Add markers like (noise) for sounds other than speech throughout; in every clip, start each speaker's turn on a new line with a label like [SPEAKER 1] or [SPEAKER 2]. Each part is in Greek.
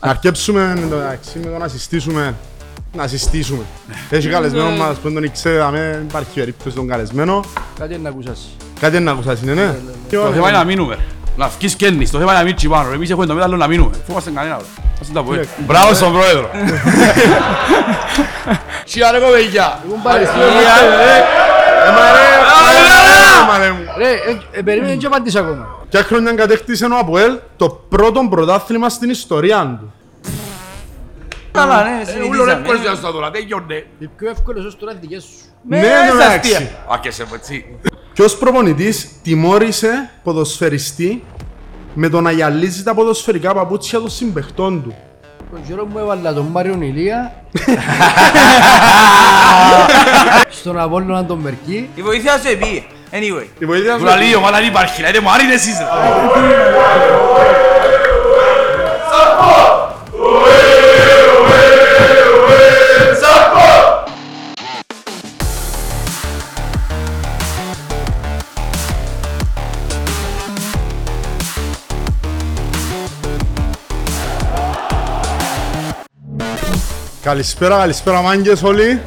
[SPEAKER 1] Να αρκέψουμε εντάξει, με το να συστήσουμε. Να συστήσουμε. Έχει καλεσμένο μας που τον ξέρετε, αμέ, δεν υπάρχει περίπτωση τον καλεσμένο.
[SPEAKER 2] Κάτι να ακούσας.
[SPEAKER 1] Κάτι να ακούσας είναι, ναι. Και
[SPEAKER 3] Το
[SPEAKER 1] όλα,
[SPEAKER 3] θέμα
[SPEAKER 1] ναι.
[SPEAKER 3] είναι να μείνουμε. Να βγεις κέρνης, το θέμα είναι να μην τσιπάνω. Εμείς έχουμε το μέταλλο να μείνουμε. Φοβάστε κανένα. ρε. Ας τα πω έτσι.
[SPEAKER 1] Ναι.
[SPEAKER 3] Μπράβο στον πρόεδρο. Τσιά ρε κοπέγια.
[SPEAKER 2] Εγώ παρεστούμε.
[SPEAKER 1] Έμα ρε, ρε, μαρέ μου.
[SPEAKER 2] Ρε, ε, ε, περίμενε και απαντήσω ακόμα.
[SPEAKER 1] Ποια χρόνια κατέκτησε ο Αποέλ το πρώτο πρωτάθλημα στην ιστορία του.
[SPEAKER 4] Καλά, ναι,
[SPEAKER 3] Ε, Ούλο ρε
[SPEAKER 4] συνηθίζαμε.
[SPEAKER 3] πόρες για στα τώρα, δεν γιώνε.
[SPEAKER 2] Οι πιο εύκολες ως τώρα είναι δικές σου.
[SPEAKER 4] Με
[SPEAKER 1] Ναι, ναι,
[SPEAKER 4] αστεία.
[SPEAKER 1] εντάξει.
[SPEAKER 3] Α, και σε έτσι.
[SPEAKER 1] Ποιος προπονητής τιμώρησε ποδοσφαιριστή με το να γυαλίζει τα ποδοσφαιρικά παπούτσια των συμπαιχτών του.
[SPEAKER 2] Τον καιρό μου έβαλα τον Μάριον (laughs) Ηλία. Στον Απόλλωνα τον Μερκή.
[SPEAKER 4] Η βοήθεια σου επήγε. Anyway.
[SPEAKER 1] Η βοήθεια σου-
[SPEAKER 3] Του λέει η ομάδα δεν υπάρχει, λέει, ρε μου άρεσε εσείς. ρε.
[SPEAKER 1] Καλησπέρα, καλησπέρα μάγκες όλοι. ε.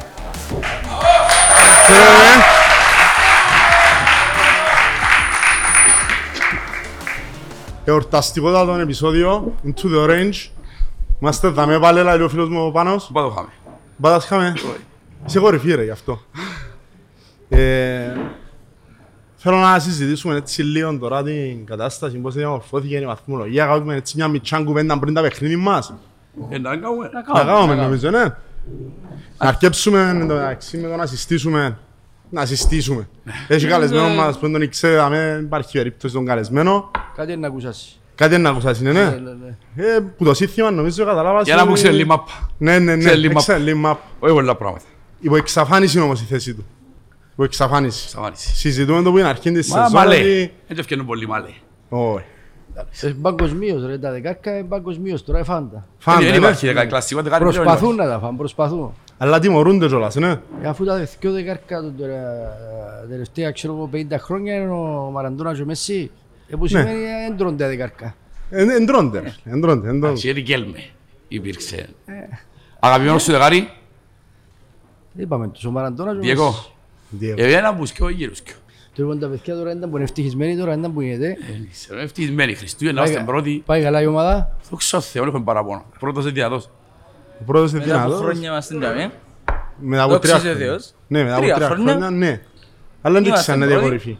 [SPEAKER 1] Χαίρομαι. Εορταστικότατο επεισόδιο, Into the Orange. Είμαστε δαμέ πάλι, λέει ο φίλος μου ο Πάνος.
[SPEAKER 3] Πού το πάμε.
[SPEAKER 1] Μπάτας χάμε. Είσαι κορυφή ρε γι' αυτό. Ε, θέλω να συζητήσουμε έτσι λίγο τώρα την κατάσταση, πώς διαμορφώθηκε η βαθμολογία, κάνουμε έτσι μια μητσάν κουβέντα πριν τα παιχνίδι μας.
[SPEAKER 3] Ε, να κάνουμε.
[SPEAKER 1] Να κάνουμε νομίζω, ναι. Να αρκέψουμε εντάξει, με το να συστήσουμε. Να συστήσουμε.
[SPEAKER 3] Ναι,
[SPEAKER 1] Έχει καλεσμένο μας που δεν τον ξέρετε, αμέ, δεν υπάρχει περίπτωση τον καλεσμένο.
[SPEAKER 2] Κάτι να ακούσας.
[SPEAKER 1] Κάτι να ακούσας είναι,
[SPEAKER 2] Ε,
[SPEAKER 1] ναι.
[SPEAKER 2] ναι, ναι.
[SPEAKER 1] Ε, που το σύνθημα νομίζω καταλάβας.
[SPEAKER 3] Για να μου
[SPEAKER 1] είναι-
[SPEAKER 3] ξέρει λίγο map.
[SPEAKER 1] Ναι, ναι, ναι.
[SPEAKER 3] Ξέρει map.
[SPEAKER 1] Ξέρει map.
[SPEAKER 3] Όχι πολλά πράγματα.
[SPEAKER 1] Υπό εξαφάνιση είναι όμως η θέση του. Υπό εξαφάνιση.
[SPEAKER 3] Σταμάτησε.
[SPEAKER 1] Συζητούμε το που είναι αρχή της
[SPEAKER 3] Μα,
[SPEAKER 1] σεζόν.
[SPEAKER 3] μα λέει.
[SPEAKER 1] ότι-
[SPEAKER 3] Δεν το ευκαινούν πολύ, μα λέει.
[SPEAKER 1] Όχι.
[SPEAKER 2] Ε, Παγκοσμίως ρε, τα δεκάρκα είναι παγκοσμίως τώρα, εφάντα.
[SPEAKER 1] Φάντα,
[SPEAKER 3] Δεν
[SPEAKER 1] ναι.
[SPEAKER 3] υπάρχει, ρε, κλασικό, δεν κάνει πλέον,
[SPEAKER 2] Προσπαθούν να τα φάνε, προσπαθούν.
[SPEAKER 1] Αλλά τιμωρούνται κιόλας, ναι.
[SPEAKER 2] Ε, Αφού τα δυο δεκάρκα του τώρα, τα τελευταία ξέρω εγώ 50 χρόνια είναι ο Μαραντούνα και ο Μεσί. Ε, που σημαίνει ε, δεν τρώνε τα δεκάρκα.
[SPEAKER 1] Εν- Ε, ναι, εν τρώνται, ρε. Εν τρώνται, εν τρώνται.
[SPEAKER 3] Εντάξει, Έρι Γκέλμε υπήρξε. Αγαπημένο σου δεγάρι,
[SPEAKER 2] Δεν είπαμε τους, ο Μαραντούνα και ο
[SPEAKER 3] Διέγκο.
[SPEAKER 2] Μεσί.
[SPEAKER 1] Διέβα.
[SPEAKER 3] εμένα που σκιώ γύρω σκιώ.
[SPEAKER 2] Του είπαν τα παιδιά τώρα ήταν που είναι ευτυχισμένοι τώρα, ήταν που γίνεται.
[SPEAKER 3] Δεν ξέρω, ευτυχισμένοι Χριστούγεννα,
[SPEAKER 2] Πάει-
[SPEAKER 3] είμαστε πρώτοι.
[SPEAKER 2] Πάει καλά η ομάδα.
[SPEAKER 3] Δόξα τω Θεώ, έχουμε παραπάνω. Πρώτος δεν διαδός.
[SPEAKER 1] Ο πρώτος είναι
[SPEAKER 4] Μετά από
[SPEAKER 1] δυνατός.
[SPEAKER 4] χρόνια μας την ταμή.
[SPEAKER 1] Μετά από
[SPEAKER 4] Δόξα
[SPEAKER 1] τρία
[SPEAKER 4] σε
[SPEAKER 1] χρόνια.
[SPEAKER 4] Θεός.
[SPEAKER 1] Ναι, μετά από
[SPEAKER 4] Τρία
[SPEAKER 1] τρία
[SPEAKER 4] χρόνια.
[SPEAKER 1] χρόνια, ναι. Αλλά δεν
[SPEAKER 4] Είμαστε
[SPEAKER 1] ξανά
[SPEAKER 4] πρώτοι.
[SPEAKER 1] κορυφή.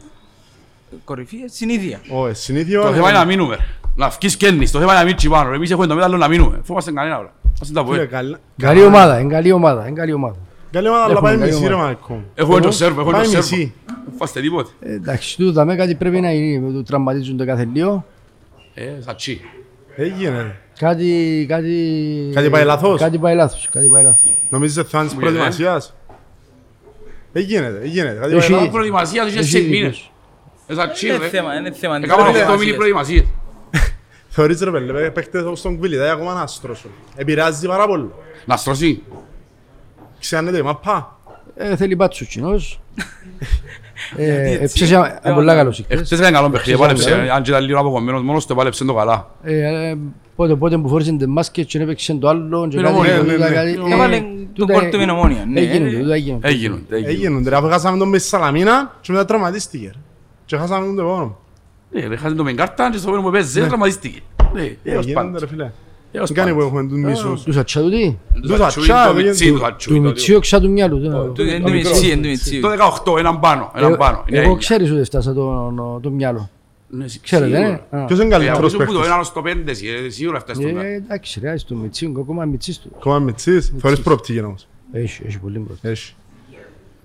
[SPEAKER 4] Κορυφή, ε, συνήθεια.
[SPEAKER 1] Όχι, συνήθιο.
[SPEAKER 3] Το
[SPEAKER 1] ε,
[SPEAKER 3] θέμα είναι να μείνουμε. Να βγεις κέρνης, το θέμα είναι να μην τσιπάνω. Εμείς έχουμε το μέταλλο να μείνουμε. Φοβάστε κανένα, ρε. Ας την τα πω,
[SPEAKER 1] φίλε,
[SPEAKER 3] ε.
[SPEAKER 1] καλά-
[SPEAKER 2] Καλή ομάδα, είναι καλή ομάδα, είναι καλή ομάδα.
[SPEAKER 1] Καλή ομάδα, αλλά
[SPEAKER 2] Έχουμε
[SPEAKER 1] πάει
[SPEAKER 2] καλή
[SPEAKER 1] μισή ρε
[SPEAKER 2] ομάδα.
[SPEAKER 1] Μαρκό.
[SPEAKER 3] Έχουμε το σερβο, έχουμε
[SPEAKER 1] Πάει
[SPEAKER 3] το σερβο.
[SPEAKER 1] μισή.
[SPEAKER 3] Δεν φάστε τίποτε.
[SPEAKER 2] Ε, Εντάξει, τούτο δαμέ κάτι πρέπει να γίνει, με το τραυματίζουν το κάθε λίγο.
[SPEAKER 3] Ε, θα τσι.
[SPEAKER 1] Έγινε. ρε.
[SPEAKER 2] Κάτι, κάτι...
[SPEAKER 1] Κάτι πάει λάθος.
[SPEAKER 2] Κάτι πάει λάθος, κάτι πάει λάθος.
[SPEAKER 1] Νομίζεις ότι θα είναι της
[SPEAKER 3] Μου είδε, ε.
[SPEAKER 1] προετοιμασίας. Έγινε, έγινε. Κάτι
[SPEAKER 2] Έχει-
[SPEAKER 1] πάει
[SPEAKER 3] Πάμε
[SPEAKER 1] λάθος.
[SPEAKER 3] προετοιμασία, τους είσαι
[SPEAKER 2] Εσύ
[SPEAKER 3] μήνες.
[SPEAKER 2] δικός.
[SPEAKER 3] Ε, θα τσι,
[SPEAKER 4] Είναι
[SPEAKER 3] ρε. Ε,
[SPEAKER 4] θέμα, είναι θέμα. είναι
[SPEAKER 3] Έκαναν
[SPEAKER 4] θέμα.
[SPEAKER 3] 8 μήνες προετοιμασίες.
[SPEAKER 1] Θεωρείς ρε παιδί, παίχτες όπως τον Κουβιλιδάκη, ακόμα να στρώσουν. Επηρεάζει πάρα πολύ.
[SPEAKER 3] Να στρώσει.
[SPEAKER 1] Ξεάνεται η μαπά.
[SPEAKER 2] Ε, θέλει πάτσο κοινός. Ε,
[SPEAKER 4] έτσι,
[SPEAKER 2] Έψεσαι
[SPEAKER 4] ε,
[SPEAKER 2] πολλά καλός
[SPEAKER 3] Ε,
[SPEAKER 2] εχθές.
[SPEAKER 3] χτες έκανε καλό παιχνίδι, επάλεψε.
[SPEAKER 2] καλό.
[SPEAKER 3] Αν και ήταν λίγο απογομμένος, μόνος του επάλεψε το καλά.
[SPEAKER 2] Ε, ε, Πότε, πότε που φορήσαν τις μάσκες και έπαιξαν το άλλο και
[SPEAKER 3] Ναι,
[SPEAKER 2] κάτι...
[SPEAKER 3] ναι,
[SPEAKER 1] ναι,
[SPEAKER 2] τούτα
[SPEAKER 1] ναι.
[SPEAKER 2] κάτι, ε,
[SPEAKER 4] Έβαλε τον
[SPEAKER 2] τούτα,
[SPEAKER 4] κόλ
[SPEAKER 2] ε,
[SPEAKER 4] του Μινομόνια, ναι.
[SPEAKER 2] Έγινε, τούτα έγινε.
[SPEAKER 3] Έγιναν. δεν έγιναν.
[SPEAKER 1] Έγινε, ρε. Αφού χάσαμε τον μες στη Σαλαμίνα και μετά τραυματίστηκε. ρε. Και χάσαμε τον επόμενο.
[SPEAKER 3] Ναι, ρε, χάσαν το με κάρτα και στο πέντε μου παίζει, τραυματίστηκε. Ναι, έως
[SPEAKER 1] Έγινε, Ε, ρε
[SPEAKER 3] πάντα.
[SPEAKER 1] φίλε.
[SPEAKER 3] Έως
[SPEAKER 1] Τι κάνει που
[SPEAKER 3] πάντα.
[SPEAKER 1] έχουμε τους μισούς.
[SPEAKER 2] Τους ατσά τούτοι.
[SPEAKER 3] Του
[SPEAKER 1] τα
[SPEAKER 3] Ατσούι,
[SPEAKER 1] τσά,
[SPEAKER 3] του
[SPEAKER 1] δεν
[SPEAKER 3] Μιτσί,
[SPEAKER 1] γίνεται.
[SPEAKER 3] του Ατσούι,
[SPEAKER 2] Του
[SPEAKER 3] το
[SPEAKER 2] Μιτσίου ξά του μυαλού. του.
[SPEAKER 4] Του- Εν του μιτσί, εν του μιτσί.
[SPEAKER 3] Το 18, έναν πάνω, έναν
[SPEAKER 2] Ε,
[SPEAKER 3] πάνω. Ναι, Είναι
[SPEAKER 2] Εγώ
[SPEAKER 3] έννοια.
[SPEAKER 2] ξέρεις ότι έφτασα το- το- το μυαλο.
[SPEAKER 3] Ναι, σι-
[SPEAKER 2] Ξέρετε,
[SPEAKER 3] σίγουρα.
[SPEAKER 2] ε. Α.
[SPEAKER 1] Ποιος είναι
[SPEAKER 3] Ε,
[SPEAKER 1] καλύτερος
[SPEAKER 3] αφού που το
[SPEAKER 1] παίχτης.
[SPEAKER 3] έναν ως το πέντε, σι- ε, σίγουρα
[SPEAKER 2] Ε,
[SPEAKER 3] φτάσεις στον κάτω.
[SPEAKER 2] Εντάξει ρε, στο Μιτσί, ακόμα Μιτσίς του.
[SPEAKER 1] Ακόμα Μιτσής. Θεωρείς προοπτική όμως.
[SPEAKER 2] Έχει, έχει πολύ μπροστά.
[SPEAKER 1] Έχει.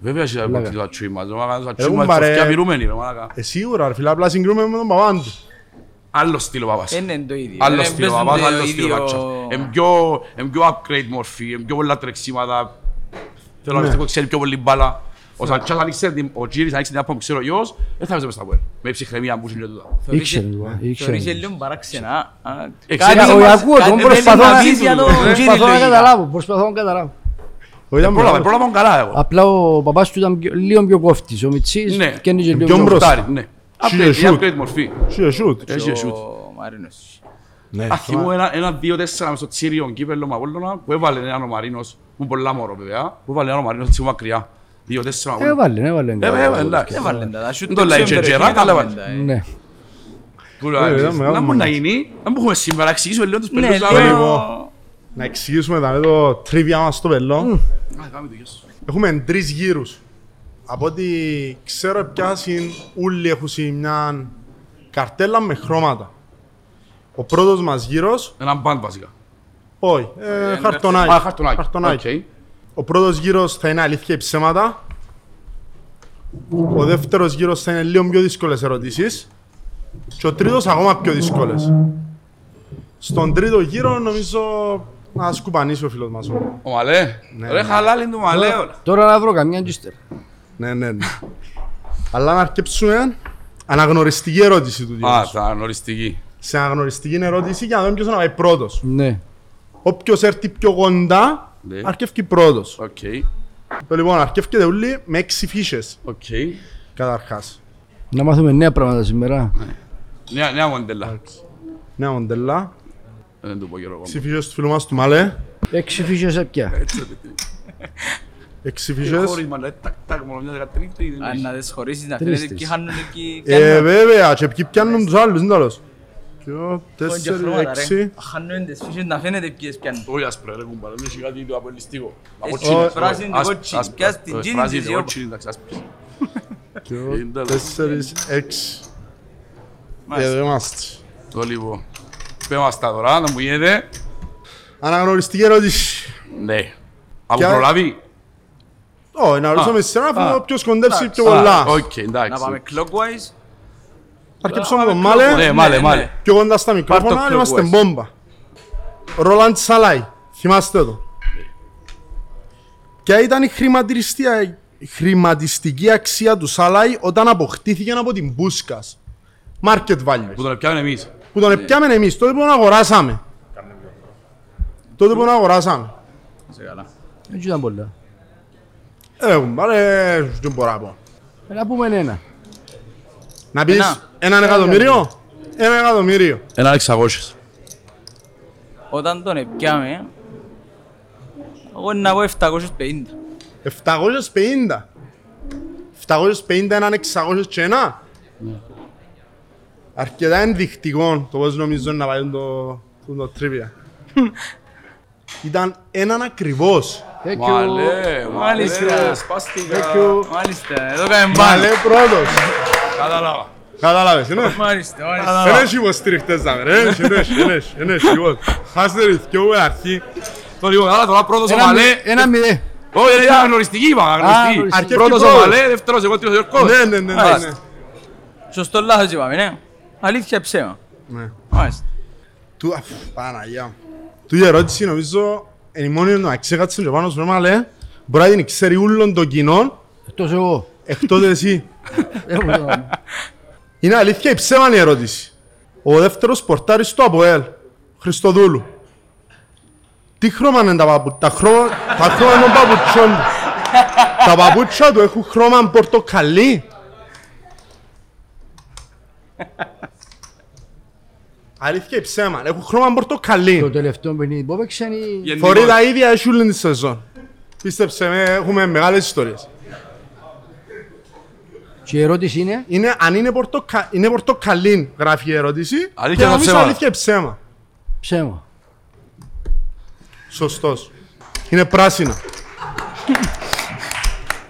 [SPEAKER 3] Βέβαια, έχει τα κόκκι του Ατσούι μας, ο Μαγάς, ο Ατσούι
[SPEAKER 1] Έχουν
[SPEAKER 3] μας,
[SPEAKER 1] παρέ-
[SPEAKER 3] φωτιά πυρούμενη, ρε, μαλάκα.
[SPEAKER 1] Ε, σίγουρα, ρε φίλε, απλά συγκρούμε με τον παπάν τους.
[SPEAKER 3] Άλλο στυλ ο Παπάς.
[SPEAKER 4] Είναι το ίδιο.
[SPEAKER 3] Άλλο
[SPEAKER 4] Δεν
[SPEAKER 3] στυλ ο
[SPEAKER 4] παίζουν
[SPEAKER 3] Παπάς,
[SPEAKER 4] ε, το
[SPEAKER 3] άλλο στυλ ο
[SPEAKER 4] ίδιο-
[SPEAKER 3] Βάτσας. Εν πιο- εν πιο upgrade μορφή, εν πιο πολλά τρεξίματα.
[SPEAKER 2] Ναι.
[SPEAKER 3] Θέλω να πιστεύω ξέρει πιο πολύ μπάλα. Ο Σαντσάς αν ήξερε την- ο Τζίρις αν ήξερε την άποψη που ξέρω γιος, δεν θα έπαιζε μες στα πόδια. Με ψυχραιμία που είναι τούτα.
[SPEAKER 4] Ε, Θεωρείς-
[SPEAKER 2] Ήξερε το, ήξερε.
[SPEAKER 4] Θεωρείς λίγο παράξενα. α, α.
[SPEAKER 3] Ε,
[SPEAKER 4] Κάτι
[SPEAKER 3] ξέρω,
[SPEAKER 2] Ε,
[SPEAKER 4] μας-
[SPEAKER 2] ακούω τον,
[SPEAKER 4] κάτι-
[SPEAKER 2] προσπαθώ
[SPEAKER 4] δεν
[SPEAKER 2] να-
[SPEAKER 4] μαθείς για τον Τζίρι
[SPEAKER 2] Προσπαθώ να
[SPEAKER 4] λογικά.
[SPEAKER 2] καταλάβω, προσπαθώ να καταλάβω.
[SPEAKER 1] Ο ήταν
[SPEAKER 3] Πρόλαβε,
[SPEAKER 1] μεγάλος.
[SPEAKER 3] πρόλαβε Ε, καλά εγώ.
[SPEAKER 2] Απλά ο παπάς του ήταν πιο- λίγο πιο κόφτης, ο Μιτσής
[SPEAKER 3] Ναι.
[SPEAKER 2] και είναι και λίγο
[SPEAKER 1] Πιο
[SPEAKER 2] πιο
[SPEAKER 1] μπροστά.
[SPEAKER 2] ε,
[SPEAKER 3] Φτάρει, ναι. Upgrade,
[SPEAKER 1] shoot.
[SPEAKER 4] Ε,
[SPEAKER 3] upgrade μορφή.
[SPEAKER 1] Σιε, shoot.
[SPEAKER 3] Έχει
[SPEAKER 4] Ο
[SPEAKER 3] shoot.
[SPEAKER 4] Μαρίνος.
[SPEAKER 1] Ναι,
[SPEAKER 3] Ας θυμώ
[SPEAKER 1] θυμά-
[SPEAKER 3] ένα, ένα δύο τέσσερα μες στο Τσίριον κύπελλο με Απόλλωνα που έβαλε έναν ο Μαρίνος, που είναι πολλά μωρό βέβαια, που έβαλε έναν ο Μαρίνος έτσι μακριά. Δύο τέσσερα με Απόλλωνα.
[SPEAKER 2] Έβαλε, έβαλε.
[SPEAKER 3] Ε, ε, ε, εντάξει.
[SPEAKER 4] Έβαλε τα, τα σιούτ
[SPEAKER 3] Δεν το λέει
[SPEAKER 4] δεν ξέρω,
[SPEAKER 3] και
[SPEAKER 4] ρε,
[SPEAKER 3] Gerard,
[SPEAKER 4] τι να
[SPEAKER 3] αλλά
[SPEAKER 4] κάνουμε
[SPEAKER 3] βάλε.
[SPEAKER 4] τα, ε.
[SPEAKER 2] Ναι.
[SPEAKER 3] Που
[SPEAKER 1] Ε,
[SPEAKER 3] να-
[SPEAKER 1] ήταν μεγάλο
[SPEAKER 3] Να μπορεί
[SPEAKER 1] μάνα.
[SPEAKER 3] να γίνει, να μπορούμε σήμερα να εξηγήσουμε λίγο τους
[SPEAKER 4] Ναι,
[SPEAKER 3] παιδιούς. να
[SPEAKER 4] λίγο-
[SPEAKER 3] δούμε.
[SPEAKER 1] Να εξηγήσουμε τα με το τρίβια μας στο πελό.
[SPEAKER 3] Α, κάμε το γιος.
[SPEAKER 1] Έχουμε τρεις γύρους. Από ό,τι ξέρω πιάσιν, όλοι έχουν μια καρτέλα με χρώματα. Ο πρώτος μας γύρος,
[SPEAKER 3] Ένα μπαντ βασικά.
[SPEAKER 1] όχι, ε, χαρτονάκι.
[SPEAKER 3] Α, χαρτονάκι. Οκ.
[SPEAKER 1] Ο πρώτος γύρος θα είναι αλήθεια ή ψέματα. Ο δεύτερος γύρος θα είναι λίγο πιο δύσκολες ερωτήσεις. Και ο τρίτος ακόμα πιο δύσκολες. Στον τρίτο γύρο νομίζω να σκουπανίσει ο φίλος μας. ο-
[SPEAKER 3] Ο Μαλέ.
[SPEAKER 1] Ναι,
[SPEAKER 3] Ρε
[SPEAKER 1] ναι.
[SPEAKER 3] χαλάλι του Μαλέ. όλα.
[SPEAKER 2] Τώρα να βρω καμιά τζίστερ.
[SPEAKER 1] Ναι, ναι, ναι. Αλλά να αρκεψούμε αναγνωριστική ερώτηση του
[SPEAKER 3] Α,
[SPEAKER 1] γύρου.
[SPEAKER 3] θα είναι οριστική.
[SPEAKER 1] Σε αναγνωριστική ερώτηση για να δούμε ποιος να πάει πρώτος.
[SPEAKER 2] Ναι.
[SPEAKER 1] Όποιος έρθει πιο κοντά,
[SPEAKER 3] Ναι.
[SPEAKER 1] αρκεύει πρώτος.
[SPEAKER 3] Οκ,
[SPEAKER 1] Το λοιπόν, αρκεύκεται όλοι με έξι φύσες,
[SPEAKER 3] οκ.
[SPEAKER 1] καταρχάς.
[SPEAKER 2] Να μάθουμε νέα πράγματα σήμερα.
[SPEAKER 3] Νέα νέα μοντέλα. Ε,
[SPEAKER 1] Ναι, μοντέλα.
[SPEAKER 3] Δεν το πω καιρό ακόμα.
[SPEAKER 1] Έξι φύσες του φίλου μας του Μαλέ.
[SPEAKER 2] Έξι φύσες έπια.
[SPEAKER 1] Έξι
[SPEAKER 3] Ε,
[SPEAKER 1] φύσες.
[SPEAKER 3] χωρίς, μάνα, τακ, τακ, μόνο μια δεκατρίτη, δεν
[SPEAKER 4] Αν
[SPEAKER 3] έχει.
[SPEAKER 4] να δεις χωρίσεις, να
[SPEAKER 2] Τρεις
[SPEAKER 4] φαίνεται
[SPEAKER 2] της.
[SPEAKER 4] ποιοι χάνουν και ποιοι
[SPEAKER 1] Ε,
[SPEAKER 4] κάνουν.
[SPEAKER 1] βέβαια, και ποιοι πιάνουν τους άλλους, είναι τέλος. Δυο,
[SPEAKER 4] Πόνια
[SPEAKER 1] τέσσερις,
[SPEAKER 4] χρώματα, ρε.
[SPEAKER 1] έξι.
[SPEAKER 4] Χάνουν τις φύσεις, να φαίνεται ποιες πιάνουν.
[SPEAKER 3] Όχι άσπρα ρε κουμπάρα, δεν έχει κάτι το απολυστικό.
[SPEAKER 4] Έχει
[SPEAKER 3] Κοτσίνες,
[SPEAKER 4] πράσινη,
[SPEAKER 3] άσπρα,
[SPEAKER 4] κότσινη.
[SPEAKER 3] άσπρα,
[SPEAKER 4] Πιάσε την
[SPEAKER 3] άσπρα,
[SPEAKER 4] τζίνη
[SPEAKER 3] πράσινη,
[SPEAKER 4] της, Ιώπα.
[SPEAKER 3] κότσινη, εντάξει, άσπρα.
[SPEAKER 1] Δυο,
[SPEAKER 3] Είναι τέλος.
[SPEAKER 1] τέσσερις, έξι.
[SPEAKER 4] Μάλιστα.
[SPEAKER 1] Εδώ είμαστε.
[SPEAKER 3] Το λοιπόν. Πέ μας τα τώρα, να μου γίνεται.
[SPEAKER 1] Αναγνωριστική ερώτηση.
[SPEAKER 3] Ναι. Από
[SPEAKER 1] Ποια-
[SPEAKER 3] προλάβει.
[SPEAKER 1] Ω, να ρωτήσω
[SPEAKER 3] Α,
[SPEAKER 1] με σειρά, αφού όποιος κοντέψει πιο
[SPEAKER 3] Α,
[SPEAKER 1] πολλά.
[SPEAKER 3] Οκ,
[SPEAKER 4] Να
[SPEAKER 3] εντάξει.
[SPEAKER 4] πάμε clockwise.
[SPEAKER 1] Αρκεψώ με
[SPEAKER 4] πάμε
[SPEAKER 1] τον
[SPEAKER 4] clockwise.
[SPEAKER 1] Μάλε,
[SPEAKER 3] Ναι, μάλε,
[SPEAKER 4] ναι.
[SPEAKER 3] μάλε.
[SPEAKER 1] πιο κοντά στα μικρόφωνα,
[SPEAKER 3] Πάρ' το
[SPEAKER 1] είμαστε
[SPEAKER 3] clockwise.
[SPEAKER 1] μπόμπα. Ρολάντ Σαλάι, θυμάστε το. Ποια ήταν η χρηματιστία- χρηματιστική αξία του Σαλάι όταν αποκτήθηκε από την Μπούσκας. Market value.
[SPEAKER 3] Που τον πιάμε εμείς.
[SPEAKER 1] Που τον επιάμενε εμείς, τότε που τον αγοράσαμε. Τότε που τον αγοράσαμε.
[SPEAKER 4] Σε καλά.
[SPEAKER 2] Δεν ήταν πολλά.
[SPEAKER 1] Ε, μπαρε, δεν μπορώ να πω.
[SPEAKER 2] Ε, Να πούμε ένα.
[SPEAKER 1] Να πεις
[SPEAKER 4] Ένα.
[SPEAKER 1] έναν εκατομμύριο, ένα εκατομμύριο.
[SPEAKER 3] Ένα εξαγώσεις.
[SPEAKER 4] Όταν τον επιάμε, εγώ να πω 750.
[SPEAKER 1] 750. 750 έναν 600 και ένα. Αρκετά ενδεικτικό το πώς νομίζω να πάει το, το, το τρίβια. Ήταν έναν ακριβώς.
[SPEAKER 2] Thank you.
[SPEAKER 3] Μαλέ, μάλιστα.
[SPEAKER 4] Μάλιστα.
[SPEAKER 3] Σπάστηκα.
[SPEAKER 1] Thank you.
[SPEAKER 4] Μάλιστα, εδώ κάνουμε
[SPEAKER 1] Μαλέ
[SPEAKER 4] μπάλα.
[SPEAKER 1] πρώτος.
[SPEAKER 3] Ε,
[SPEAKER 1] (laughs)
[SPEAKER 3] Κατάλαβα.
[SPEAKER 1] Κατάλαβες, ναι.
[SPEAKER 4] Μάλιστα, μάλιστα.
[SPEAKER 1] Δεν έχει υποστηριχτές δάμε, ρε. Έχει, έχει, έχει, έχει, λοιπόν. Χάστε ρε, δυο ε, αρχή.
[SPEAKER 3] Το λοιπόν, καλά, τώρα πρώτος ο
[SPEAKER 2] Ένα μη-
[SPEAKER 3] Μαλέ.
[SPEAKER 2] Ένα μηδέ.
[SPEAKER 3] Όχι, ρε, ήταν αγνωριστική είπα, αγνωριστική.
[SPEAKER 1] αγνωριστική.
[SPEAKER 3] Πρώτος ο
[SPEAKER 1] Αρχή
[SPEAKER 3] Μαλέ, δεύτερος εγώ, τρίτος ο Ιωρκός.
[SPEAKER 1] Ναι, ναι, ναι, ναι, ναι.
[SPEAKER 4] Μάλιστα. Σωστό λάθος είπαμε, ναι. Αλήθεια ψέμα.
[SPEAKER 1] ναι.
[SPEAKER 4] Μάλιστα.
[SPEAKER 1] Του, αφ, Παναγιά μου. Του η ερώτηση νομίζω είναι η μόνη να ξέχατσε και πάνω σου, ρε, Μαλέ. Μπορεί να την ξέρει ούλον των κοινών,
[SPEAKER 2] Εκτός εγώ.
[SPEAKER 1] εκτός (laughs) εσύ.
[SPEAKER 2] Δεν μπορώ να πω.
[SPEAKER 1] Είναι αλήθεια ή ψέμα η ερώτηση. Ο δεύτερος πορτάρης του Αποέλ, Χριστοδούλου. Τι χρώμα είναι τα παπούτσια, τα χρώμα, τα χρώμα των παπουτσιών του. τα παπούτσια του έχουν χρώμα πορτοκαλί. αλήθεια ή ψέμα, έχουν χρώμα
[SPEAKER 2] Το
[SPEAKER 1] πορτοκαλί.
[SPEAKER 2] τελευταίο παιχνίδι που έπαιξαν οι...
[SPEAKER 3] Γενικός.
[SPEAKER 1] Φορεί τα ίδια έχει όλη της σεζόν. Πίστεψε με, έχουμε μεγάλες ιστορίες.
[SPEAKER 2] Και η ερώτηση είναι...
[SPEAKER 1] Είναι, αν είναι, πορτοκα... είναι πορτοκαλί, γράφει η ερώτηση. και
[SPEAKER 3] Αλήθεια το
[SPEAKER 1] νομίζω
[SPEAKER 3] ψέμα.
[SPEAKER 1] Αλήθεια ή ψέμα.
[SPEAKER 2] Ψέμα.
[SPEAKER 1] Σωστός. Είναι πράσινα.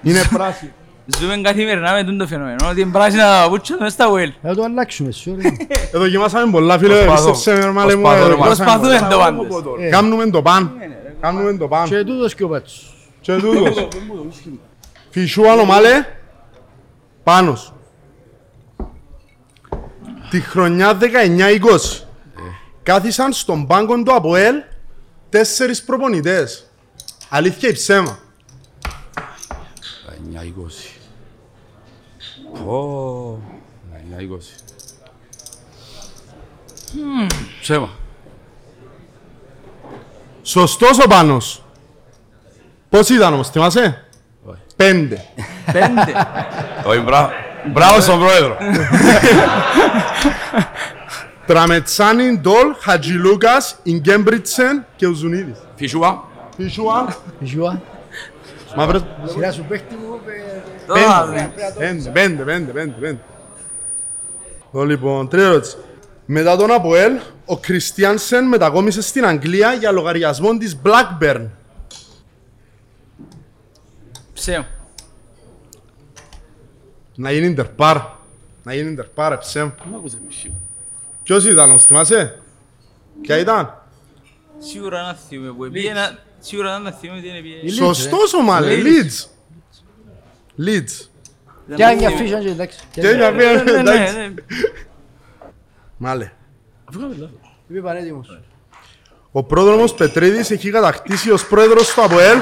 [SPEAKER 1] είναι πράσινα.
[SPEAKER 4] Ζούμε καθημερινά με τούτο φαινόμενο, ότι είναι πράσινα παπούτσια μες στα ουέλ.
[SPEAKER 2] Θα το αλλάξουμε, (laughs) sorry.
[SPEAKER 1] Εδώ γεμάσαμε πολλά φίλε,
[SPEAKER 3] Προσπαθώ.
[SPEAKER 1] πίστεψε με μάλε μου. εδώ
[SPEAKER 3] Προσπαθώ, ρε,
[SPEAKER 1] γεμάσαμε
[SPEAKER 4] Προσπαθούμε
[SPEAKER 1] πολλά.
[SPEAKER 4] το πάντως.
[SPEAKER 2] Ε.
[SPEAKER 1] Κάμνουμε το παν. Κάμνουμε το παν.
[SPEAKER 2] Και τούτος και ο Πάτσος.
[SPEAKER 1] Και τούτος. Φυσού άλλο μάλε. Πάνος. Τη χρονιά 19-20 κάθισαν στον πάγκο του Αποέλ τέσσερις προπονητές. Αλήθεια ή ψέμα.
[SPEAKER 3] 9-20. Πω. 9-20. Ψέμα.
[SPEAKER 1] Σωστός ο Πάνος. Πώς ήταν όμως, θυμάσαι.
[SPEAKER 3] Όχι.
[SPEAKER 1] Πέντε.
[SPEAKER 4] Πέντε.
[SPEAKER 1] (laughs)
[SPEAKER 3] Όχι, μπρά- μπράβο στον πρόεδρο.
[SPEAKER 1] Τραμετσάνι, Ντόλ, Χατζιλούκας, Ιγκέμπριτσεν και Ουζουνίδης.
[SPEAKER 3] Φυσούα.
[SPEAKER 1] Φίσουα,
[SPEAKER 2] Ζουά,
[SPEAKER 1] μαύρες...
[SPEAKER 2] σειρά σου παίχτη μου, ε,
[SPEAKER 4] Τώρα, ρε.
[SPEAKER 1] Πέντε, πέντε, πέντε, πέντε, πέντε. Το λοιπόν, τρίτη ερώτηση. Μετά τον Αποέλ, ο Κριστιανσεν μετακόμισε στην Αγγλία για λογαριασμό της Blackburn.
[SPEAKER 4] Ψέο.
[SPEAKER 1] Να γίνει Ιντερπάρ. Να γίνει Ιντερπάρ, ψέμ. Ποιος ήταν, όμως θυμάσαι. Ποια ήταν.
[SPEAKER 4] Σίγουρα να θυμούμε που επήγε να- Σίγουρα να θυμούμε τι είναι επήγε.
[SPEAKER 2] Leeds,
[SPEAKER 1] Σωστός ο Μάλε,
[SPEAKER 4] ε. Leeds.
[SPEAKER 1] Λίτς. Λίτς.
[SPEAKER 2] και αν μια φύση, όχι, εντάξει.
[SPEAKER 1] Και για μία,
[SPEAKER 4] Ναι, ναι, ναι,
[SPEAKER 1] εντάξει.
[SPEAKER 4] ναι.
[SPEAKER 1] Μάλε.
[SPEAKER 2] Είμαι παρέτοιμος.
[SPEAKER 1] Ο πρόδρομος Πετρίδης έχει κατακτήσει ως πρόεδρος του ΑΠΟΕΛ.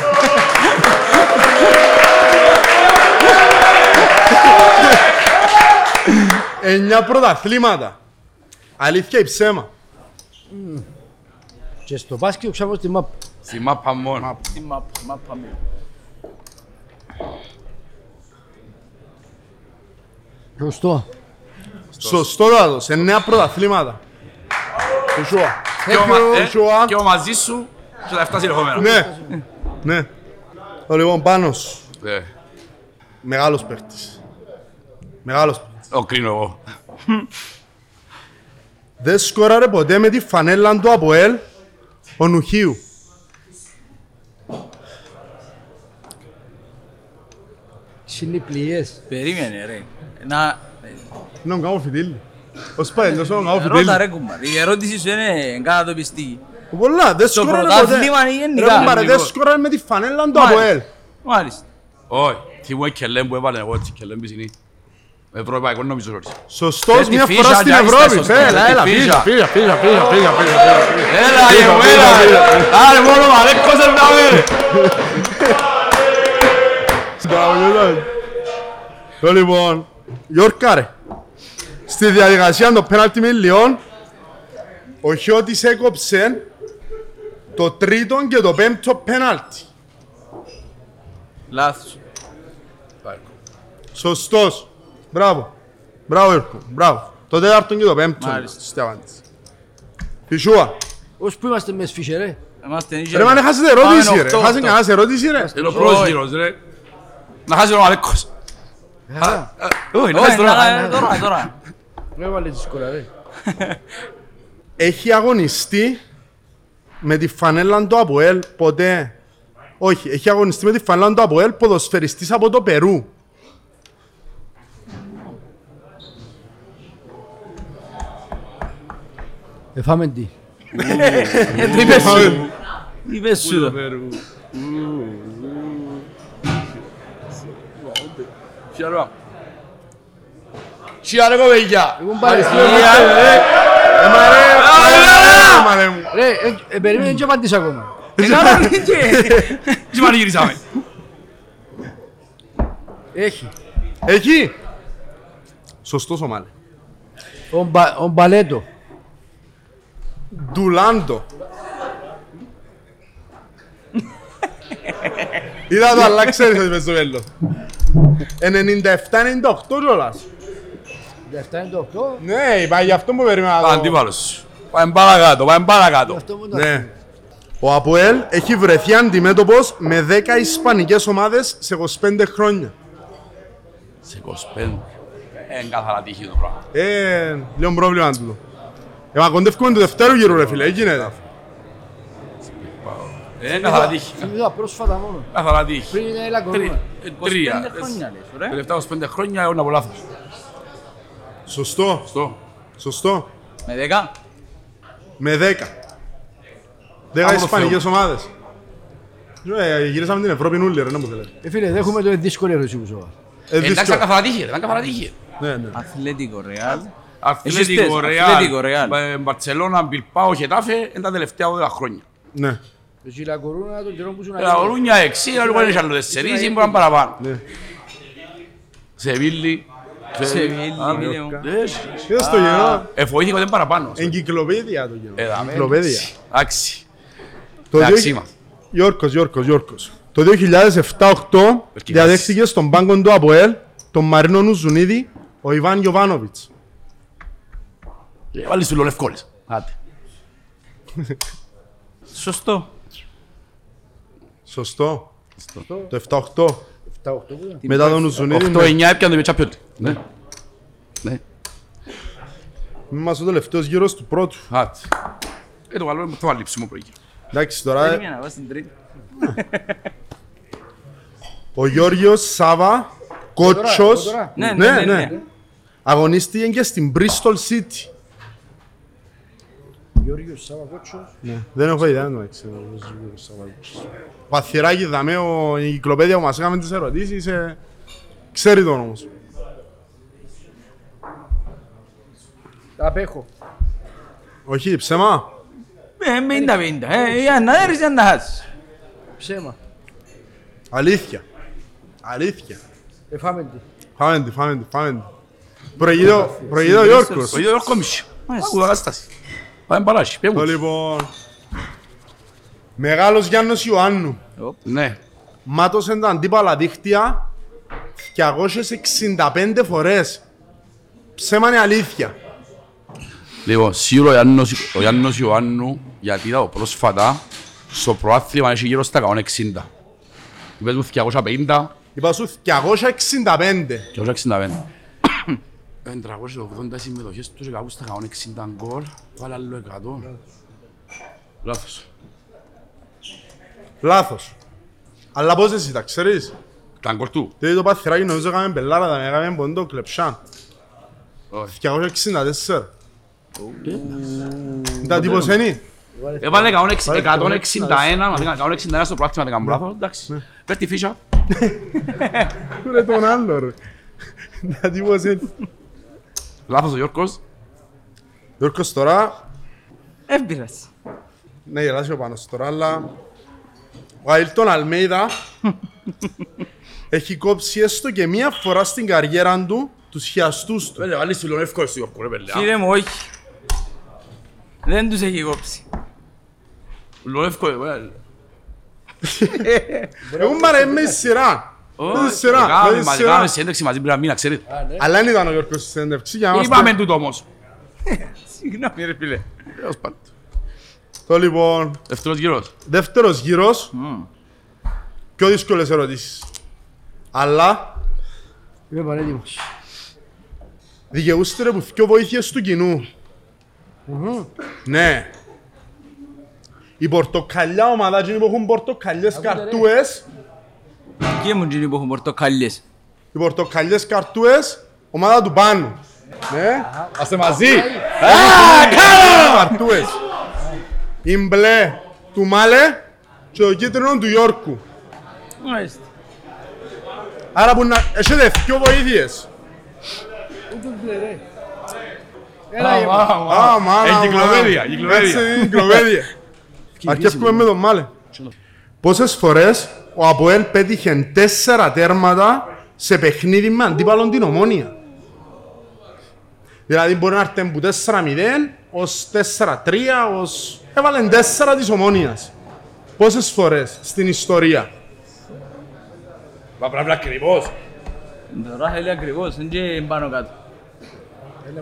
[SPEAKER 1] Εννιά πρωταθλήματα. Αλήθεια ή ψέμα.
[SPEAKER 2] Και στο μπάσκετ ξέρω στη μαπ.
[SPEAKER 3] Στη μάπα μόνο.
[SPEAKER 4] Τι μάπα, μάπα μου.
[SPEAKER 2] Σωστό.
[SPEAKER 1] Σωστό δάδος. Εννέα πρωταθλήματα. Ισούα.
[SPEAKER 3] Και ο μα- ε,
[SPEAKER 1] Ισούα.
[SPEAKER 3] Και ο μαζί σου και τα 7 συνεχόμενα.
[SPEAKER 1] Ναι. Ναι. Ο λοιπόν Πάνος.
[SPEAKER 3] Ε,
[SPEAKER 1] Μεγάλος παίχτης. Μεγάλος παίχτης.
[SPEAKER 3] Το κρίνω εγώ.
[SPEAKER 1] Δεν σκόραρε ποτέ με τη φανέλα του ΑΠΟΕΛ ο Νουχίου.
[SPEAKER 2] Συνυπλιές.
[SPEAKER 4] Περίμενε ρε. Να...
[SPEAKER 1] Να μου κάνω φιτίλι. Ως πάει, τέλος να μου κάνω φιτίλι.
[SPEAKER 4] Ρώτα ρε κουμπάρ. Η ερώτηση σου είναι κάτω το πιστή.
[SPEAKER 1] Πολλά, δεν
[SPEAKER 4] Στο
[SPEAKER 1] σκόραρε
[SPEAKER 4] πρωτάθλημα
[SPEAKER 1] ποτέ.
[SPEAKER 4] είναι
[SPEAKER 1] Ρε
[SPEAKER 4] γενικά.
[SPEAKER 1] κουμπάρε, δεν
[SPEAKER 3] Γενικό.
[SPEAKER 1] σκόραρε με τη φανέλα του
[SPEAKER 4] Μάλιστα.
[SPEAKER 1] ΑΠΟΕΛ.
[SPEAKER 4] Μάλιστα.
[SPEAKER 3] Όχι. Θυμούμαι κελέμ που έβαλε εγώ έτσι. Κελέμ πισινή. Ευρωπαϊκό νομίζω ότι.
[SPEAKER 1] Σωστός
[SPEAKER 3] Ε, τη
[SPEAKER 1] μια
[SPEAKER 3] φύσα,
[SPEAKER 1] φορά στην
[SPEAKER 3] Γιάννη, στα
[SPEAKER 1] Ευρώπη.
[SPEAKER 3] σωστά.
[SPEAKER 1] Πέ,
[SPEAKER 3] Ε,
[SPEAKER 1] Έλα,
[SPEAKER 3] τη
[SPEAKER 1] έλα,
[SPEAKER 3] φύσα.
[SPEAKER 1] φύσα, φύσα, φύσα, φύσα, φύσα, φύσα.
[SPEAKER 3] Έλα, ρε,
[SPEAKER 1] πήρα,
[SPEAKER 3] έλα. Άρε, μόνο μαρέκος να με.
[SPEAKER 1] Το λοιπόν, Γιόρκαρε. Στη διαδικασία των πέναλτι με Λιόν, ο Χιώτης έκοψε το τρίτο και το πέμπτο πέναλτι.
[SPEAKER 4] Λάθος.
[SPEAKER 1] Σωστός. Μπράβο. Μπράβο, Γιώργο. Μπράβο. Το τέταρτο και το πέμπτο.
[SPEAKER 4] Μάλιστα.
[SPEAKER 1] Στη απάντηση. Φυσούα.
[SPEAKER 2] Ως που είμαστε με σφίχε ρε.
[SPEAKER 4] Είμαστε νύχια.
[SPEAKER 1] Ρε μα έχασετε
[SPEAKER 4] Πάμε
[SPEAKER 1] ερώτηση ρε.
[SPEAKER 4] οκτώ,
[SPEAKER 1] Έχασε
[SPEAKER 4] οκτώ.
[SPEAKER 1] κανένας ερώτηση ρε.
[SPEAKER 3] Είναι ο πρόσχυρος, ρε. Να χάσει ο Μαρέκος. Ah, Όχι, να χάσει τον
[SPEAKER 4] Όχι, τώρα,
[SPEAKER 3] Μαρέκος.
[SPEAKER 4] τώρα, τώρα.
[SPEAKER 2] Ρε βάλε τη σκορά ρε.
[SPEAKER 1] Έχει αγωνιστεί με τη φανέλα του Αποέλ ποτέ. Όχι, έχει αγωνιστεί με τη φανέλα του Αποέλ ποδοσφαιριστής από το Περού.
[SPEAKER 2] Εφάμε τι.
[SPEAKER 4] Ε, το είπες σου. Είπες σου το.
[SPEAKER 3] Τσιάρε κοπέγια.
[SPEAKER 2] Εγώ πάρε.
[SPEAKER 1] Έμα ρε, έμα ρε μου.
[SPEAKER 2] Ρε, ε, ε, περίμενε και απαντήσω ακόμα.
[SPEAKER 4] Ε, καλά, ρε, και-
[SPEAKER 3] Τι πανηγυρίσαμε.
[SPEAKER 2] Έχει.
[SPEAKER 1] Έχει. Σωστός ο Μάλε.
[SPEAKER 2] Ο Μπα- Ο Μπαλέτο.
[SPEAKER 1] Ντουλάντο. Είδα το αλλά ξέρεις ότι πες το μέλλον. 97-98 κιόλας.
[SPEAKER 2] 17 είναι το 8.
[SPEAKER 1] Ναι, είπα γι' αυτό που περίμενα το-
[SPEAKER 3] Αντίπαλος. Πάμε παρακάτω, πάμε παρακάτω.
[SPEAKER 2] Αυτό μου το
[SPEAKER 1] Ναι. Ο Αποέλ έχει βρεθεί αντιμέτωπος με 10 ισπανικές ομάδες σε 25 χρόνια.
[SPEAKER 3] Σε 25. Είναι καθαρά τύχη το πράγμα.
[SPEAKER 1] Ε, λίγο πρόβλημα τούτο. Ε, μα κοντεύκουμε το δευτέρου γύρου ρε φίλε, ε, γίνεται.
[SPEAKER 3] Είναι καθαρά τύχη.
[SPEAKER 2] Είδα πρόσφατα μόνο.
[SPEAKER 3] Καθαρά τύχη.
[SPEAKER 2] Πριν έλα κορώνα.
[SPEAKER 3] Τρι- ε,
[SPEAKER 4] 25
[SPEAKER 3] Τρία.
[SPEAKER 4] χρόνια λες, ωραία.
[SPEAKER 3] Τελευταία 25 χρόνια αιώνα από λάθος.
[SPEAKER 1] Σωστό,
[SPEAKER 3] Σωστό.
[SPEAKER 1] σωστό.
[SPEAKER 4] Με δέκα.
[SPEAKER 1] Με 10. 10
[SPEAKER 3] Άμα το
[SPEAKER 1] ισπανικές ομάδες. Ε, γυρίσαμε την Ευρώπη νουλή ρε, να μου θέλετε.
[SPEAKER 2] Ε, φίλε, δέχομαι το δύσκολο ερώτηση που σου είπα.
[SPEAKER 1] Ε,
[SPEAKER 3] Εντάξει,
[SPEAKER 1] δύσκολο.
[SPEAKER 3] ήταν καθαρά τύχη. ρε, Ήταν καθαρά τύχη.
[SPEAKER 1] Ναι, ναι.
[SPEAKER 4] Αθλέτικο Ρεάλ. Εσείς
[SPEAKER 3] Αθλέτικο,
[SPEAKER 4] θες, Αθλέτικο,
[SPEAKER 3] Ρεάλ,
[SPEAKER 4] Ρεάλ.
[SPEAKER 3] Μπα- Μπαρτσελώνα, Ε, Μπιλπάο, Χετάφε, είναι τα τελευταία 12 χρόνια. Ε,
[SPEAKER 1] Ναι.
[SPEAKER 2] Το Ζιλακορούνα τον καιρό που σου να
[SPEAKER 3] Ένα γορούνια έξι, ένα λίγο ένα άλλο τεσσερίζι, μπορεί να είναι παραπάνω.
[SPEAKER 1] Ναι.
[SPEAKER 3] Σεβίλη.
[SPEAKER 4] Σεβίλη,
[SPEAKER 3] Ah,
[SPEAKER 4] μίλε μου.
[SPEAKER 1] Είδες το γερό.
[SPEAKER 3] Εφοήθηκα δεν παραπάνω.
[SPEAKER 1] Εγκυκλοπαίδεια το γερό.
[SPEAKER 3] Ε, δαμέ,
[SPEAKER 1] Εγκυκλοπαίδεια.
[SPEAKER 3] Εντάξει.
[SPEAKER 1] Το
[SPEAKER 3] Εντάξει
[SPEAKER 1] δύο-
[SPEAKER 3] είμαστε.
[SPEAKER 1] Γιώργος, Γιώργος, Γιώργος. Το 2007-8
[SPEAKER 3] Ευκαιρίες.
[SPEAKER 1] διαδέχθηκε στον πάγκο του Αποέλ τον Μαρίνο Νουζουνίδη ο Ιβάν Γιωβάνοβιτς.
[SPEAKER 3] Ε, Βάλεις του Λονευκόλης. Άντε.
[SPEAKER 4] Σωστό.
[SPEAKER 1] Σωστό.
[SPEAKER 3] Σωστό.
[SPEAKER 1] Το 7-8.
[SPEAKER 2] 7-8 που ήταν.
[SPEAKER 1] Μετά τον ναι. Ουζουνίδη.
[SPEAKER 3] 8-9 έπιανε με τσάπιον. Ναι. Ναι.
[SPEAKER 1] Είμαστε ο τελευταίος γύρος του πρώτου.
[SPEAKER 3] Άντε. Ε, το καλό είναι το αλείψιμο που έγινε.
[SPEAKER 1] Εντάξει, τώρα
[SPEAKER 4] Περίμενα, βάζεις την τρίτη.
[SPEAKER 1] ο Γιώργος Σάβα, κότσος.
[SPEAKER 2] τώρα.
[SPEAKER 4] Ναι, ναι, ναι, ναι.
[SPEAKER 1] Αγωνίστηκε και στην Bristol City.
[SPEAKER 2] Γιώργος Σαββακότσος.
[SPEAKER 1] Δεν έχω ιδέα να ξέρω. πώς γίνεται στα βάλτια. Παθυράκι, δαμέ, ο- η κυκλοπαίδεια που μας έκαμε τις ερωτήσεις, ε, ξέρει τον όμως.
[SPEAKER 2] Απέχω.
[SPEAKER 1] Όχι, ψέμα.
[SPEAKER 4] Ε, 50-50. Ε, ή αν να έρθεις ή αν να χάσεις.
[SPEAKER 2] Ψέμα.
[SPEAKER 1] Αλήθεια. Αλήθεια.
[SPEAKER 2] Εφάμε τη.
[SPEAKER 1] Φάμε τη, φάμε τη, φάμε τη. Προηγείται- Προηγείται ο Γιώργος.
[SPEAKER 3] Ο ίδιος Γιώργο Μίση. Άκου κατάσταση. Πάμε παράσι.
[SPEAKER 1] Το
[SPEAKER 3] Πέμουν.
[SPEAKER 1] λοιπόν. Μεγάλος Γιάννος Ιωάννου.
[SPEAKER 3] Ναι.
[SPEAKER 1] Μάτωσε τα αντίπαλα δίχτυα 265 φορές. Ψέμα είναι αλήθεια.
[SPEAKER 3] Λοιπόν, σίγουρα ο Γιάννος, ο Γιάννος Ιωάννου, γιατί είδα το πρόσφατα, στο προάθλημα έχει γύρω στα 160. Είπες μου 250
[SPEAKER 1] Είπα σου 265.
[SPEAKER 3] και 265. 580 συμμετοχές τους κάπου στα 160 γκολ, βάλε άλλο 100. Λάθος.
[SPEAKER 1] Λάθος. Αλλά πώς εσύ τα ξέρεις.
[SPEAKER 3] Τα γκολ του.
[SPEAKER 1] Δηλαδή το παθυράκι νομίζω έκαμε πελάρα, τα έκαμε ποντό κλεψάν.
[SPEAKER 3] Όχι.
[SPEAKER 1] 264. Τα τύπος είναι.
[SPEAKER 3] Έβαλε 161, μα δεν κάνω 161 στο προάθλημα δεν κάνω λάθος. Εντάξει. Πες τη φύσα.
[SPEAKER 1] Ρε τον άλλο ρε. Τα τύπος είναι.
[SPEAKER 3] Λάθος ο Γιώργος.
[SPEAKER 1] Γιώργος τώρα,
[SPEAKER 4] Δεν πειράζει.
[SPEAKER 1] να γελάσει ο Πάνος τώρα, αλλά ο Αίλτον Αλμέιδα έχει κόψει έστω και μία φορά στην καριέρα του τους χιαστούς του.
[SPEAKER 3] Πέλε βάλεις τη Λονεύκο στο Γιώργο ρε παιδιά.
[SPEAKER 4] Κύριε μου, όχι. Δεν τους έχει κόψει.
[SPEAKER 3] Λονεύκο, ε,
[SPEAKER 1] Έχουν παρέμει σειρά. Με τη σειρά, με
[SPEAKER 3] Κάμε
[SPEAKER 1] τη
[SPEAKER 3] μαζί,
[SPEAKER 1] σειρά.
[SPEAKER 3] κάμε συνέντευξη μαζί πριν ένα μήνα, ξέρετε.
[SPEAKER 1] Αλλά δεν ήταν ο Γιώργος στην συνέντευξη για να μας
[SPEAKER 3] Είπαμε τούτο όμως.
[SPEAKER 4] Συγγνώμη ρε φίλε.
[SPEAKER 3] Τέλος πάντων.
[SPEAKER 1] πει. Το λοιπόν,
[SPEAKER 3] Δεύτερος γύρος.
[SPEAKER 1] δεύτερος γύρος. Πιο δύσκολες ερωτήσεις. Αλλά
[SPEAKER 2] Είμαι πανέτοιμος.
[SPEAKER 1] δικαιούστε ρε που δυο βοήθειες του κοινού. Ναι. Η πορτοκαλιά ομάδα, εκείνοι που έχουν πορτοκαλιές καρτούες,
[SPEAKER 4] Κύριε μου, κύριοι που έχουν πορτοκαλιές.
[SPEAKER 1] Οι πορτοκαλιές καρτούες, ομάδα του Πάνου. Ναι,
[SPEAKER 3] Είμαστε μαζί.
[SPEAKER 1] καρτούες. Η μπλε του Μάλε και ο κίτρινος του Γιώργου.
[SPEAKER 4] Μάλιστα.
[SPEAKER 1] Άρα που να... Έχετε δυο βοήθειες.
[SPEAKER 2] Έλα, είμαι.
[SPEAKER 3] Ε,
[SPEAKER 1] Α, μάνα,
[SPEAKER 3] Εγκυκλοπαίδεια,
[SPEAKER 1] μάνα.
[SPEAKER 3] εγκυκλοπαίδεια.
[SPEAKER 1] Έτσι, (laughs) εγκυκλοπαίδεια. Αρκεύουμε με τον Μάλε. Πόσες φορές ο Αποέλ πέτυχε τέσσερα τέρματα σε παιχνίδι με αντίπαλον την ομόνια. Δηλαδή μπορεί να έρθει που 4-0 ως 4-3 ως... Έβαλε 4 της ομόνιας. Πόσες φορές στην ιστορία.
[SPEAKER 3] Μα πρέπει να ακριβώς.
[SPEAKER 4] Τώρα θέλει ακριβώς, είναι και πάνω κάτω.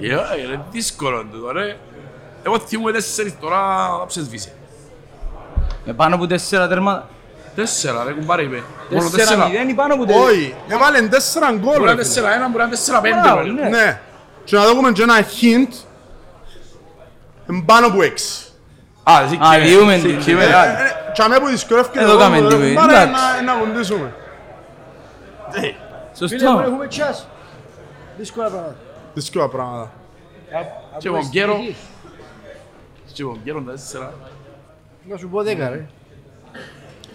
[SPEAKER 3] Ε, Είναι δύσκολο τούτο, ρε. Εγώ θυμούμαι τέσσερις τώρα να ψεσβήσει.
[SPEAKER 4] Με Ε, πάνω από τέσσερα τερμάτα.
[SPEAKER 3] Τέσσερα ρε κουμπάρε είπε. Μόνο
[SPEAKER 4] Τέσσερα
[SPEAKER 3] τέσσερα.
[SPEAKER 4] μηδέν ή πάνω από τέσσερα.
[SPEAKER 1] Όχι, έβαλε 4 γκολ.
[SPEAKER 3] Μπορεί να
[SPEAKER 1] ρε
[SPEAKER 3] είναι
[SPEAKER 1] φίλε.
[SPEAKER 3] τέσσερα ένα, μπορεί να είναι τέσσερα πέντε.
[SPEAKER 4] Μπράβο,
[SPEAKER 3] ρε.
[SPEAKER 4] ναι.
[SPEAKER 1] Ναι. Και να δούμε και ένα hint. Εμπάνω από 6.
[SPEAKER 3] Α, εσύ
[SPEAKER 4] Α,
[SPEAKER 3] κύριε.
[SPEAKER 4] διούμε
[SPEAKER 3] Εσύ
[SPEAKER 4] την.
[SPEAKER 3] κύριε.
[SPEAKER 4] Ε,
[SPEAKER 3] Ε,
[SPEAKER 1] Τι αμέ που δυσκολεύκεται
[SPEAKER 4] Εδώ
[SPEAKER 1] το
[SPEAKER 4] κάμε
[SPEAKER 1] κόμμα,
[SPEAKER 4] λίγο,
[SPEAKER 1] ρε, Πάρε
[SPEAKER 4] εντάξει.
[SPEAKER 1] να- να κοντήσουμε.
[SPEAKER 2] Φίλε μου,
[SPEAKER 4] Σωστό.
[SPEAKER 2] έχουμε τσάς. Δύσκολα πράγματα.
[SPEAKER 1] Δύσκολα πράγματα.
[SPEAKER 2] Α-
[SPEAKER 3] Και
[SPEAKER 2] από
[SPEAKER 3] εγώ γέρο.
[SPEAKER 2] αστυνομική.
[SPEAKER 3] και εγώ γέροντα, λοιπόν, τέσσερα.
[SPEAKER 2] Να σου πω 10 ρε.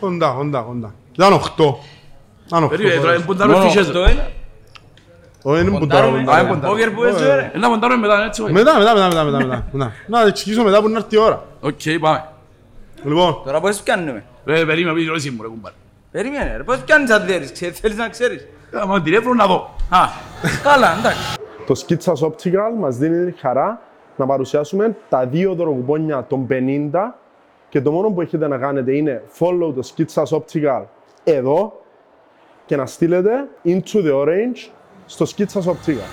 [SPEAKER 1] Κοντά, κοντά, κοντά. Ήταν 8. Ήταν 8.
[SPEAKER 3] Περίμενε τώρα, εμποντάρουμε
[SPEAKER 4] Μόνο
[SPEAKER 3] φύσες.
[SPEAKER 4] αυτό ε. είναι.
[SPEAKER 1] Όχι, είναι μπουτάρο.
[SPEAKER 4] Α, είναι πόκερ που έτσι, ρε.
[SPEAKER 3] Ε, Να ποντάρουμε μετά, έτσι. όχι.
[SPEAKER 1] Μετά, μετά, μετά, μετά, μετά, μετά. μετά. Να εξηγήσω μετά που να έρθει η ώρα.
[SPEAKER 3] Οκ, πάμε.
[SPEAKER 1] Λοιπόν,
[SPEAKER 4] Τώρα πώς πιάνουμε.
[SPEAKER 3] Ρε, Ε, περίμενε, πήγε η ερώτηση μου, ρε, κουμπάρε.
[SPEAKER 4] Περίμενε ρε, πώς πιάνεις αν θέλεις, ξέρεις, θέλεις να ξέρεις.
[SPEAKER 3] Ε, μα τηλέφωνο να δω.
[SPEAKER 4] Α, καλά, εντάξει.
[SPEAKER 1] το Skitsas Optical μας δίνει τη χαρά να παρουσιάσουμε τα δύο δωροκουπόνια των 50 και το μόνο που έχετε να κάνετε είναι follow το Skitsas Optical εδώ και να στείλετε into the orange στο Skitsas Optical.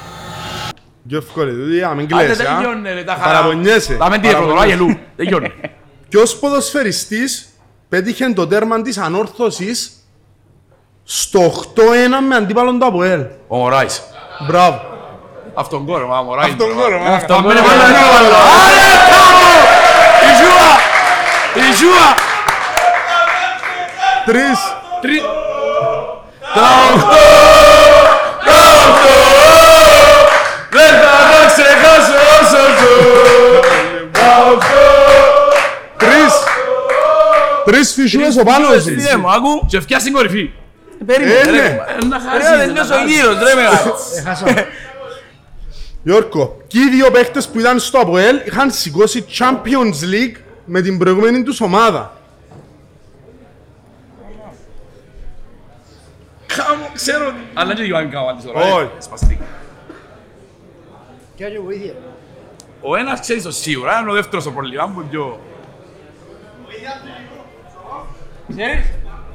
[SPEAKER 1] Πιο εύκολη δουλειά, μην
[SPEAKER 3] Άντε,
[SPEAKER 1] κλαις,
[SPEAKER 3] δεν
[SPEAKER 1] α.
[SPEAKER 3] γιώνε, ρε, τα χαρά.
[SPEAKER 1] Παραπονιέσαι.
[SPEAKER 3] Τα με τι έφερε,
[SPEAKER 1] Παραπονιέσαι.
[SPEAKER 3] αγελού. Δεν γιώνε.
[SPEAKER 1] Ποιος ποδοσφαιριστής πέτυχε το τέρμα της ανόρθωσης στο 8-1 με αντίπαλον το Αποέλ.
[SPEAKER 3] Ο Μωράης.
[SPEAKER 1] Μπράβο.
[SPEAKER 3] Αυτόν κόρο, μα Μωράης.
[SPEAKER 1] Αυτόν
[SPEAKER 3] μπράβο.
[SPEAKER 1] κόρο, μα.
[SPEAKER 3] Αυτόν
[SPEAKER 4] κόρο,
[SPEAKER 3] κόρο,
[SPEAKER 4] μα.
[SPEAKER 3] μα. Άρε, κάμω! Η ζούα! Η ζούα!
[SPEAKER 1] Τρεις.
[SPEAKER 3] Τρι- Δεν θα τα ξεχάσω όσο ζω.
[SPEAKER 1] Τρεις. Τρεις φυσιούλες ο Πάνος της.
[SPEAKER 4] Φίλε μου, άκου.
[SPEAKER 3] Και φτιάσει την κορυφή.
[SPEAKER 4] Περίμενε,
[SPEAKER 1] Ε, ναι.
[SPEAKER 4] ρε.
[SPEAKER 3] Ε, Να
[SPEAKER 4] Ρε,
[SPEAKER 3] χάσεις.
[SPEAKER 4] να τελειώσει ο γύρος, ρε, μεγάλε.
[SPEAKER 2] Έχασα.
[SPEAKER 1] Γιώργο, και οι δύο παίχτες που ήταν στο Αποέλ είχαν σηκώσει Champions League με την προηγούμενη τους ομάδα.
[SPEAKER 3] Κάμω, ξέρω. Αλλά δεν γιώργαν κάμω αντίστοιχα.
[SPEAKER 1] Όχι.
[SPEAKER 2] Κι άλλη βοήθεια.
[SPEAKER 3] Ο ένας ξέρεις το σίγουρα, είναι ο δεύτερος ο προλιγάν που είναι πιο...
[SPEAKER 4] Ξέρεις.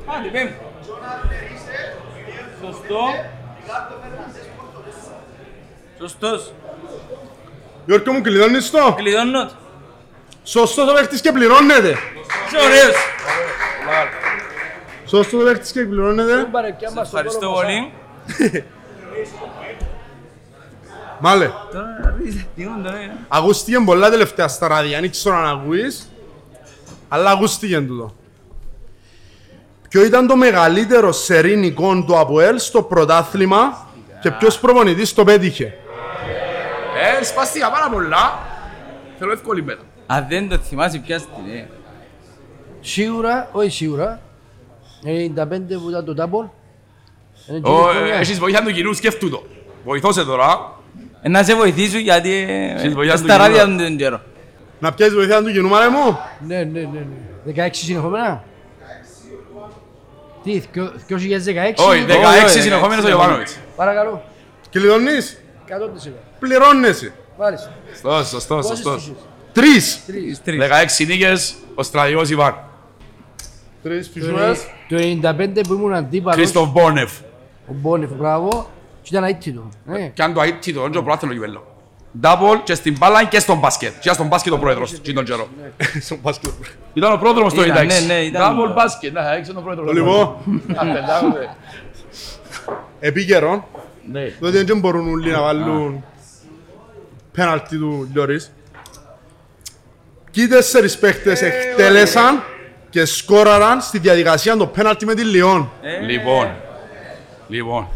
[SPEAKER 4] Άντε, πέμπτη. Σωστός. Σωστός.
[SPEAKER 1] Γιώργο μου κλειδώνεις το.
[SPEAKER 4] Κλειδώνω. το.
[SPEAKER 1] Σωστός ο παίχτης και πληρώνεται.
[SPEAKER 4] Είσαι ωραίος.
[SPEAKER 1] Σωστός ο παίχτης και πληρώνεται.
[SPEAKER 4] Ευχαριστώ πολύ.
[SPEAKER 1] Μάλε.
[SPEAKER 4] Τώρα να δεις τι όντα, ε. ρε.
[SPEAKER 1] Ακούστηκε πολλά τελευταία στα ράδια, δεν ξέρω αν ακούεις, αλλά ακούστηκε τούτο. Ποιο ήταν το μεγαλύτερο σερήν εικόν του Αποέλ στο πρωτάθλημα και ποιος προπονητής το πέτυχε.
[SPEAKER 3] Ε, σπαστήκα πάρα πολλά. Θέλω εύκολη μέρα.
[SPEAKER 4] Αν δεν το θυμάσαι πιάσ' την, ε.
[SPEAKER 2] Σίγουρα, όχι σίγουρα. 95 που ήταν το τάμπολ. Είναι και
[SPEAKER 3] Ω,
[SPEAKER 2] η
[SPEAKER 3] ε,
[SPEAKER 2] χρονιά.
[SPEAKER 3] Έχεις βοήθεια του κυρίου, σκέφτου το. Βοηθώσε τώρα.
[SPEAKER 4] Ε, Να σε βοηθήσω γιατί ε,
[SPEAKER 3] Στην δουλειά του
[SPEAKER 4] στα ράδια
[SPEAKER 3] γύρω.
[SPEAKER 4] δεν τον καιρό.
[SPEAKER 1] Να πιάσεις βοήθεια του κοινού, μάνα μου.
[SPEAKER 2] Ναι, ναι, ναι. ναι. 16 συνεχόμενα. Τι, δυο- 2016.
[SPEAKER 3] Όχι,
[SPEAKER 4] δε-
[SPEAKER 3] 16
[SPEAKER 4] όχι,
[SPEAKER 3] συνεχόμενος ο
[SPEAKER 4] όχι.
[SPEAKER 3] Ιωβάνοβιτς.
[SPEAKER 2] Παρακαλώ.
[SPEAKER 1] Κλειδωνείς,
[SPEAKER 2] 100%.
[SPEAKER 1] πληρώνεσαι.
[SPEAKER 2] Μάλιστα.
[SPEAKER 3] Σωστός, σωστός,
[SPEAKER 2] Πόσες
[SPEAKER 3] σωστός.
[SPEAKER 2] φύσεις.
[SPEAKER 1] Τρεις.
[SPEAKER 4] Τρεις, τρεις.
[SPEAKER 3] 16 νίκες, ο στρατηγός Ιβάν.
[SPEAKER 1] Τρεις
[SPEAKER 2] Το 95 που ήμουν αντίπαλος,
[SPEAKER 3] Κρίστοφ Μπόρνεφ.
[SPEAKER 2] ο Μπόνεφ, μπράβο, και ήταν αίτητο. Ναι.
[SPEAKER 3] Κι αν το αίτητο, είναι το πράθυνο κυπέλλο. Ντάμπολ και στην μπάλα και στον μπάσκετ. Και στον μπάσκετ ο πρόεδρος, και τον καιρό.
[SPEAKER 1] Στον μπάσκετ.
[SPEAKER 3] Ήταν ο πρόδρομος το
[SPEAKER 4] Ναι. Ήταν,
[SPEAKER 3] 96.
[SPEAKER 4] ναι, ναι, ήταν.
[SPEAKER 3] Double basket, ναι, έξω τον πρόεδρος.
[SPEAKER 1] Λοιπόν,
[SPEAKER 3] Απελάβε.
[SPEAKER 1] επί καιρό,
[SPEAKER 3] Ναι.
[SPEAKER 1] τότε δεν μπορούν όλοι να βάλουν πέναλτι του Λιωρίς. Και οι τέσσερις παίχτες εκτέλεσαν και σκόραραν στη διαδικασία το πέναλτι με τη Λιόν.
[SPEAKER 3] Λοιπόν, λοιπόν.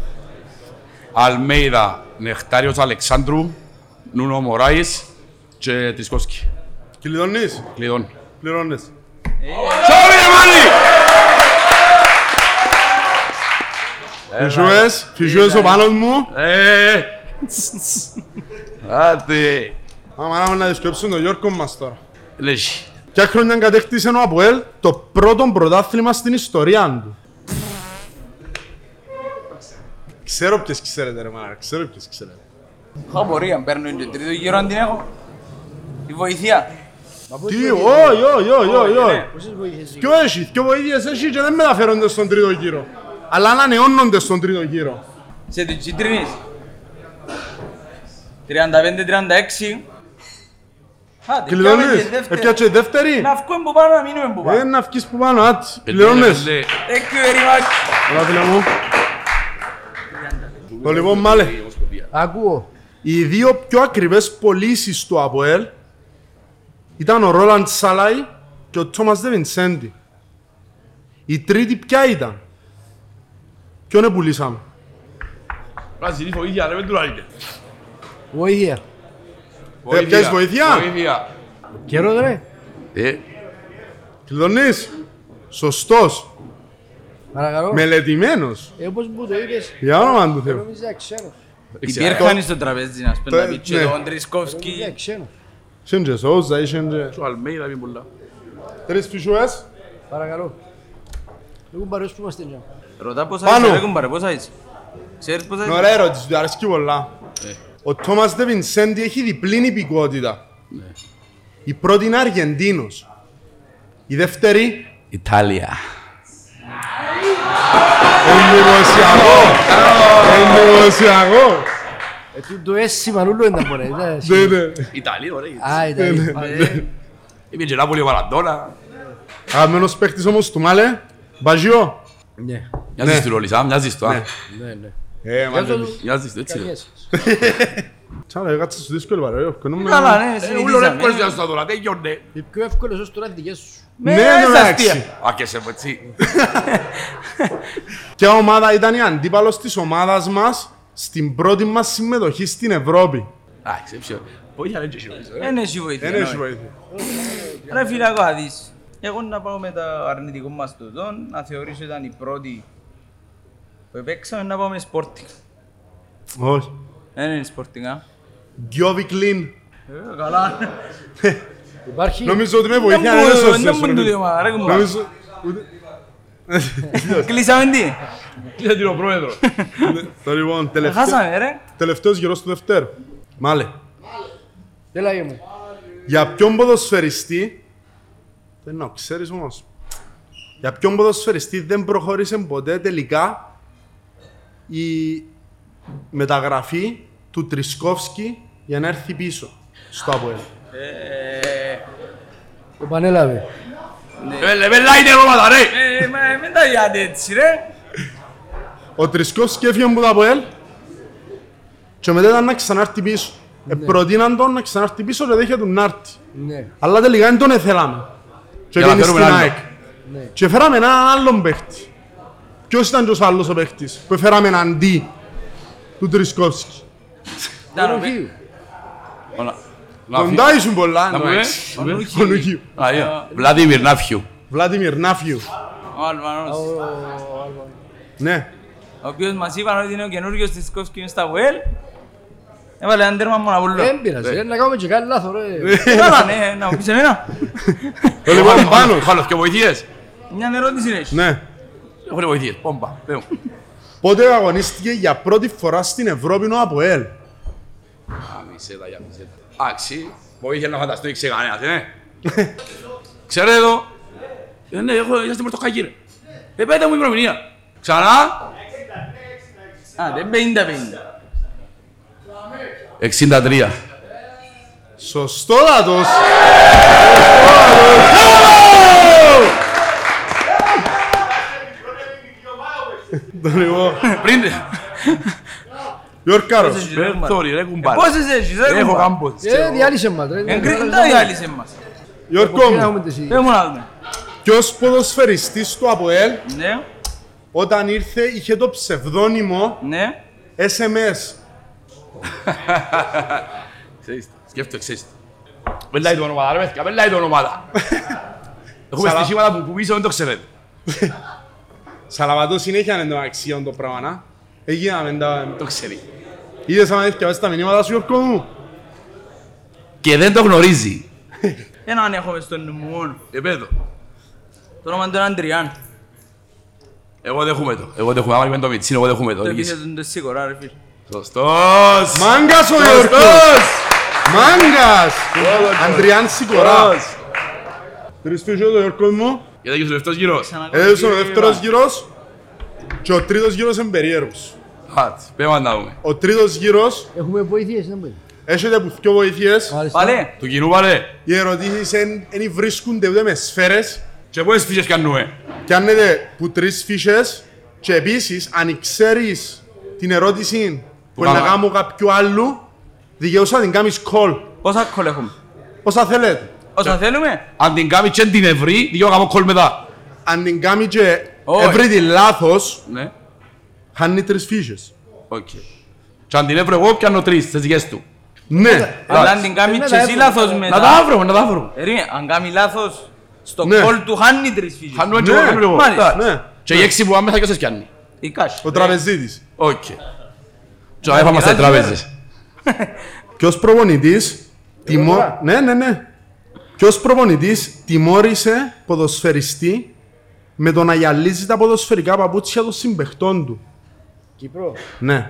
[SPEAKER 3] Αλμέιδα, Νεχτάριος Αλεξάνδρου, Νούνο Μωράης και Τρισκόσκι.
[SPEAKER 1] Κλειδώνεις,
[SPEAKER 3] Κλειδών.
[SPEAKER 1] πληρώνεις.
[SPEAKER 3] Sorry, Μάνι!
[SPEAKER 1] Φυσιούες, φυσιούες ο πάνω μου.
[SPEAKER 3] Ε, Άντε.
[SPEAKER 1] Άμα να μην να δυσκέψουν τον Γιώργο μας τώρα.
[SPEAKER 3] Λες.
[SPEAKER 1] Ποια χρόνια κατέκτησε ο Αποέλ το πρώτο πρωτάθλημα στην ιστορία του. Ξέρω ποιες ξέρετε ρε μάνα, ξέρω ποιες ξέρετε.
[SPEAKER 4] Έχω απορία, παίρνω και τρίτο γύρο αν την έχω. Τη βοηθεία.
[SPEAKER 1] Τι, όχι, όχι, όχι, όχι, όχι.
[SPEAKER 2] Πόσες βοήθειες
[SPEAKER 1] Ποιο έχεις, ποιο βοήθειες έχεις και δεν μεταφέρονται στον τρίτο γύρο. Αλλά ανανεώνονται στον τρίτο γύρο.
[SPEAKER 4] Σε την κίτρινης. 35-36. Άντε, Ε, πιάμε
[SPEAKER 1] Κλειδώνεις,
[SPEAKER 4] και δεύτερη.
[SPEAKER 1] έπιατσε δεύτερη.
[SPEAKER 4] Να βγούμε που πάνω, να μείνουμε που
[SPEAKER 1] Ε,
[SPEAKER 4] πάνω.
[SPEAKER 1] να βγεις που πάνω, άτσι. Κλειδώνεις.
[SPEAKER 3] Λεώνες.
[SPEAKER 4] Thank you very much.
[SPEAKER 1] Ωραία φίλε μου. Το λοιπόν μάλε.
[SPEAKER 2] Ακούω.
[SPEAKER 1] Οι δύο πιο ακριβές πωλήσεις του Αποέλ ήταν ο Ρόλαντ Σαλάι και ο Τόμας Δε Βινσέντη. Η τρίτη ποια ήταν. Ποιον πουλήσαμε.
[SPEAKER 3] Πράσινη βοήθεια, ρε, μην του λαλείτε.
[SPEAKER 2] Βοήθεια.
[SPEAKER 1] πιάσεις βοήθεια?
[SPEAKER 3] Βοήθεια.
[SPEAKER 2] Καιρό ρε.
[SPEAKER 3] Ε,
[SPEAKER 1] Κλειδωνείς. Σωστός.
[SPEAKER 2] Παρακαλώ.
[SPEAKER 1] Μελετημένος.
[SPEAKER 2] Ε, όπως μου το είπες,
[SPEAKER 1] Για όνομα του Θεού.
[SPEAKER 2] νόμιζα ξένο.
[SPEAKER 4] Υπήρχαν στο τραπέζι να σπέν τα
[SPEAKER 1] Το-
[SPEAKER 4] πίτσιο,
[SPEAKER 1] ναι.
[SPEAKER 4] τον Τρισκόφσκι.
[SPEAKER 2] Νόμιζα ξένο.
[SPEAKER 1] Σεν και Σόουζα, ήσεν και...
[SPEAKER 3] Του Αλμέιδα πει πολλά.
[SPEAKER 1] Τρεις φυσουές.
[SPEAKER 2] Παρακαλώ. Λίγο παρός που είμαστε για.
[SPEAKER 4] ε, Ρωτά πόσα
[SPEAKER 1] Πάνω. Ναι,
[SPEAKER 4] είσαι, ρε κουμπάρε, πόσα είσαι. Ξέρεις πόσα
[SPEAKER 1] Είναι
[SPEAKER 4] είσαι.
[SPEAKER 1] ωραία ερώτηση, του αρέσκει πολλά. Ο Τόμας Δε Βινσέντη έχει διπλή υπηκότητα. Η πρώτη είναι Αργεντίνος. Η δεύτερη
[SPEAKER 4] Ιταλία.
[SPEAKER 1] Ενδυμοσιακό! Ενδυμοσιακό!
[SPEAKER 2] Ε, τούτο αίσθημα νουλού είναι να μπορεί.
[SPEAKER 1] (laughs)
[SPEAKER 2] ήταν
[SPEAKER 1] Ναι,
[SPEAKER 2] εσύ.
[SPEAKER 1] ναι.
[SPEAKER 3] Ιταλία, ωραία.
[SPEAKER 2] Α, ήταν.
[SPEAKER 1] Ναι,
[SPEAKER 2] ε,
[SPEAKER 3] Είμαι και Νάπολη, ο Μαραντόνα.
[SPEAKER 1] Αγαπημένος παίχτης όμως του Μάλε, Μπαγιό.
[SPEAKER 2] Ναι,
[SPEAKER 3] Μοιάζεις
[SPEAKER 1] Ναι.
[SPEAKER 3] του Ρολισά, μοιάζεις του. α.
[SPEAKER 1] Ναι.
[SPEAKER 2] ναι, ναι.
[SPEAKER 1] Ε,
[SPEAKER 2] Για το-
[SPEAKER 1] μάλλον.
[SPEAKER 3] Μοιάζεις του, έτσι. ρε.
[SPEAKER 2] Καλιές.
[SPEAKER 1] Τσάρα, έκατσα στο δύσκολο παρόλο.
[SPEAKER 4] Καλά, ναι,
[SPEAKER 3] Ε, ούλον εύκολος
[SPEAKER 4] συνηθίζαμε.
[SPEAKER 3] ήταν στο τώρα, δεν γιώνε.
[SPEAKER 2] Οι πιο εύκολες ως τώρα είναι δικές σου.
[SPEAKER 1] Ναι,
[SPEAKER 4] Ε,
[SPEAKER 1] ναι,
[SPEAKER 4] στα
[SPEAKER 1] εντάξει.
[SPEAKER 4] αστεία.
[SPEAKER 3] Άκεσαι μου, έτσι.
[SPEAKER 1] Ποια ομάδα ήταν η αντίπαλος της ομάδας μας στην πρώτη μας συμμετοχή στην Ευρώπη.
[SPEAKER 3] Α, ξέρω. Πώς ήταν έτσι, χειροκροτήσω, ε.
[SPEAKER 4] Δεν έχει βοήθεια.
[SPEAKER 1] Δεν έχει
[SPEAKER 4] ναι.
[SPEAKER 1] βοήθεια.
[SPEAKER 4] Ρε φίλε, ακούω να δεις. Εγώ να πάω με τα αρνητικό μας του δόν, να θεωρήσω ήταν η πρώτη που παίξαμε να πάω με Sporting.
[SPEAKER 1] Όχι.
[SPEAKER 4] Δεν είναι Sporting, α.
[SPEAKER 1] Γκιόβι Κλίν.
[SPEAKER 4] Ε, Καλά.
[SPEAKER 2] Υπάρχει.
[SPEAKER 1] Νομίζω ότι με βοήθεια
[SPEAKER 4] Δεν
[SPEAKER 1] είναι
[SPEAKER 4] μου-
[SPEAKER 1] σωστός.
[SPEAKER 4] δεν μου είναι τούτη η ομάδα, ρε κουμπά.
[SPEAKER 1] Νομίζω... Ναι, ούτε-
[SPEAKER 4] Κλείσαμε τι.
[SPEAKER 3] Κλείσε την ο πρόεδρος.
[SPEAKER 1] Το λοιπόν, τελευταίο-
[SPEAKER 4] Χάσαμε ρε.
[SPEAKER 1] τελευταίος γύρος του δευτέρου. Μάλε.
[SPEAKER 2] Έλα, γε μου.
[SPEAKER 1] Για ποιον ποδοσφαιριστή. Δεν να ξέρεις όμως. Για ποιον ποδοσφαιριστή δεν προχώρησε ποτέ τελικά η μεταγραφή του Τρισκόφσκι για να έρθει πίσω στο Αποέλ.
[SPEAKER 2] Το πανέλαβε.
[SPEAKER 3] Βελά είναι ονόματα, ρε.
[SPEAKER 4] Ε, μα, Μην τα διάτε έτσι ρε.
[SPEAKER 1] Ο Τρισκόφσκι έφυγε από το Αποέλ και μετά ήταν να ξανάρθει πίσω. Ε, προτείναν τον να ξανάρθει πίσω και δέχεται τον να έρθει.
[SPEAKER 2] Ναι,
[SPEAKER 1] Αλλά τελικά δεν τον εθελάμε. Και
[SPEAKER 3] Για να
[SPEAKER 1] γίνει στην
[SPEAKER 3] φέρουμε έναν άλλο.
[SPEAKER 1] ΑΕΚ.
[SPEAKER 2] ναι.
[SPEAKER 1] Και φέραμε έναν άλλον παίχτη. Ποιος ήταν και ο άλλος ο παίχτης που φέραμε αντί του Τρισκόφσκι.
[SPEAKER 4] Ήταν ο
[SPEAKER 2] Ρουχίου.
[SPEAKER 1] Κοντά ήσουν πολλά,
[SPEAKER 3] Να μου
[SPEAKER 1] εντάξει.
[SPEAKER 3] πεις.
[SPEAKER 1] Ο Λουκίου.
[SPEAKER 3] Α, ε, Βλάδιμιρ Νάφιου.
[SPEAKER 1] Βλάντιμιρ Νάφιου.
[SPEAKER 4] Ο Αλβανός.
[SPEAKER 1] Ναι.
[SPEAKER 4] Ο οποίος μας είπαν ότι είναι ο καινούργιος της Κόφσκι μες στα Βουέλ. Έβαλε έναν τέρμα μόνο από
[SPEAKER 2] Δεν πειράζει, ρε, να κάνουμε και κάτι λάθος, ρε. Ε,
[SPEAKER 4] Καλά ναι, να μου πεις εμένα.
[SPEAKER 1] Ο λοιπόν πάνω.
[SPEAKER 3] Χάλος και βοηθείες.
[SPEAKER 4] Μια ερώτηση έχει.
[SPEAKER 1] Ναι.
[SPEAKER 3] Έχουν βοηθείες. Πόμπα. πέω.
[SPEAKER 1] Πότε αγωνίστηκε για πρώτη φορά στην Ευρώπη ο Αποέλ.
[SPEAKER 3] Α, μισέ τα, για μισέ τα. Άξι, βοήθεια να φανταστώ, ήξερε κανένας, ε. (laughs) Ξέρετε εδώ. Ε, ναι, έχω, είμαστε πορτοκάκι, ρε. Ε, πέτε μου η ημερομηνία. Ξανά.
[SPEAKER 4] Α, δεν 50-50.
[SPEAKER 3] 63.
[SPEAKER 1] Σωστότατος. Τον εγώ.
[SPEAKER 3] (laughs) Πριν.
[SPEAKER 1] Γιώργαρο.
[SPEAKER 4] Ε,
[SPEAKER 3] Sorry, ρε κουμπάρε.
[SPEAKER 4] Πόσες έχεις ρε
[SPEAKER 3] Έχω
[SPEAKER 4] κουμπά.
[SPEAKER 3] κάμπος.
[SPEAKER 2] Ε, διάλυσε μας, ρε.
[SPEAKER 4] Εν Κρήτη τα Ε, διάλυσε μας.
[SPEAKER 1] Γιώργο
[SPEAKER 2] Τι να
[SPEAKER 1] μου.
[SPEAKER 2] έχουμε τις ίδιες.
[SPEAKER 4] Πες μου να δούμε.
[SPEAKER 1] Ποιος ποδοσφαιριστής του Αποέλ
[SPEAKER 4] Ναι,
[SPEAKER 1] όταν ήρθε είχε το ψευδόνυμο
[SPEAKER 4] ναι.
[SPEAKER 1] SMS.
[SPEAKER 3] Ξέρεις, σκέφτομαι, ξέρεις. Πελάει το όνομα, ρε μεθκα, πελάει το όνομα. Έχουμε
[SPEAKER 1] Σαλά.
[SPEAKER 3] στοιχήματα που- που πίσω δεν το ξέρετε.
[SPEAKER 1] Σαλαβατό συνέχεια είναι το αξίον το πράγμα, να. Έγιναμε τα...
[SPEAKER 3] Το ξέρει.
[SPEAKER 1] Είδες άμα έφτιαβες τα μηνύματα σου, Γιώργο μου.
[SPEAKER 3] Και δεν το γνωρίζει.
[SPEAKER 4] Έναν έχω μες στο νου μου μόνο.
[SPEAKER 3] Επέτω.
[SPEAKER 4] Το όνομα του είναι Αντριάν.
[SPEAKER 3] Εγώ δέχομαι το. Εγώ δέχομαι. Άμα είμαι το Μιτσίνο, εγώ δέχομαι το.
[SPEAKER 4] Το
[SPEAKER 3] Νικήσει.
[SPEAKER 4] επίθετο είναι το σίγουρα ρε φίλε.
[SPEAKER 3] Σωστός!
[SPEAKER 1] Μάγκας ο Γιώργος.
[SPEAKER 3] Σωστός!
[SPEAKER 1] Μάγκας. Αντριάν Σικορά.
[SPEAKER 3] Σωστός!
[SPEAKER 1] Χριστούγεννα το Γιώργο μου.
[SPEAKER 3] Γιατί έγινε ο λεφτός
[SPEAKER 4] Ε,
[SPEAKER 3] γύρος.
[SPEAKER 1] Έδωσε ο δεύτερος γύρος και ο τρίτος γύρος είναι περίεργος.
[SPEAKER 3] Χατ, πέμα να δούμε.
[SPEAKER 1] Ο τρίτος γύρος
[SPEAKER 2] Έχουμε βοηθείες, δεν μπορεί.
[SPEAKER 1] έχετε που δυο βοήθειες.
[SPEAKER 2] Μάλιστα.
[SPEAKER 4] Παλέ.
[SPEAKER 3] Του κοινού πάρε.
[SPEAKER 1] Οι ερωτήσεις δεν βρίσκονται ούτε με σφαίρες.
[SPEAKER 3] Και πόσες φύσεις κάνουμε.
[SPEAKER 1] Πιάνετε που τρεις φύσες και επίσης αν ξέρεις την ερώτηση που είναι να
[SPEAKER 3] κάμα.
[SPEAKER 1] κάνω κάποιου άλλου δικαιούσα να την κάνεις call.
[SPEAKER 4] Πόσα κόλ έχουμε.
[SPEAKER 1] Όσα θέλετε.
[SPEAKER 4] Όσα θέλουμε.
[SPEAKER 3] Αν την κάνεις και την ευρύ, δυο γάμο κόλ μετά.
[SPEAKER 1] Αν την κάνεις και
[SPEAKER 3] Όχι.
[SPEAKER 1] έβρει τη λάθος,
[SPEAKER 3] Ναι.
[SPEAKER 1] χάνει τρεις φύσες.
[SPEAKER 3] Οκ. Και αν την έβρω εγώ, πιάνω τρεις, τις δικές του.
[SPEAKER 1] Ναι.
[SPEAKER 4] Αλλά
[SPEAKER 3] Εντάξει.
[SPEAKER 4] αν την κάνει
[SPEAKER 2] Είναι
[SPEAKER 4] και εσύ
[SPEAKER 2] τα
[SPEAKER 4] λάθος
[SPEAKER 2] εύκολα.
[SPEAKER 3] Να τα
[SPEAKER 4] μετά.
[SPEAKER 3] βρω, να τα βρω.
[SPEAKER 4] Περίμενε, αν κάνει λάθος, στο
[SPEAKER 1] Ναι.
[SPEAKER 4] κόλ του χάνει τρεις φίλες.
[SPEAKER 3] Χάνουμε και
[SPEAKER 1] Ναι,
[SPEAKER 3] εγώ, χάνουμε και εγώ.
[SPEAKER 4] μάλιστα.
[SPEAKER 3] Εντάξει.
[SPEAKER 1] Ναι.
[SPEAKER 3] Και η έξι που πάμε θα κοιόσες πιάνει.
[SPEAKER 4] Η κάση.
[SPEAKER 1] Ο τραπεζίτης.
[SPEAKER 3] Οκ. Και να έφαμε σε
[SPEAKER 4] Μοιράζεις,
[SPEAKER 3] τραπέζες.
[SPEAKER 1] Ποιος προπονητής τιμω-
[SPEAKER 2] τώρα.
[SPEAKER 1] Ναι, ναι, ναι. Ποιος προπονητής τιμώρησε ποδοσφαιριστή με το να γυαλίζει τα ποδοσφαιρικά παπούτσια των συμπαιχτών του.
[SPEAKER 2] Κύπρο.
[SPEAKER 1] Ναι.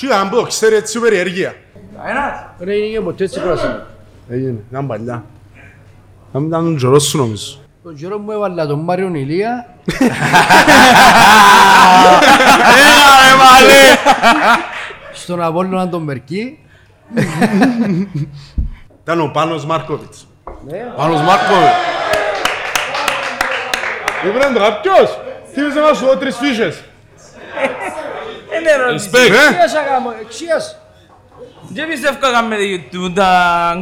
[SPEAKER 1] Τι αν πω, ξέρει έτσι περιέργεια.
[SPEAKER 4] Ένας.
[SPEAKER 2] Ρε, είναι και ποτέ έτσι πράσινο.
[SPEAKER 1] Έγινε, ήταν παλιά. Θα μην ήταν τζορός σου νομίζω.
[SPEAKER 2] Τον καιρό μου έβαλα τον Μάριον Ηλία.
[SPEAKER 3] Έλα ρε μαλέ!
[SPEAKER 2] στον Απόλλωνα τον Μερκή.
[SPEAKER 1] Ήταν ο Πάνος Μάρκοβιτς.
[SPEAKER 2] Ναι.
[SPEAKER 3] Πάνος Μάρκοβιτ.
[SPEAKER 1] Ήβρε τώρα, Ε, ποιος! Θύμισε να σου δω τρεις φύσες.
[SPEAKER 4] Είναι ερώτηση.
[SPEAKER 3] Respect.
[SPEAKER 1] Ε,
[SPEAKER 2] Εξίας αγάμο, εξίας.
[SPEAKER 4] Δεν πιστεύω κάνουμε ε, YouTube, τα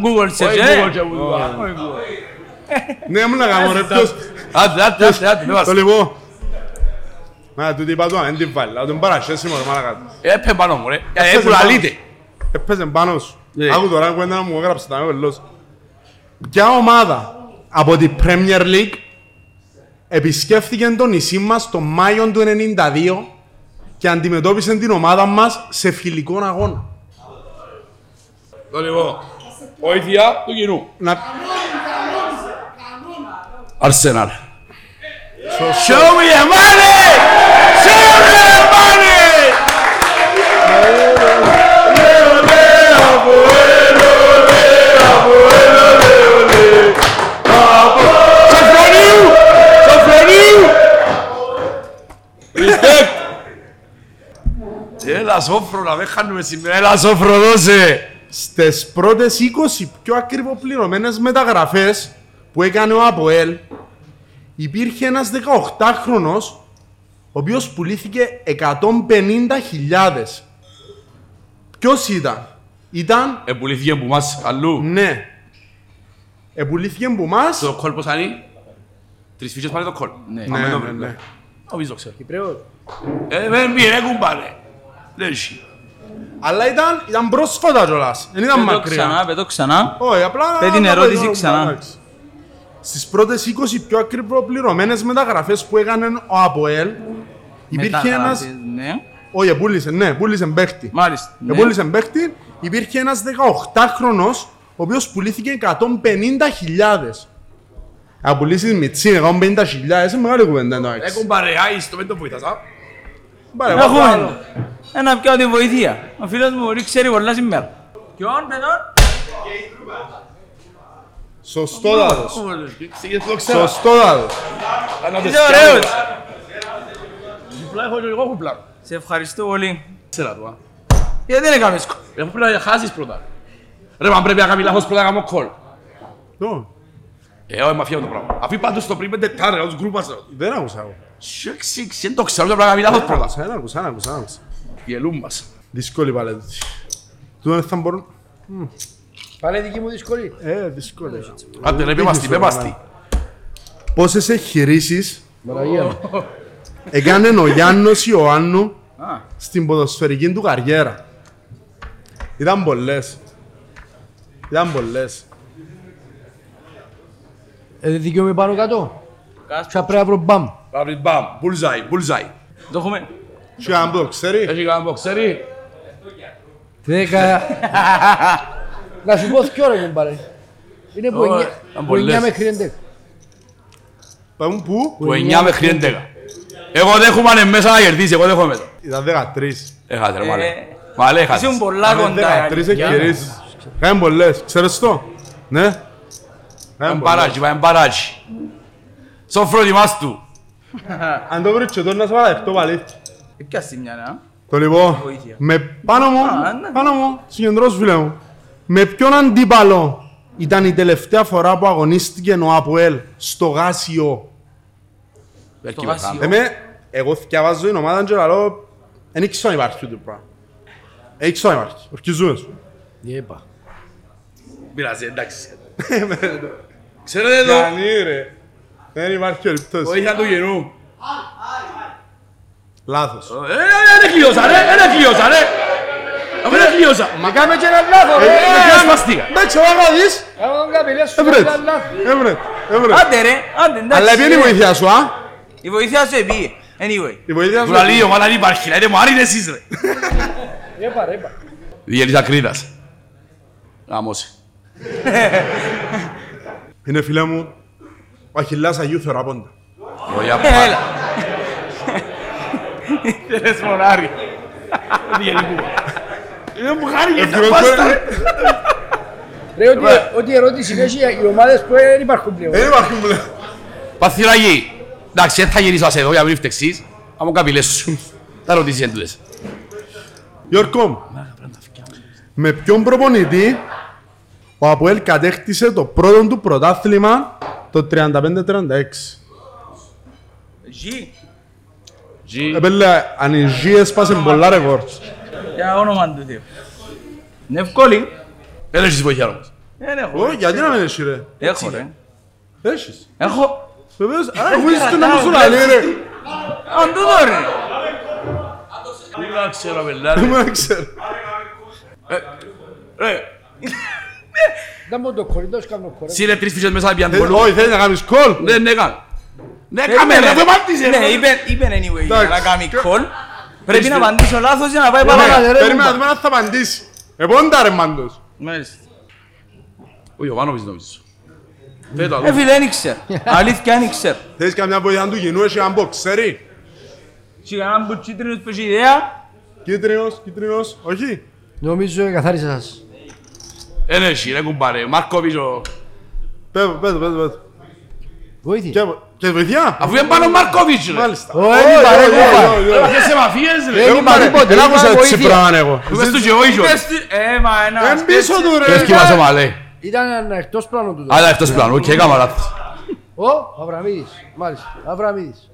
[SPEAKER 4] Google search, ε.
[SPEAKER 3] Google, Google.
[SPEAKER 4] Όχι Google.
[SPEAKER 1] Ναι, μου να κάνω ρε, ποιος.
[SPEAKER 3] Άντε, άντε, άντε, άντε, με
[SPEAKER 1] Το
[SPEAKER 3] βάζεις.
[SPEAKER 1] λοιπόν. Να, τούτη είπα του, αν την βάλει, να τον παρασχέσει μόνο μάνα κάτω.
[SPEAKER 3] Έπε πάνω μου, ρε.
[SPEAKER 1] Έπαιζε
[SPEAKER 3] Ε, που λαλείτε.
[SPEAKER 1] Έπαιζε πάνω σου.
[SPEAKER 3] Ναι.
[SPEAKER 1] Άκου τώρα κουέντα να μου έγραψε τα μέλος. Ποια ομάδα από την Premier League επισκέφθηκε το νησί μας τον Μάιο του 92 και αντιμετώπισε την ομάδα μας σε φιλικό αγώνα.
[SPEAKER 3] Το λοιπόν. Βοήθεια του κοινού.
[SPEAKER 1] Να...
[SPEAKER 3] Αρσενάλ. Show me the money! Show me the money! Σαφρονίου! Σαφρονίου! Respect! Έλα σόφρο να με χάνουμε σήμερα, έλα σόφρο δώσε!
[SPEAKER 1] Στις πρώτες 20 πιο ακριβοπληρωμένες μεταγραφές που έκανε ο Αποέλ υπήρχε ένας 18χρονος ο οποίος πουλήθηκε 150.000. Ποιος ήταν? Ήταν,
[SPEAKER 3] Επουλήθηκε που μας αλλού.
[SPEAKER 1] ναι, επουλήθηκε από εμάς.
[SPEAKER 3] Το κόλ πώς ανή. Τρεις φίτσες πάνε το κόλ. Ναι,
[SPEAKER 1] Ναι,
[SPEAKER 3] ναι,
[SPEAKER 1] ναι, ναι.
[SPEAKER 3] ναι. Νομίζω ξέρω.
[SPEAKER 2] Κυπρέος.
[SPEAKER 3] Ε, δεν πήρε κουμπάρε. Δεν έχει.
[SPEAKER 1] Αλλά ήταν, ήταν πρόσφατα κιόλας, δεν ήταν
[SPEAKER 4] Πέτω
[SPEAKER 1] μακριά.
[SPEAKER 4] ξανά, πέτω ξανά.
[SPEAKER 1] Όχι, απλά...
[SPEAKER 4] Πες την
[SPEAKER 1] να
[SPEAKER 4] ερώτηση
[SPEAKER 1] παίζουμε,
[SPEAKER 4] ξανά.
[SPEAKER 1] εντάξει. Στις πρώτες 20 πιο ακριβοπληρωμένες μεταγραφές που έκανε ο Αποέλ υπήρχε ένας
[SPEAKER 4] Μεταγράφεις, Ναι,
[SPEAKER 1] Όχι, πούλησε, ναι, πούλησε παίχτη.
[SPEAKER 4] μάλιστα.
[SPEAKER 1] Ναι.
[SPEAKER 4] ναι.
[SPEAKER 1] Πούλησε παίχτη, υπήρχε ένας 18χρονο, ο οποίος πουλήθηκε 150.000. Αν πουλήσεις μιτσί, 150.000, είναι μεγάλη κουβέντα
[SPEAKER 3] Ε,
[SPEAKER 1] εντάξει.
[SPEAKER 3] κουμπάρε, άιστο, μην το βοηθάς, α.
[SPEAKER 1] Πάρε,
[SPEAKER 4] Έχουμε
[SPEAKER 1] πάρε.
[SPEAKER 4] Ένα πιάω τη βοηθεία. Ο φίλος μου μπορεί ξέρει πολλά σήμερα. Ποιον, παιδόν.
[SPEAKER 1] Σωστό δάδος.
[SPEAKER 3] Ξεκινήσε το ξέρω.
[SPEAKER 1] Σωστό δάδος.
[SPEAKER 4] Είσαι ωραίος.
[SPEAKER 3] Διπλά έχω και εγώ κουμπλά.
[SPEAKER 4] Σε ευχαριστώ πολύ.
[SPEAKER 3] Ξέρα του, α.
[SPEAKER 4] Γιατί δεν έκαμε σκο.
[SPEAKER 3] Ε, Πρέπει να χάσεις πρώτα. Ρε, μα πρέπει να κάνει λάθος πρώτα να κάνω κόλ.
[SPEAKER 1] Το,
[SPEAKER 3] Ε, όχι, μαφία το πράγμα. Αφή πάντως το πριν πέντε τάρα, τους γκρούπας. ρε.
[SPEAKER 1] Δεν άκουσα εγώ.
[SPEAKER 3] Σιωξί, ξι, δεν το ξέρω, πρέπει να κάνει λάθος πρώτα.
[SPEAKER 1] Άκουσα, δεν άκουσα, δεν άκουσα, δεν άκουσα.
[SPEAKER 3] Γελούν μας.
[SPEAKER 1] Δύσκολη πάλι τούτη. Του δεν θα μπορούν.
[SPEAKER 2] Πάλι δική μου δύσκολη.
[SPEAKER 1] Ε, δύσκολη.
[SPEAKER 3] Άντε, ρε, πέμαστη, πέμαστη.
[SPEAKER 1] Πόσες εγχειρήσεις
[SPEAKER 2] Μαραγία μου.
[SPEAKER 1] έκανε ο Γιάννος Ιωάννου
[SPEAKER 4] Α.
[SPEAKER 1] στην ποδοσφαιρική του καριέρα. Ήταν πολλές. Ήταν πολλές.
[SPEAKER 2] Ε, δικαιούμαι πάνω κάτω.
[SPEAKER 4] Κάσπρο.
[SPEAKER 2] Θα πρέπει να βρω μπαμ.
[SPEAKER 3] Πάμε, μπαμ, bullseye, bullseye.
[SPEAKER 4] Το έχουμε.
[SPEAKER 1] Και αν το ξέρει,
[SPEAKER 3] Έχει κανένα μποξέρι.
[SPEAKER 2] Δέκα. (laughs) Να σου πω δυο ρε κομπάρε. Είναι που
[SPEAKER 3] Ωραία,
[SPEAKER 2] εννιά-
[SPEAKER 3] ήταν
[SPEAKER 2] που εννιά
[SPEAKER 3] πολλές.
[SPEAKER 2] μέχρι εντέκα.
[SPEAKER 1] πάμε πού,
[SPEAKER 3] Που 9 μέχρι 11. Εγώ δέχομαι αν είναι μέσα να κερδίσει, εγώ δέχομαι μέσα.
[SPEAKER 1] ήταν 13.
[SPEAKER 3] Έχατε ρε μαλέ.
[SPEAKER 4] Ε,
[SPEAKER 3] Μαλέ έχατε.
[SPEAKER 4] Ήσουν πολλά
[SPEAKER 1] Ήταν
[SPEAKER 4] κοντά.
[SPEAKER 1] 13 ευκαιρίες. Κάνε πολλές, ξέρεις το. Ναι. Κάνε
[SPEAKER 3] Πάμε
[SPEAKER 1] πολλές.
[SPEAKER 3] παράκι, πάμε παράκι. Σοφρό ετοιμάς του.
[SPEAKER 1] Αν το βρεις και τώρα να σε παραδεχτώ πάλι.
[SPEAKER 4] Πιάστη μια, ναι.
[SPEAKER 1] Το λοιπόν,
[SPEAKER 4] Βοήθεια.
[SPEAKER 1] με πάνω μου,
[SPEAKER 4] Α, ναι.
[SPEAKER 1] πάνω μου, συγκεντρώσου φίλε μου. Με ποιον αντίπαλο ήταν η τελευταία φορά που αγωνίστηκε ο Αποέλ στο Γάσιο.
[SPEAKER 3] Δεν
[SPEAKER 4] Το
[SPEAKER 3] κοιμηθάμε.
[SPEAKER 4] βάσιο.
[SPEAKER 1] Εμέ, εγώ θυκιαβάζω την ομάδα και λαλώ, δεν ήξερα αν υπάρχει τούτο πράγμα. Δεν ήξερα αν υπάρχει, ορκιζούμε σου.
[SPEAKER 2] Διέπα.
[SPEAKER 3] Πειράζει, εντάξει. Ξέρετε εδώ,
[SPEAKER 1] ρε, δεν υπάρχει ορκιζούμε.
[SPEAKER 3] βοήθεια του γενού.
[SPEAKER 1] Λάθος.
[SPEAKER 3] Ε, δεν κλειώσα ρε, δεν κλειώσα ρε. Εγώ δεν κλειώσα.
[SPEAKER 2] Μα κάμε και ένα λάθο ρε.
[SPEAKER 3] Ε, ποιά σπαστήκα.
[SPEAKER 1] Εντάξει, άμα κάνεις,
[SPEAKER 2] Κάμε τον καπηλέ σου
[SPEAKER 1] έβρετ,
[SPEAKER 2] ένα λάθος.
[SPEAKER 1] έβρετ, έβρετ.
[SPEAKER 4] Άντε ρε, άντε εντάξει.
[SPEAKER 1] Αλλά ποια είναι η
[SPEAKER 4] ρε.
[SPEAKER 1] βοήθεια σου, α.
[SPEAKER 4] Η βοήθεια σου επήγε. Anyway.
[SPEAKER 1] Η βοήθεια σου.
[SPEAKER 3] Του λαλεί, ομάδα δεν υπάρχει, λέτε μου άρεσε εσείς ρε.
[SPEAKER 2] Διέπα, ρε, είπα.
[SPEAKER 3] Διέλυσα Κρήτας. Γαμώσε.
[SPEAKER 1] Είναι φίλε μου, ο Αχιλλάς Αγίου Θεραπώντα.
[SPEAKER 3] Ω, για
[SPEAKER 4] Ε,
[SPEAKER 3] πα-
[SPEAKER 4] Έλα. Θέλες μονάρι.
[SPEAKER 3] Δεν μου χάρηκε, τα
[SPEAKER 1] Ευτυχώς
[SPEAKER 3] πάστα,
[SPEAKER 1] που-
[SPEAKER 3] ρε.
[SPEAKER 2] Ρε, ό,τι- ό,τι ερώτηση είναι έχει οι ομάδες που δεν υπάρχουν πλέον.
[SPEAKER 1] Δεν υπάρχει που λέω.
[SPEAKER 3] Παθυραγή. Εντάξει, δεν θα γυρίσω σε εδώ για να (laughs) μην φτεξείς. Θα μου καπηλές σου. Τα ρωτήσεις εντούτες.
[SPEAKER 1] Γιώργο, μου, με ποιον προπονητή ο Αποέλ κατέκτησε το πρώτο του πρωτάθλημα το 35-36.
[SPEAKER 4] Ζή,
[SPEAKER 3] G.
[SPEAKER 1] Επέλε, αν η Ζή έσπασε πολλά ρεκόρτς.
[SPEAKER 4] για όνομα του Θεού. Είναι εύκολη.
[SPEAKER 3] Δεν έχεις βοήθεια όμως.
[SPEAKER 4] Δεν έχω.
[SPEAKER 1] Ω, γιατί να μην έχεις ρε.
[SPEAKER 4] Έχω ρε.
[SPEAKER 1] Έχεις.
[SPEAKER 4] Έχω.
[SPEAKER 1] Βεβαίως, άρα νομίζεις ότι να μου σου λέει ρε.
[SPEAKER 4] Αν τούτο ρε.
[SPEAKER 3] Δεν τα ξέρω πελάτη.
[SPEAKER 1] Δεν μου έξερε.
[SPEAKER 3] Ρε,
[SPEAKER 2] Δεν μου το κορυδός κάνω κορυδός.
[SPEAKER 3] σύρε τρεις φύσες μέσα πιαν
[SPEAKER 1] Θέλει-
[SPEAKER 3] πολλού.
[SPEAKER 1] Ε, Όχι, θέλει να κάνεις κόλ.
[SPEAKER 3] Δεν έκαμε. Δεν
[SPEAKER 1] Ε,
[SPEAKER 3] έκαμε ρε, δεν μάτισε
[SPEAKER 4] Ναι,
[SPEAKER 3] ρε.
[SPEAKER 4] είπε- είπε anyway για να
[SPEAKER 1] Εντάξει.
[SPEAKER 4] κάνει
[SPEAKER 1] Και- Ναι.
[SPEAKER 4] call. Πρέπει να απαντήσω λάθος για να πάει παρακάτω.
[SPEAKER 1] Περίμενα περίμενα να δούμε αν θα απαντήσει. Επόντα ρε μάντος.
[SPEAKER 4] Μάλιστα.
[SPEAKER 3] Ο Ιωβάνοβης νομίζω. Δεν το
[SPEAKER 4] Ε,
[SPEAKER 3] ακούω.
[SPEAKER 4] φίλε, δεν
[SPEAKER 1] (laughs)
[SPEAKER 4] ήξερα. Αλήθεια, δεν ήξερα.
[SPEAKER 1] Θέλεις καμιά βοήθεια του κοινού, έχει έναν μποξέρι.
[SPEAKER 4] Και κανέναν που τσίτρινος που έχει ιδέα.
[SPEAKER 1] Κίτρινος, κίτρινος, όχι.
[SPEAKER 2] Νομίζω καθάρισα σας.
[SPEAKER 3] Δεν έχει ρε κουμπάρε. Μάρκοβιτς ο...
[SPEAKER 1] Πέτω, πέτω, πέτω, πέτω.
[SPEAKER 2] Βοήθη.
[SPEAKER 1] Και- Και βοηθιά.
[SPEAKER 3] Αφού είναι πάνω ο Μάρκοβιτς ρε.
[SPEAKER 1] Μάλιστα.
[SPEAKER 2] Ω, δεν είπα, ρε, δεν
[SPEAKER 3] Ρε, ποιες σε μαφίες ρε.
[SPEAKER 2] Δεν
[SPEAKER 1] Εγώ
[SPEAKER 2] είπα
[SPEAKER 1] πάρε,
[SPEAKER 2] τίποτε,
[SPEAKER 1] δεν
[SPEAKER 2] δεν
[SPEAKER 1] άκουσα
[SPEAKER 2] είπα
[SPEAKER 1] έτσι
[SPEAKER 2] βοήθεια.
[SPEAKER 1] πράγμα εγώ.
[SPEAKER 3] Του πες του και εγώ ίσιο.
[SPEAKER 4] Ε, Πες του- Ε, μα ένα.
[SPEAKER 1] Εν πίσω του
[SPEAKER 3] Πες
[SPEAKER 1] ρε.
[SPEAKER 3] και μας ο Μαλέ.
[SPEAKER 2] Ήταν ένα εκτός πλάνο του.
[SPEAKER 3] Άρα αυτός πλάνο. Οκ, έκαμε λάθος.
[SPEAKER 2] Ο Αβραμίδης. Μάλιστα. Αβραμίδης.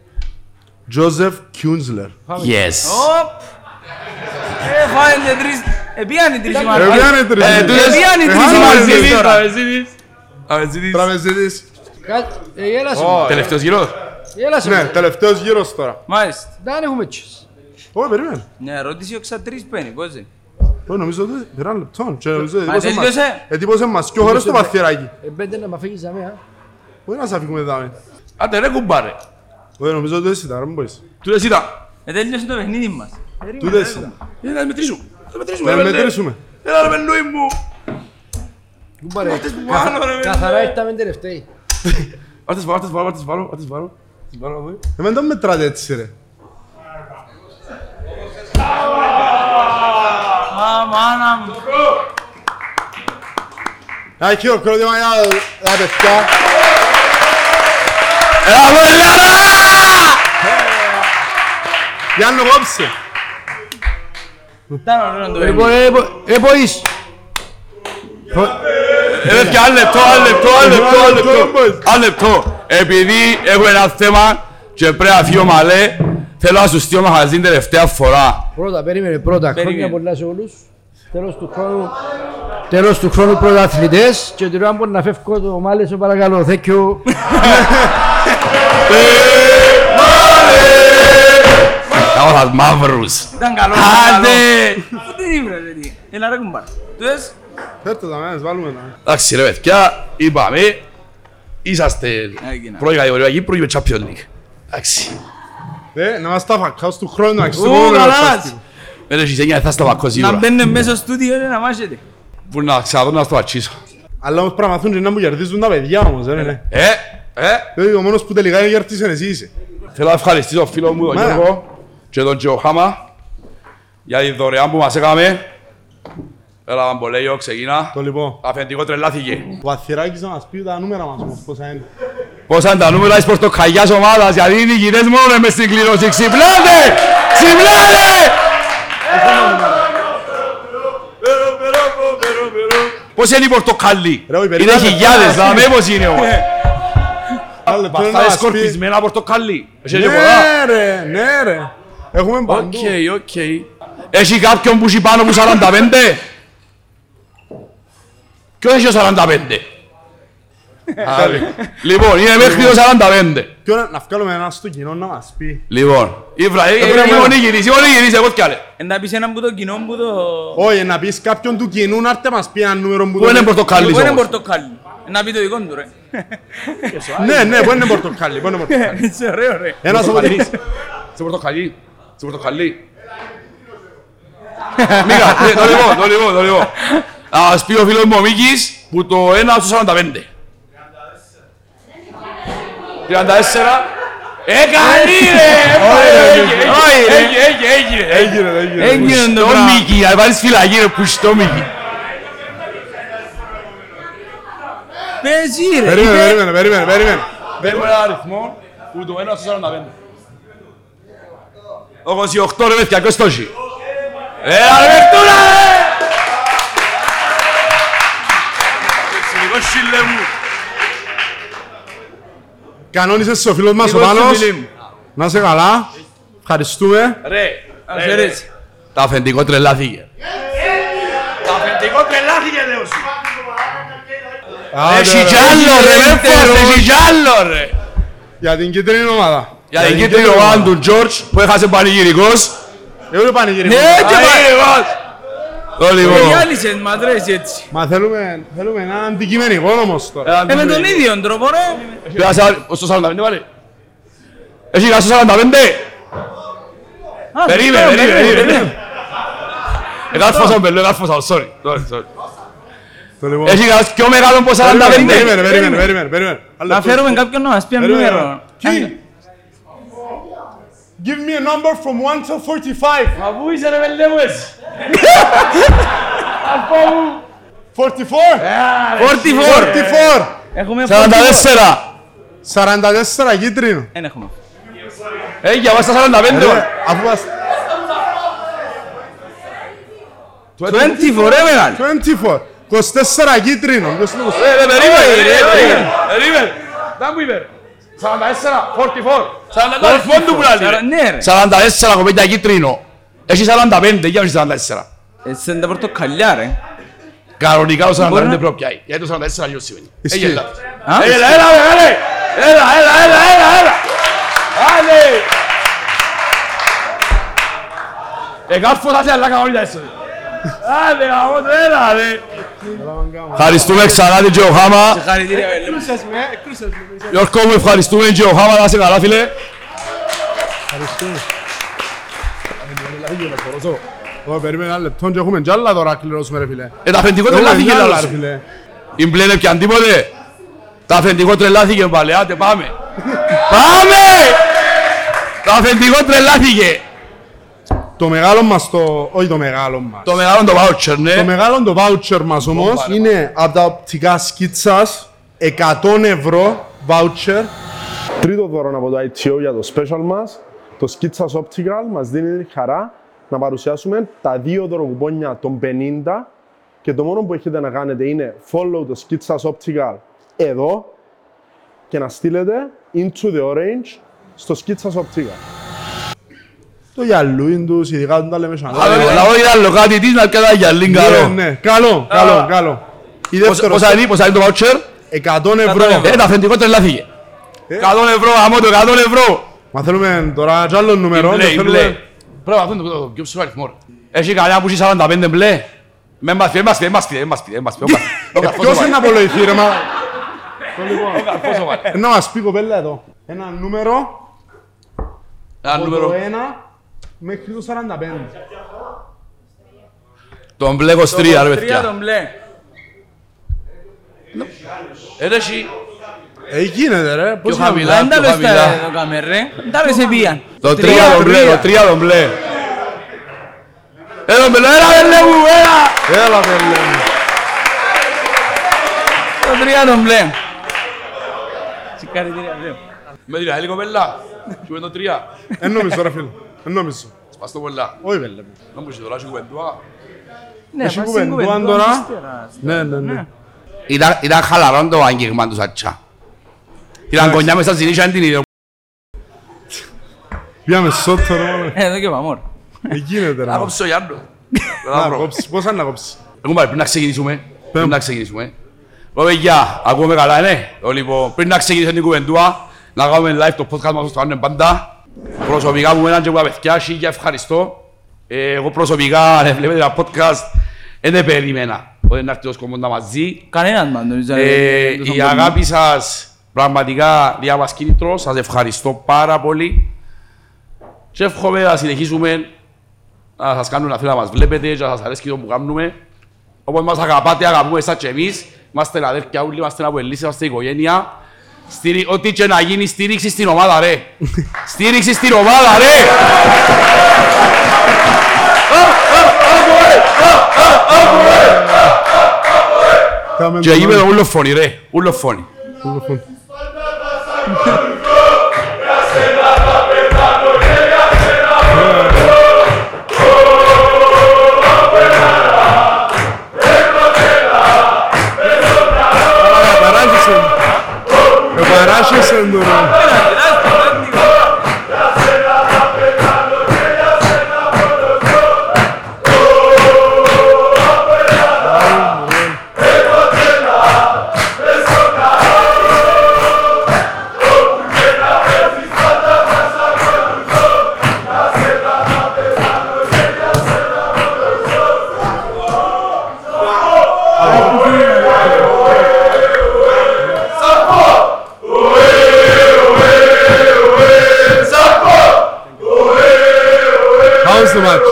[SPEAKER 1] Τζόζεφ Κιούντζλερ.
[SPEAKER 3] Yes.
[SPEAKER 4] Οπ. Ε, φάγαν και τρεις. Επίαν οι τρεις οι
[SPEAKER 1] Ε,
[SPEAKER 4] μαρκάρες.
[SPEAKER 1] ποια είναι η τρίτη.
[SPEAKER 3] Ε, τούτες-
[SPEAKER 1] Ε,
[SPEAKER 4] ποια είναι η
[SPEAKER 1] ε,
[SPEAKER 4] τρίτη
[SPEAKER 1] ε,
[SPEAKER 4] μαζί,
[SPEAKER 1] ε,
[SPEAKER 4] ε,
[SPEAKER 3] Τραπεζίτης,
[SPEAKER 4] τώρα.
[SPEAKER 3] τραπεζίτης. Τραπεζίτης.
[SPEAKER 1] Τραπεζίτης.
[SPEAKER 2] Κα- ε, Γέλασες.
[SPEAKER 1] Ω,
[SPEAKER 2] μου.
[SPEAKER 3] Τελευταίος γύρος.
[SPEAKER 2] Γέλασες.
[SPEAKER 1] Ναι,
[SPEAKER 2] μου.
[SPEAKER 1] τελευταίος γύρος τώρα.
[SPEAKER 4] Μάλιστα.
[SPEAKER 2] Δεν έχουμε τσις.
[SPEAKER 1] Ω, περίμενε.
[SPEAKER 4] Μια ερώτηση ο Ξατρίς παίρνει, πώς είναι.
[SPEAKER 1] Ω, νομίζω ότι πήραν λεπτό. Και νομίζω
[SPEAKER 4] Μα,
[SPEAKER 1] εντύπωσε μας.
[SPEAKER 4] τελείωσε.
[SPEAKER 1] Εντύπωσε μας. Και ο χώρος το παθιεράκι.
[SPEAKER 2] Ε, Μπέντε να με φύγεις αμέ, α.
[SPEAKER 1] Όχι να σε αφήκουμε δάμε.
[SPEAKER 3] Άντε ρε κουμπάρε.
[SPEAKER 1] Όχι, νομίζω ότι εσύ ήταν, ρε, μπόης.
[SPEAKER 3] Τούτες ήταν.
[SPEAKER 4] Ε, τέλειωσε το παιχνίδι μας.
[SPEAKER 1] Τούτες ήταν.
[SPEAKER 3] Ε, να μετρήσουμε. Να μετρήσουμε.
[SPEAKER 1] Να
[SPEAKER 3] ρε, παιδί.
[SPEAKER 1] μετρήσουμε.
[SPEAKER 3] Έλα ρε μενούι μου.
[SPEAKER 2] Κούμπα, ρε.
[SPEAKER 3] Άτες που πάνω ρε. παιδί.
[SPEAKER 2] Καθαρά ήρθαμε τελευταίοι.
[SPEAKER 3] Άτες βάλω, άτες βάλω, άτες βάλω, άτες βάλω. Άτες βάλω, εδώ.
[SPEAKER 1] Εμένα Ε, δεν μετράτε έτσι ρε.
[SPEAKER 4] Μα, μάνα μου.
[SPEAKER 1] Ένα χειροκρότημα για τα παιδιά.
[SPEAKER 3] Μπράβο Ελλάδα!
[SPEAKER 1] Γιάννο κόψε.
[SPEAKER 4] Ήταν ωραίο το παιχνίδι.
[SPEAKER 2] Λοιπόν, ε, πο- ε, ποείς.
[SPEAKER 3] Ρε Ε, και άλλο λεπτό, άλλο λεπτό, άλλο λεπτό, άλλο λεπτό. Άλλο λεπτό. Επειδή έχω ένα θέμα και πρέπει να φύγω μαλέ, θέλω να σου στείλω μαχαζίν τελευταία φορά.
[SPEAKER 2] Πρώτα, περίμενε πρώτα. Χρόνια
[SPEAKER 4] Περίμενε.
[SPEAKER 2] πολλά σε όλους. Τέλος του χρόνου. Τέλος του χρόνου πρωταθλητές και την ώρα που να φεύγω το μάλε σε παρακαλώ. Thank you.
[SPEAKER 3] Κάνω θα μαύρους.
[SPEAKER 4] Ήταν καλός. ήταν
[SPEAKER 3] Άντε!
[SPEAKER 4] καλός. Τι ήβρε, ρε, τι. Έλα ρε κουμπάρ. Του δες.
[SPEAKER 1] Φέρτε τα μέρες, βάλουμε ένα.
[SPEAKER 3] Εντάξει ρε παιδιά, είπαμε, είσαστε
[SPEAKER 4] Έγινα.
[SPEAKER 3] πρώτη κατηγορία Κύπρου και Champions League. Εντάξει.
[SPEAKER 1] Ε, να μας τα φακάω του χρόνου, αξίζει το
[SPEAKER 4] Ου,
[SPEAKER 1] μόνο να
[SPEAKER 4] καλά.
[SPEAKER 1] εξαστεί.
[SPEAKER 3] Δεν έχεις έννοια, θα στο πακώ
[SPEAKER 4] Να
[SPEAKER 3] σίγουρα.
[SPEAKER 4] μπαίνουν μέσα στο στούντιο ρε, να μάχεται.
[SPEAKER 3] Που να ξαναδώ να στο πατσίσω.
[SPEAKER 1] Αλλά όμως πρέπει να μαθούν και να μου κερδίζουν τα παιδιά όμως, ρε, ναι.
[SPEAKER 3] Ε, ε,
[SPEAKER 1] Δηλαδή, ο μόνος που τελικά είναι κερδίσαν εσύ είσαι.
[SPEAKER 3] θέλω να ευχαριστήσω τον φίλο μου τον
[SPEAKER 1] Μάνα.
[SPEAKER 3] Γιώργο και τον Τζοχάμα για τη δωρεάν που μας έκαμε. Έλα Βαμπολέγιο, ξεκίνα.
[SPEAKER 1] Το λοιπόν.
[SPEAKER 3] Αφεντικό τρελάθηκε.
[SPEAKER 1] Ο Αθηράκης να μας πει τα νούμερα μας όμως πόσα είναι.
[SPEAKER 3] Πόσα είναι τα νούμερα της πορτοκαλιάς ομάδας, γιατί οι νικητές μόνο μες στην κλήρωση. Ξυπνάτε! Ξυπνάτε! Πώς είναι η πορτοκαλί.
[SPEAKER 1] Ρε, όχι,
[SPEAKER 3] Είναι
[SPEAKER 1] περιμένε.
[SPEAKER 3] χιλιάδες,
[SPEAKER 1] (laughs)
[SPEAKER 3] να με πώς είναι όμως.
[SPEAKER 1] Άλλο λεπτό να
[SPEAKER 3] Παστάρες
[SPEAKER 1] μας πει-
[SPEAKER 3] σκορπισμένα πορτοκαλί. Έχει και πολλά.
[SPEAKER 1] Ναι ρε, ναι ρε. Έχουμε παντού.
[SPEAKER 3] Οκ, οκ. Έχει κάποιον που έχει πάνω από 45. Ποιος έχει το 45. Άλλη. Λοιπόν, είναι μέχρι το 45.
[SPEAKER 1] Ποιο να- να βγάλουμε ένα στο κοινό να μας πει.
[SPEAKER 3] Λοιπόν, Ήβρα,
[SPEAKER 1] πρέπει να-
[SPEAKER 3] είμαι ο Νίγηρης, είμαι ο Νίγηρης, εγώ κι άλλε.
[SPEAKER 4] Ε, να πεις έναν που το κοινό που το...
[SPEAKER 1] Όχι, να πεις κάποιον του κοινού να έρθει να μας πει ένα νούμερο που
[SPEAKER 3] Πού
[SPEAKER 1] το-
[SPEAKER 3] είναι πορτοκαλί
[SPEAKER 4] Εγώ είναι
[SPEAKER 3] όμως.
[SPEAKER 4] πορτοκάλι. Ε, Να πει το δικό του ρε. (laughs)
[SPEAKER 1] Ναι, ναι, πού είναι πορτοκάλι, πού είναι πορτοκάλι.
[SPEAKER 3] (laughs)
[SPEAKER 4] Έτσι ωραίο ρε.
[SPEAKER 3] Ε.
[SPEAKER 1] Ένας από
[SPEAKER 3] Πορτοκαλί.
[SPEAKER 1] τρεις.
[SPEAKER 3] Σε πορτοκαλί. Σε πορτοκαλί. Μίγα, ναι, το λίγο, το λίγο, το λίγο. Ας πει ο φίλος μου ο Μίκης που το 1 στους 45. 34. 34. Έκανε ρε!
[SPEAKER 4] όχι, ρε.
[SPEAKER 3] Έγινε, έγινε, έγινε, έγινε.
[SPEAKER 1] Έγινε, έγινε.
[SPEAKER 4] Έγινε το
[SPEAKER 3] Στο
[SPEAKER 4] πράγμα.
[SPEAKER 3] Μίκη, αν βάλεις φυλακή ρε, που στο Μίκη.
[SPEAKER 4] Παίζει Ε, ρε.
[SPEAKER 1] Περίμενε, περίμενε, περίμενε, περίμενε.
[SPEAKER 3] Παίρνουμε ένα αριθμό που το 1 στους 45. 88 ρε, με 200 τόχοι. Έλα ρε, Βερτούλα, ρε! σύλλε μου.
[SPEAKER 1] Κανόνισες ο φίλος μας ο
[SPEAKER 4] Λοιπόν,
[SPEAKER 1] Πάνος.
[SPEAKER 4] φίλοι μου.
[SPEAKER 1] Να είσαι καλά. Ευχαριστούμε.
[SPEAKER 3] Ρε,
[SPEAKER 4] Ας
[SPEAKER 3] ρε, ρες.
[SPEAKER 4] χαιρέσει.
[SPEAKER 3] Τα αφεντικό τρελάθηκε. Τα αφεντικό τρελάθηκε, λέω σου. Ε, Έχει κι άλλο, ρε, με φας, έχει κι άλλο, ρε.
[SPEAKER 1] Για την κίτρινη ομάδα.
[SPEAKER 3] Για την κίτρινη ομάδα του Τζόρτζ που έχασε πανηγυρικός.
[SPEAKER 1] Εγώ πανηγυρικός.
[SPEAKER 3] Ναι, και πανηγυρικός. Το
[SPEAKER 4] Οι
[SPEAKER 3] λοιπόν.
[SPEAKER 4] άλλοι Ε, μας ρε εσύ έτσι.
[SPEAKER 1] Μα θέλουμε, θέλουμε ένα αντικειμενικό όμως τώρα.
[SPEAKER 4] Ε, με τον ίδιο τρόπο ρε.
[SPEAKER 3] Πέρασα στο 45 πάλι. Έχει χάσει στο 45.
[SPEAKER 4] Α,
[SPEAKER 3] Περίμενε,
[SPEAKER 4] σωστά,
[SPEAKER 3] περίμενε, περίμενε. Εδάφωσα, μπελό, εδάφωσα, sorry. Sorry, sorry.
[SPEAKER 1] Το λοιπόν.
[SPEAKER 3] Έχει χάσει πιο μεγάλο από 45.
[SPEAKER 1] Περίμενε, Περίμενε, περίμενε, περίμενε, περίμενε. Άλλο
[SPEAKER 4] Να
[SPEAKER 1] λεπτό.
[SPEAKER 4] φέρουμε κάποιον να μας πει ένα
[SPEAKER 1] Περίμενε.
[SPEAKER 4] νούμερο.
[SPEAKER 1] Κι. Give me a number from 1 to 45.
[SPEAKER 4] Μα πού είσαι ρε βελέ μου έτσι.
[SPEAKER 3] Ε,
[SPEAKER 1] 44.
[SPEAKER 4] 44.
[SPEAKER 1] 44.
[SPEAKER 4] Έχουμε
[SPEAKER 3] 44.
[SPEAKER 1] 44 κίτρινο.
[SPEAKER 4] Δεν έχουμε.
[SPEAKER 3] Έχει για μας τα 45.
[SPEAKER 1] Ρε,
[SPEAKER 3] όλα.
[SPEAKER 1] Λοιπόν, Αφού μας...
[SPEAKER 4] 20 φορέ μεγάλη.
[SPEAKER 1] 24. 24 κίτρινο. Ποιος είναι 24.
[SPEAKER 3] Ε, ρε, περίμενε,
[SPEAKER 4] Ε,
[SPEAKER 3] ρε,
[SPEAKER 4] ε,
[SPEAKER 3] περίμενε. Περίμενε. Δεν μου είπε. 44, 44. 44, πόντου που
[SPEAKER 4] Σαρα-
[SPEAKER 3] λάλλει.
[SPEAKER 4] Ναι ρε.
[SPEAKER 3] 44 κοπέκια κίτρινο. Έχει 45, για όχι 44.
[SPEAKER 4] Έτσι είναι τα πορτοκαλιά ρε.
[SPEAKER 3] Κανονικά το 45
[SPEAKER 4] Μπορεί να-
[SPEAKER 3] πρέπει να πιάει. Γιατί το 44 αλλιώς σημαίνει.
[SPEAKER 1] Ισχύει.
[SPEAKER 3] Έγινε λάθος.
[SPEAKER 4] Α,
[SPEAKER 3] Έλα, έλα, μεγάλε. Έλα, έλα, έλα, έλα, έλα. Άντε. Εγάρφω θα σε αλλά κανονικά έτσι. Άντε, γαμώ το, έλα, ρε. Ευχαριστούμε ξανά την Τζεοχάμα.
[SPEAKER 4] Συγχαρητήρια βελέ μου.
[SPEAKER 3] Γιώργο μου, ευχαριστούμε την Τζεοχάμα. Να είσαι καλά, φίλε.
[SPEAKER 1] Ω, περίμενε ένα λεπτό και έχουμε κι άλλα τώρα κληρώσουμε ρε φίλε.
[SPEAKER 3] Ε, τα αφεντικό
[SPEAKER 1] Έχουμε
[SPEAKER 3] τρελάθηκε
[SPEAKER 1] κι άλλα,
[SPEAKER 3] λάλα.
[SPEAKER 1] ρε, φίλε.
[SPEAKER 3] Η μπλε είναι πιαν τίποτε. Τα αφεντικό τρελάθηκε πάλι. Άντε, πάμε. Πάμε! Το αφεντικό τρελάθηκε.
[SPEAKER 1] Το μεγάλο μας το... Όχι το μεγάλο μας.
[SPEAKER 3] Το μεγάλο το voucher,
[SPEAKER 1] Το
[SPEAKER 3] ναι.
[SPEAKER 1] μεγάλο το voucher μας όμως
[SPEAKER 3] πάρε,
[SPEAKER 1] είναι από τα οπτικά σκίτσας 100 ευρώ voucher. Τρίτο δώρο από το ITO για το special μας, το Skitsas Optical μας δίνει τη χαρά να παρουσιάσουμε τα δύο δωροκουπόνια των 50 και το μόνο που έχετε να κάνετε είναι follow το Skitsas Optical εδώ και να στείλετε into the orange στο Skitsas Optical. Το γυαλούιν τους, ειδικά όταν τα λέμε σαν
[SPEAKER 3] Αλλά λαό ήταν λοκάτι της να πιάτα για
[SPEAKER 1] Καλό.
[SPEAKER 3] λίγαρο.
[SPEAKER 1] Ναι, καλό, καλό, καλό. Η δεύτερο,
[SPEAKER 3] Πόσα είναι, πόσα είναι το pues, voucher. Eh,
[SPEAKER 1] 100
[SPEAKER 4] ευρώ.
[SPEAKER 1] ευρώ.
[SPEAKER 3] Ε, το αφεντικό τρελάθηκε. 100 ευρώ, άμα το 100 ευρώ.
[SPEAKER 1] Μα θέλουμε τώρα κι άλλο νούμερο.
[SPEAKER 3] Μπλε,
[SPEAKER 1] το
[SPEAKER 3] η
[SPEAKER 1] θέλουμε-
[SPEAKER 3] μπλε. Πρέπει να δούμε το- το πιο ψηλό αριθμό. ρε. Έχει κανένα που έχει 45 μπλε. Με μας πει, με μας πει, με μας πει, με μας πει, με μας πει. Ο καρφός
[SPEAKER 1] Ε,
[SPEAKER 3] ο καρφός
[SPEAKER 1] Ποιος
[SPEAKER 3] ο
[SPEAKER 1] είναι να απολογηθεί ρε μα.
[SPEAKER 3] καρφός ο Μαρ.
[SPEAKER 1] (laughs) Ε, Να μας πει κοπέλα εδώ. Ένα νούμερο
[SPEAKER 5] Ah,
[SPEAKER 3] Ένα
[SPEAKER 1] από
[SPEAKER 3] νούμερο.
[SPEAKER 1] το 1 μέχρι το 45.
[SPEAKER 3] Τον μπλε 23 ρε
[SPEAKER 4] Τρία
[SPEAKER 3] παιδιά.
[SPEAKER 4] τον μπλε.
[SPEAKER 3] Ε, ρε, εσύ.
[SPEAKER 1] Ε, γίνεται ρε. Πώς
[SPEAKER 3] Πιο
[SPEAKER 1] να-
[SPEAKER 3] χαμηλά.
[SPEAKER 4] Δεν τα
[SPEAKER 3] πιο
[SPEAKER 4] λες
[SPEAKER 3] χαμηλά.
[SPEAKER 4] τα δοκάμε ρε. Δεν τα λες επίαν.
[SPEAKER 3] Το 3 τον μπλε, το 3 τον μπλε. Έλα μπλε, έλα μπλε μου, έλα.
[SPEAKER 1] Έλα παιδί μου.
[SPEAKER 4] Το τρία τον μπλε. Συγχαρητήρια βελέ μου.
[SPEAKER 3] Με την άλλη κοπέλα. Και με το 3.
[SPEAKER 1] Εν νομίζω ρε φίλε. Εν νομίζω.
[SPEAKER 3] Σπαστώ πολλά.
[SPEAKER 1] Όχι παιδί μου.
[SPEAKER 3] Να μου είσαι τώρα, σου κουβεντούα.
[SPEAKER 4] Ναι,
[SPEAKER 1] Εσύ
[SPEAKER 4] πας
[SPEAKER 1] κουβεντούαν
[SPEAKER 4] στην κουβεντούαν
[SPEAKER 1] τώρα.
[SPEAKER 4] ύστερα.
[SPEAKER 1] Ναι, ναι, ναι.
[SPEAKER 3] Ήταν, ήταν χαλαρό το άγγιγμα τους Σατσά. Ήταν κονιά μέσα στην ίσια την ίδια.
[SPEAKER 1] Πήγαμε σώτο ρε.
[SPEAKER 4] Ε, Εδώ και πάμε ρε.
[SPEAKER 1] Ε, γίνεται ρε.
[SPEAKER 3] Να
[SPEAKER 1] μα.
[SPEAKER 3] κόψω Γιάννο.
[SPEAKER 1] (laughs) Να κόψεις. Πώς θα να κόψεις.
[SPEAKER 3] Εγώ πάλι πριν να ξεκινήσουμε. Πριν
[SPEAKER 1] Πέμπ.
[SPEAKER 3] να ξεκινήσουμε. Ω παιδιά, ακούμε καλά, ναι. Ω, Λοιπόν, πριν να ξεκινήσουμε την κουβεντούα, να κάνουμε live το podcast μας στο Άννεμ Πάντα. Προσωπικά μου έναν και που παιδιά, σίγια ευχαριστώ. Ε, Εγώ προσωπικά, αν βλέπετε ένα podcast, δεν περίμενα. Όταν να έρθει ο σκοπός να μας δει.
[SPEAKER 4] Κανένας μας νομίζω.
[SPEAKER 5] Eh,
[SPEAKER 3] Ε,
[SPEAKER 4] δεν το
[SPEAKER 3] η
[SPEAKER 4] σαν
[SPEAKER 3] αγάπη σας πραγματικά διάβας κίνητρο. Σας ευχαριστώ πάρα πολύ. Και εύχομαι να συνεχίσουμε να σας κάνουν να θέλετε να μας βλέπετε και να σας αρέσει το που κάνουμε. Όπως μας αγαπάτε, αγαπούμε εσάς και εμείς. Είμαστε αδέρφια όλοι, είμαστε από Ελίσσα, είμαστε οικογένεια. Στήρι... Ό,τι και να γίνει, στήριξη στην ομάδα,
[SPEAKER 4] (laughs)
[SPEAKER 3] ρε. στήριξη στην ομάδα, ρε.
[SPEAKER 1] Κάμε
[SPEAKER 3] και
[SPEAKER 1] το
[SPEAKER 3] γήπεδο ούλο φωνή, ρε. Ούλο φωνή.
[SPEAKER 1] νούμερο.
[SPEAKER 3] Bravo! Bravo!
[SPEAKER 1] the match?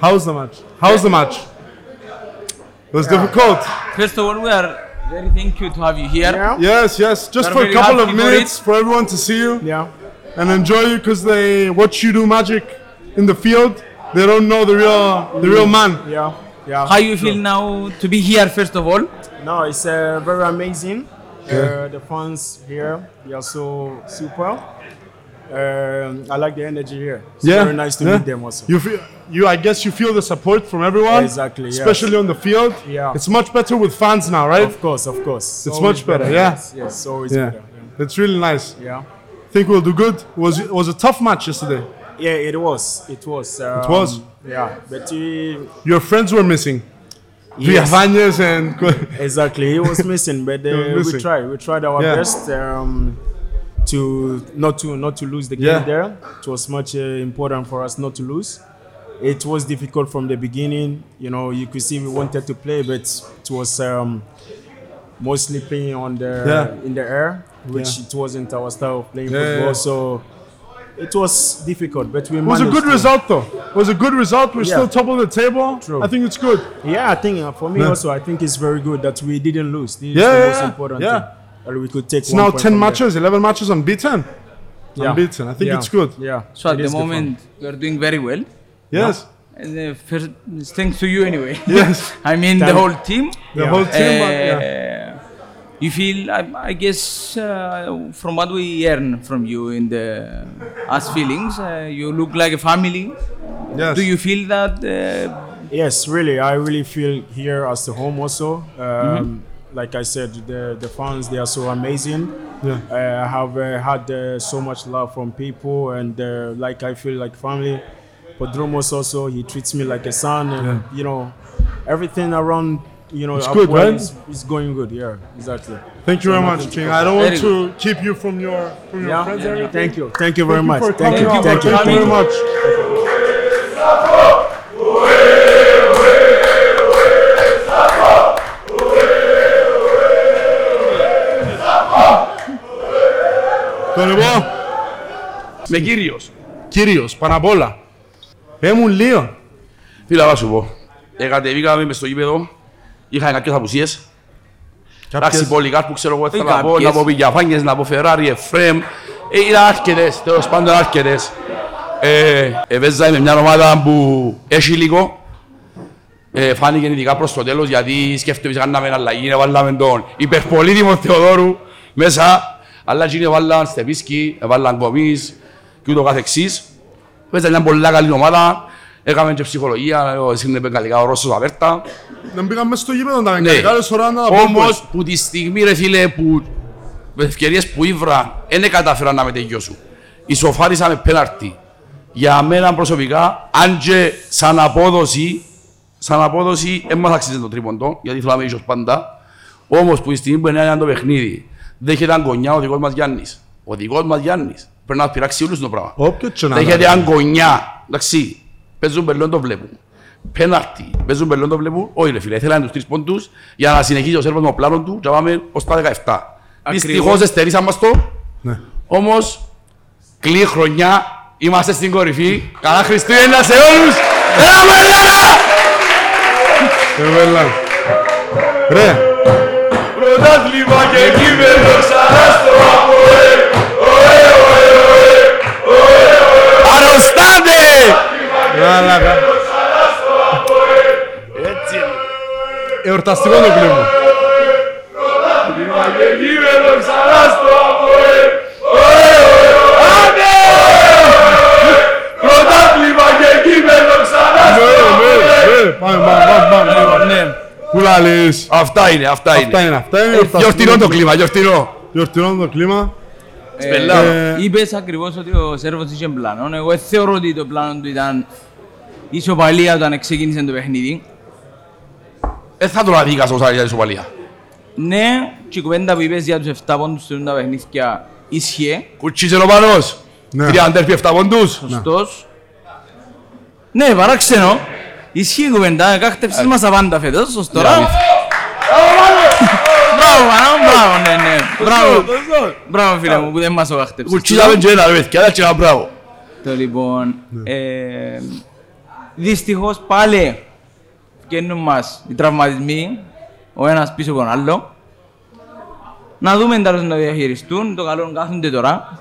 [SPEAKER 1] How's the match? How's the match? It was difficult.
[SPEAKER 4] First of all, we are very thank you to have you here.
[SPEAKER 2] Yeah.
[SPEAKER 1] Yes, yes. Just
[SPEAKER 4] We're
[SPEAKER 1] for a
[SPEAKER 4] very
[SPEAKER 1] couple
[SPEAKER 4] happy
[SPEAKER 1] of
[SPEAKER 4] for
[SPEAKER 1] minutes for everyone to see you
[SPEAKER 2] Yeah.
[SPEAKER 1] and enjoy you because they watch you do magic in the field. They don't know the real the real man.
[SPEAKER 5] Yeah, yeah.
[SPEAKER 4] How you feel now to be here? First of all,
[SPEAKER 5] No, it's uh, very amazing. Uh, the fans here, they are so super. Um, I like the energy here. It's
[SPEAKER 1] yeah.
[SPEAKER 5] very nice to
[SPEAKER 1] yeah.
[SPEAKER 5] meet them also.
[SPEAKER 1] You feel you I guess you feel the support from everyone.
[SPEAKER 5] Exactly, yes.
[SPEAKER 1] Especially on the field.
[SPEAKER 5] Yeah.
[SPEAKER 1] It's much better with fans now, right?
[SPEAKER 5] Of course, of course.
[SPEAKER 1] It's
[SPEAKER 5] Always
[SPEAKER 1] much better, yeah.
[SPEAKER 5] Yes, yes, always
[SPEAKER 1] yeah.
[SPEAKER 5] better.
[SPEAKER 1] It's really nice.
[SPEAKER 5] Yeah.
[SPEAKER 1] Think we'll do good. Was it was a tough match yesterday.
[SPEAKER 5] yeah, yeah. It was, it was. Um,
[SPEAKER 1] was.
[SPEAKER 5] Yeah, but uh,
[SPEAKER 1] Your friends were missing.
[SPEAKER 5] Yes.
[SPEAKER 1] Villafañez and
[SPEAKER 5] exactly, he was missing. But uh,
[SPEAKER 1] was missing.
[SPEAKER 5] we tried, we tried our
[SPEAKER 1] Yeah.
[SPEAKER 5] best um, to not to not to lose the game
[SPEAKER 1] Yeah.
[SPEAKER 5] there. It was much uh, important for us not to lose. It was difficult from the beginning. You know, you could see we wanted to play, but it was um, mostly playing on the
[SPEAKER 1] Yeah.
[SPEAKER 5] in the air, which
[SPEAKER 1] Yeah.
[SPEAKER 5] it wasn't our style of playing
[SPEAKER 1] Yeah, yeah,
[SPEAKER 5] football.
[SPEAKER 1] yeah.
[SPEAKER 5] So it was difficult, but we
[SPEAKER 1] It was a
[SPEAKER 5] managed
[SPEAKER 1] good
[SPEAKER 5] to-
[SPEAKER 1] result though. It was a good result. We're
[SPEAKER 5] Yeah.
[SPEAKER 1] still top of the table.
[SPEAKER 5] True.
[SPEAKER 1] I think it's good.
[SPEAKER 5] Yeah, I think uh, for me
[SPEAKER 1] Yeah.
[SPEAKER 5] also, I think it's very good that we didn't lose. This
[SPEAKER 1] Yeah,
[SPEAKER 5] is the
[SPEAKER 1] yeah,
[SPEAKER 5] most
[SPEAKER 1] yeah,
[SPEAKER 5] important
[SPEAKER 1] yeah.
[SPEAKER 5] thing. That we could take.
[SPEAKER 1] It's now 10 matches, 11 matches unbeaten. Unbeaten. I think it's good.
[SPEAKER 5] Yeah.
[SPEAKER 4] so at
[SPEAKER 5] it
[SPEAKER 4] the
[SPEAKER 5] is good for
[SPEAKER 4] moment we are doing very well.
[SPEAKER 1] Yes.
[SPEAKER 4] And uh, first, thanks to you anyway.
[SPEAKER 1] (laughs) Yes.
[SPEAKER 4] I mean the
[SPEAKER 5] Thank-
[SPEAKER 4] whole team.
[SPEAKER 1] The whole team. but
[SPEAKER 5] Eh,
[SPEAKER 1] yeah.
[SPEAKER 4] Uh, You feel, I, I guess, uh, from what we learn from you in the us feelings, uh, you look like a family.
[SPEAKER 1] Yes.
[SPEAKER 4] Do you feel that? Uh,
[SPEAKER 5] me. Yes, really. I really feel here as the home also. Um,
[SPEAKER 1] Mm-hmm.
[SPEAKER 5] Like I said, the, the fans, they are so amazing.
[SPEAKER 1] Yeah.
[SPEAKER 5] Uh, I have uh, had uh, so much love from people and uh, like I feel like family. Podromos also, he treats me like a son. And, You know, everything around, you know,
[SPEAKER 1] It's
[SPEAKER 5] up
[SPEAKER 1] good,
[SPEAKER 5] well
[SPEAKER 1] right?
[SPEAKER 5] is, is going good. Yeah, exactly.
[SPEAKER 1] Thank you very much, King. I don't want
[SPEAKER 4] Very
[SPEAKER 1] to keep you from your from your
[SPEAKER 5] Yeah.
[SPEAKER 1] friends.
[SPEAKER 5] Yeah,
[SPEAKER 1] and
[SPEAKER 5] yeah.
[SPEAKER 1] everything.
[SPEAKER 5] Thank you. Thank you very
[SPEAKER 1] Thank
[SPEAKER 5] much.
[SPEAKER 1] you for
[SPEAKER 5] Thank
[SPEAKER 1] coming
[SPEAKER 5] you.
[SPEAKER 1] over.
[SPEAKER 5] Thank you.
[SPEAKER 1] Thank you very much. Τον εγώ,
[SPEAKER 3] Με κύριο.
[SPEAKER 1] κύριος, πάνω απ' όλα. Έμουν λίγο.
[SPEAKER 3] Φίλα, θα σου πω. Ε, κατεβήκαμε μες στο γήπεδο. Είχα κάποιες απουσίες. Εντάξει, Πολυκάρπου, ξέρω εγώ, θέλω να πω,
[SPEAKER 4] κάποιες.
[SPEAKER 3] να πω Πηγιαφάνιες, να πω Φεράρι, Εφρέμ. Ε, Ήταν άρκετες, τέλος πάντων άρκετες. Ε, Επέζαμε με μια ομάδα που έχει λίγο. Ε, φάνηκε ειδικά προς το τέλος, γιατί σκέφτομαι κάναμε αλλαγή, βάλαμε τον υπερπολίτημο Θεοδόρου μέσα. Αλλά εκείνοι βάλαν Στεβίσκι, βάλαν Κομίς και ούτω καθεξής. Παίζαμε μια πολλά καλή ομάδα. Έκαμε και ψυχολογία, ε, ο- σύννεπε γαλλικά ο Ρώσος Αβέρτα.
[SPEAKER 1] Να μπήκαμε στο γήπεδο τα
[SPEAKER 3] Ναι.
[SPEAKER 1] μεγάλη σωρά να τα πούμε.
[SPEAKER 3] Όμω που τη στιγμή, ρε φίλε, που με ευκαιρίε που ήβρα, δεν κατάφεραν να με τελειώσουν. Ισοφάρισα με πέναρτη. Για μένα προσωπικά, αν και σαν απόδοση, σαν απόδοση, δεν μα αξίζει το τρίποντο, γιατί θέλω να είμαι ίσως πάντα. Όμω που η στιγμή που είναι το παιχνίδι, δέχεται αγκονιά ο δικό μα Γιάννη. Ο δικό μα Γιάννη. Πρέπει να πειράξει όλου το πράγμα.
[SPEAKER 1] Όποιο και να
[SPEAKER 3] Δέχεται
[SPEAKER 1] είναι.
[SPEAKER 3] αγκονιά. Εντάξει. Παίζουν πελόν το βλέπουν. Πέναρτη. Παίζουν πελόν το βλέπουν. Όχι, ρε φίλε. Θέλανε του τρει πόντου για να συνεχίσει ο Σέρβο με το πλάνο του και να πάμε ω τα 17.
[SPEAKER 4] Ακριβώς.
[SPEAKER 3] Δυστυχώ εστερήσαμε μας το.
[SPEAKER 1] Ναι.
[SPEAKER 3] Όμω, κλείνει χρονιά. Είμαστε στην κορυφή. Καλά Χριστούγεννα σε όλου. Έλα, παιδιά!
[SPEAKER 1] Ε, βέλα. Ρε,
[SPEAKER 3] Πρωτάθλημα και κύπελο ξανά στο Αποέλ. Αρρωστάτε!
[SPEAKER 1] μάλακα.
[SPEAKER 3] Έτσι.
[SPEAKER 1] Ε, Εορταστικό το κλίμα.
[SPEAKER 3] Πρωτάθλημα και κύπελο ξανά στο Αποέλ. Άντε! Πρωτάθλημα και κύπελο ξανά
[SPEAKER 1] Ε,
[SPEAKER 3] στο
[SPEAKER 1] Ναι, ναι, ναι. Πάμε, πάμε, πάμε, πάμε, πάμε.
[SPEAKER 4] ναι.
[SPEAKER 1] Πού λαλείς.
[SPEAKER 3] Αυτά είναι, αυτά
[SPEAKER 1] Αυτά
[SPEAKER 3] είναι.
[SPEAKER 1] είναι, αυτά είναι.
[SPEAKER 3] Γιορτινό
[SPEAKER 1] εορταστικό
[SPEAKER 3] το κλίμα, γιορτινό.
[SPEAKER 1] Γιορτινό το κλίμα.
[SPEAKER 3] Σπελάω.
[SPEAKER 1] Ε,
[SPEAKER 4] Είπες ακριβώς ότι ο Σέρβος είχε πλάνο. Εγώ δεν θεωρώ ότι το πλάνο του ήταν ισοπαλία όταν ξεκίνησε το παιχνίδι.
[SPEAKER 3] Δεν Ε, θα τον αδίκασα ως άλλη ισοπαλία.
[SPEAKER 4] Ναι, και η κουβέντα που είπες για τους 7 πόντους του τα παιχνίδια ίσχυε.
[SPEAKER 3] Κουτσίζε ο Πάνος.
[SPEAKER 1] Ναι.
[SPEAKER 3] Τρία αντέρφια, εφτά ποντούς.
[SPEAKER 4] Σωστός. Ναι, παράξενο. Ισχύει η κουβέντα, κάχτεψες μας τα πάντα φέτος, σωστό.
[SPEAKER 3] Ναι,
[SPEAKER 4] Μπράβο,
[SPEAKER 3] αλήθεια.
[SPEAKER 4] Μπράβο, Μανώ, μπράβο, ναι, ναι. Μπράβο, μπράβο φίλε μου που δεν μας το κάχτεψες.
[SPEAKER 3] Κουτσίζαμε και ένα ρε παιδιά, και ένα μπράβο.
[SPEAKER 4] αυτό λοιπόν. Ε, Δυστυχώ πάλι βγαίνουν μα οι τραυματισμοί, ο ένα πίσω από τον άλλο. Να δούμε τέλο να διαχειριστούν. Το καλό κάθονται τώρα.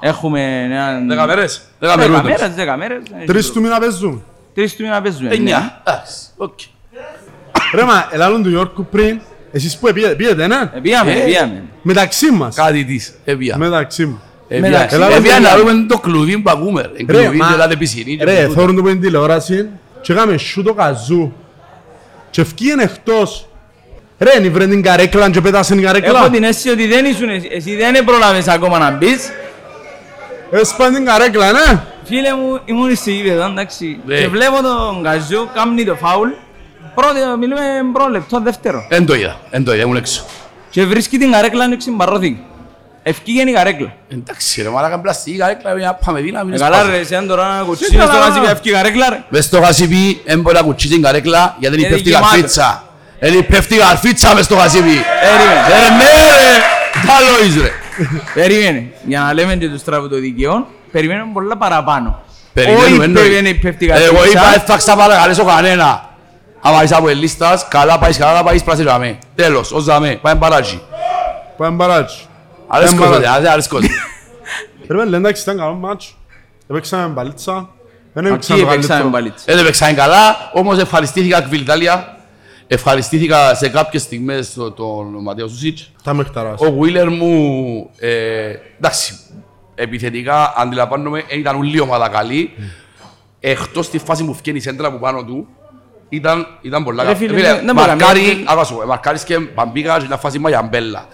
[SPEAKER 4] Έχουμε έναν.
[SPEAKER 3] Δέκα μέρες. Δέκα
[SPEAKER 4] Δέκα
[SPEAKER 3] μερούδες.
[SPEAKER 4] μέρες, δέκα μέρες.
[SPEAKER 1] Τρεις του μήνα παίζουν.
[SPEAKER 4] Τρεις του μήνα παίζουμε. ναι.
[SPEAKER 3] Εννιά. Εντάξει, οκ.
[SPEAKER 1] Ρε μα, ελάλουν του Ιόρκου πριν, εσείς που επήγετε, πήγατε έναν,
[SPEAKER 4] Ε, Πήγαμε,
[SPEAKER 3] Ε.
[SPEAKER 4] πήγαμε.
[SPEAKER 1] μεταξύ μας.
[SPEAKER 3] Κάτι της. Έβια.
[SPEAKER 1] Μεταξύ μου.
[SPEAKER 3] Έβια.
[SPEAKER 4] μεταξύ.
[SPEAKER 3] Έβια να
[SPEAKER 1] Ελλάδα-
[SPEAKER 3] δούμε το κλουβί που ακούμε. ρε.
[SPEAKER 1] Ρε,
[SPEAKER 3] Κλουβί,
[SPEAKER 1] μα,
[SPEAKER 3] δηλαδή πισινή. και
[SPEAKER 1] ρε,
[SPEAKER 3] τούτα.
[SPEAKER 1] θόρουν του που είναι τηλεόραση και έκαμε σου το καζού. Και ευκήγεν εκτός. Ρε, νιβρεν την καρέκλα και πέτασαν την
[SPEAKER 4] Έχω
[SPEAKER 1] καρέκλα.
[SPEAKER 4] την αίσθηση ότι δεν ήσουν εσύ, εσύ δεν επρόλαβες ακόμα να μπεις.
[SPEAKER 1] Έσπαν την καρέκλα, ναι.
[SPEAKER 4] Φίλε μου, ήμουν στη γήπεδο, εντάξει.
[SPEAKER 3] Ναι.
[SPEAKER 4] Και βλέπω τον Καζού, κάνει το φάουλ. Πρώτο, μιλούμε πρόλεπτο, δεύτερο.
[SPEAKER 3] Δεν το είδα. Δεν το είδα. Ήμουν έξω.
[SPEAKER 4] Και βρίσκει την καρέκλα να ξυμπαρρώθηκε. Ευκήγεν η καρέκλα.
[SPEAKER 3] Εντάξει ρε, μάλακα πλαστική καρέκλα, μια πάμε δύναμη.
[SPEAKER 4] Ε,
[SPEAKER 3] είναι
[SPEAKER 4] Καλά
[SPEAKER 3] σπάσμα.
[SPEAKER 4] ρε, εσύ αν τώρα να κουτσίνεις
[SPEAKER 1] καλά.
[SPEAKER 4] τώρα να ευκεί η καρέκλα ρε.
[SPEAKER 3] Μες στο γασίπι, δεν μπορεί να κουτσίσει την καρέκλα, γιατί δεν
[SPEAKER 4] Είναι
[SPEAKER 3] πέφτει η
[SPEAKER 4] γεμάτο.
[SPEAKER 3] καρφίτσα. Δεν πέφτει η καρφίτσα μες στο γασίπι.
[SPEAKER 4] Περίμενε.
[SPEAKER 3] Ε, ναι ρε. Καλό είσαι ρε.
[SPEAKER 4] Περίμενε. Για να λέμε και τους τραβητοδικαιών, περιμένουμε πολλά παραπάνω.
[SPEAKER 3] Περιμένουμε,
[SPEAKER 4] Όχι
[SPEAKER 3] εννοεί.
[SPEAKER 4] δεν υπέφτει η
[SPEAKER 3] Εγώ είπα,
[SPEAKER 4] καρέκλα.
[SPEAKER 3] δεν θα ξαπαρακαλέσω κανένα. Άμα είσαι από ελίστας, καλά πάεις, καλά να πάεις, πράσινο αμέ. Τέλος, ως αμέ, πάμε παράτσι.
[SPEAKER 1] Πάμε παράτσι.
[SPEAKER 3] Αρέσκω
[SPEAKER 1] Πάμε.
[SPEAKER 3] τότε, αρέ- αρέσκω τότε.
[SPEAKER 1] Ρε, παιδιά, εντάξει, ήταν καλό μάτσο. Έπαιξαμε μπαλίτσα. Δεν
[SPEAKER 4] Εκεί
[SPEAKER 1] έπαιξαμε το
[SPEAKER 4] έπαιξαμε
[SPEAKER 1] καλύτερο.
[SPEAKER 4] παλίτσα.
[SPEAKER 3] Δεν
[SPEAKER 4] (laughs)
[SPEAKER 3] έπαιξαν καλά, όμως ευχαριστήθηκα κβιλτάλια. Ευχαριστήθηκα σε κάποιες στιγμές το- τον Ματέο Σουσίτς.
[SPEAKER 1] Τα μεχταράς.
[SPEAKER 3] Ο Γουίλερ μου, ε, εντάξει, επιθετικά αντιλαμβάνομαι, δεν ήταν ούλη ομάδα καλή.
[SPEAKER 4] Mm.
[SPEAKER 3] Εκτός τη φάση που βγαίνει η σέντρα από πάνω του, ήταν, ήταν πολλά
[SPEAKER 4] Ρε
[SPEAKER 3] καλά.
[SPEAKER 4] φίλε,
[SPEAKER 3] Φίλε,
[SPEAKER 4] ναι, ναι,
[SPEAKER 3] Μαρκάρι,
[SPEAKER 4] παραμένει-
[SPEAKER 3] άρα σου, πω, μαρκάρις και μπαμπίκα και ήταν φάση μαγιαμπέλα.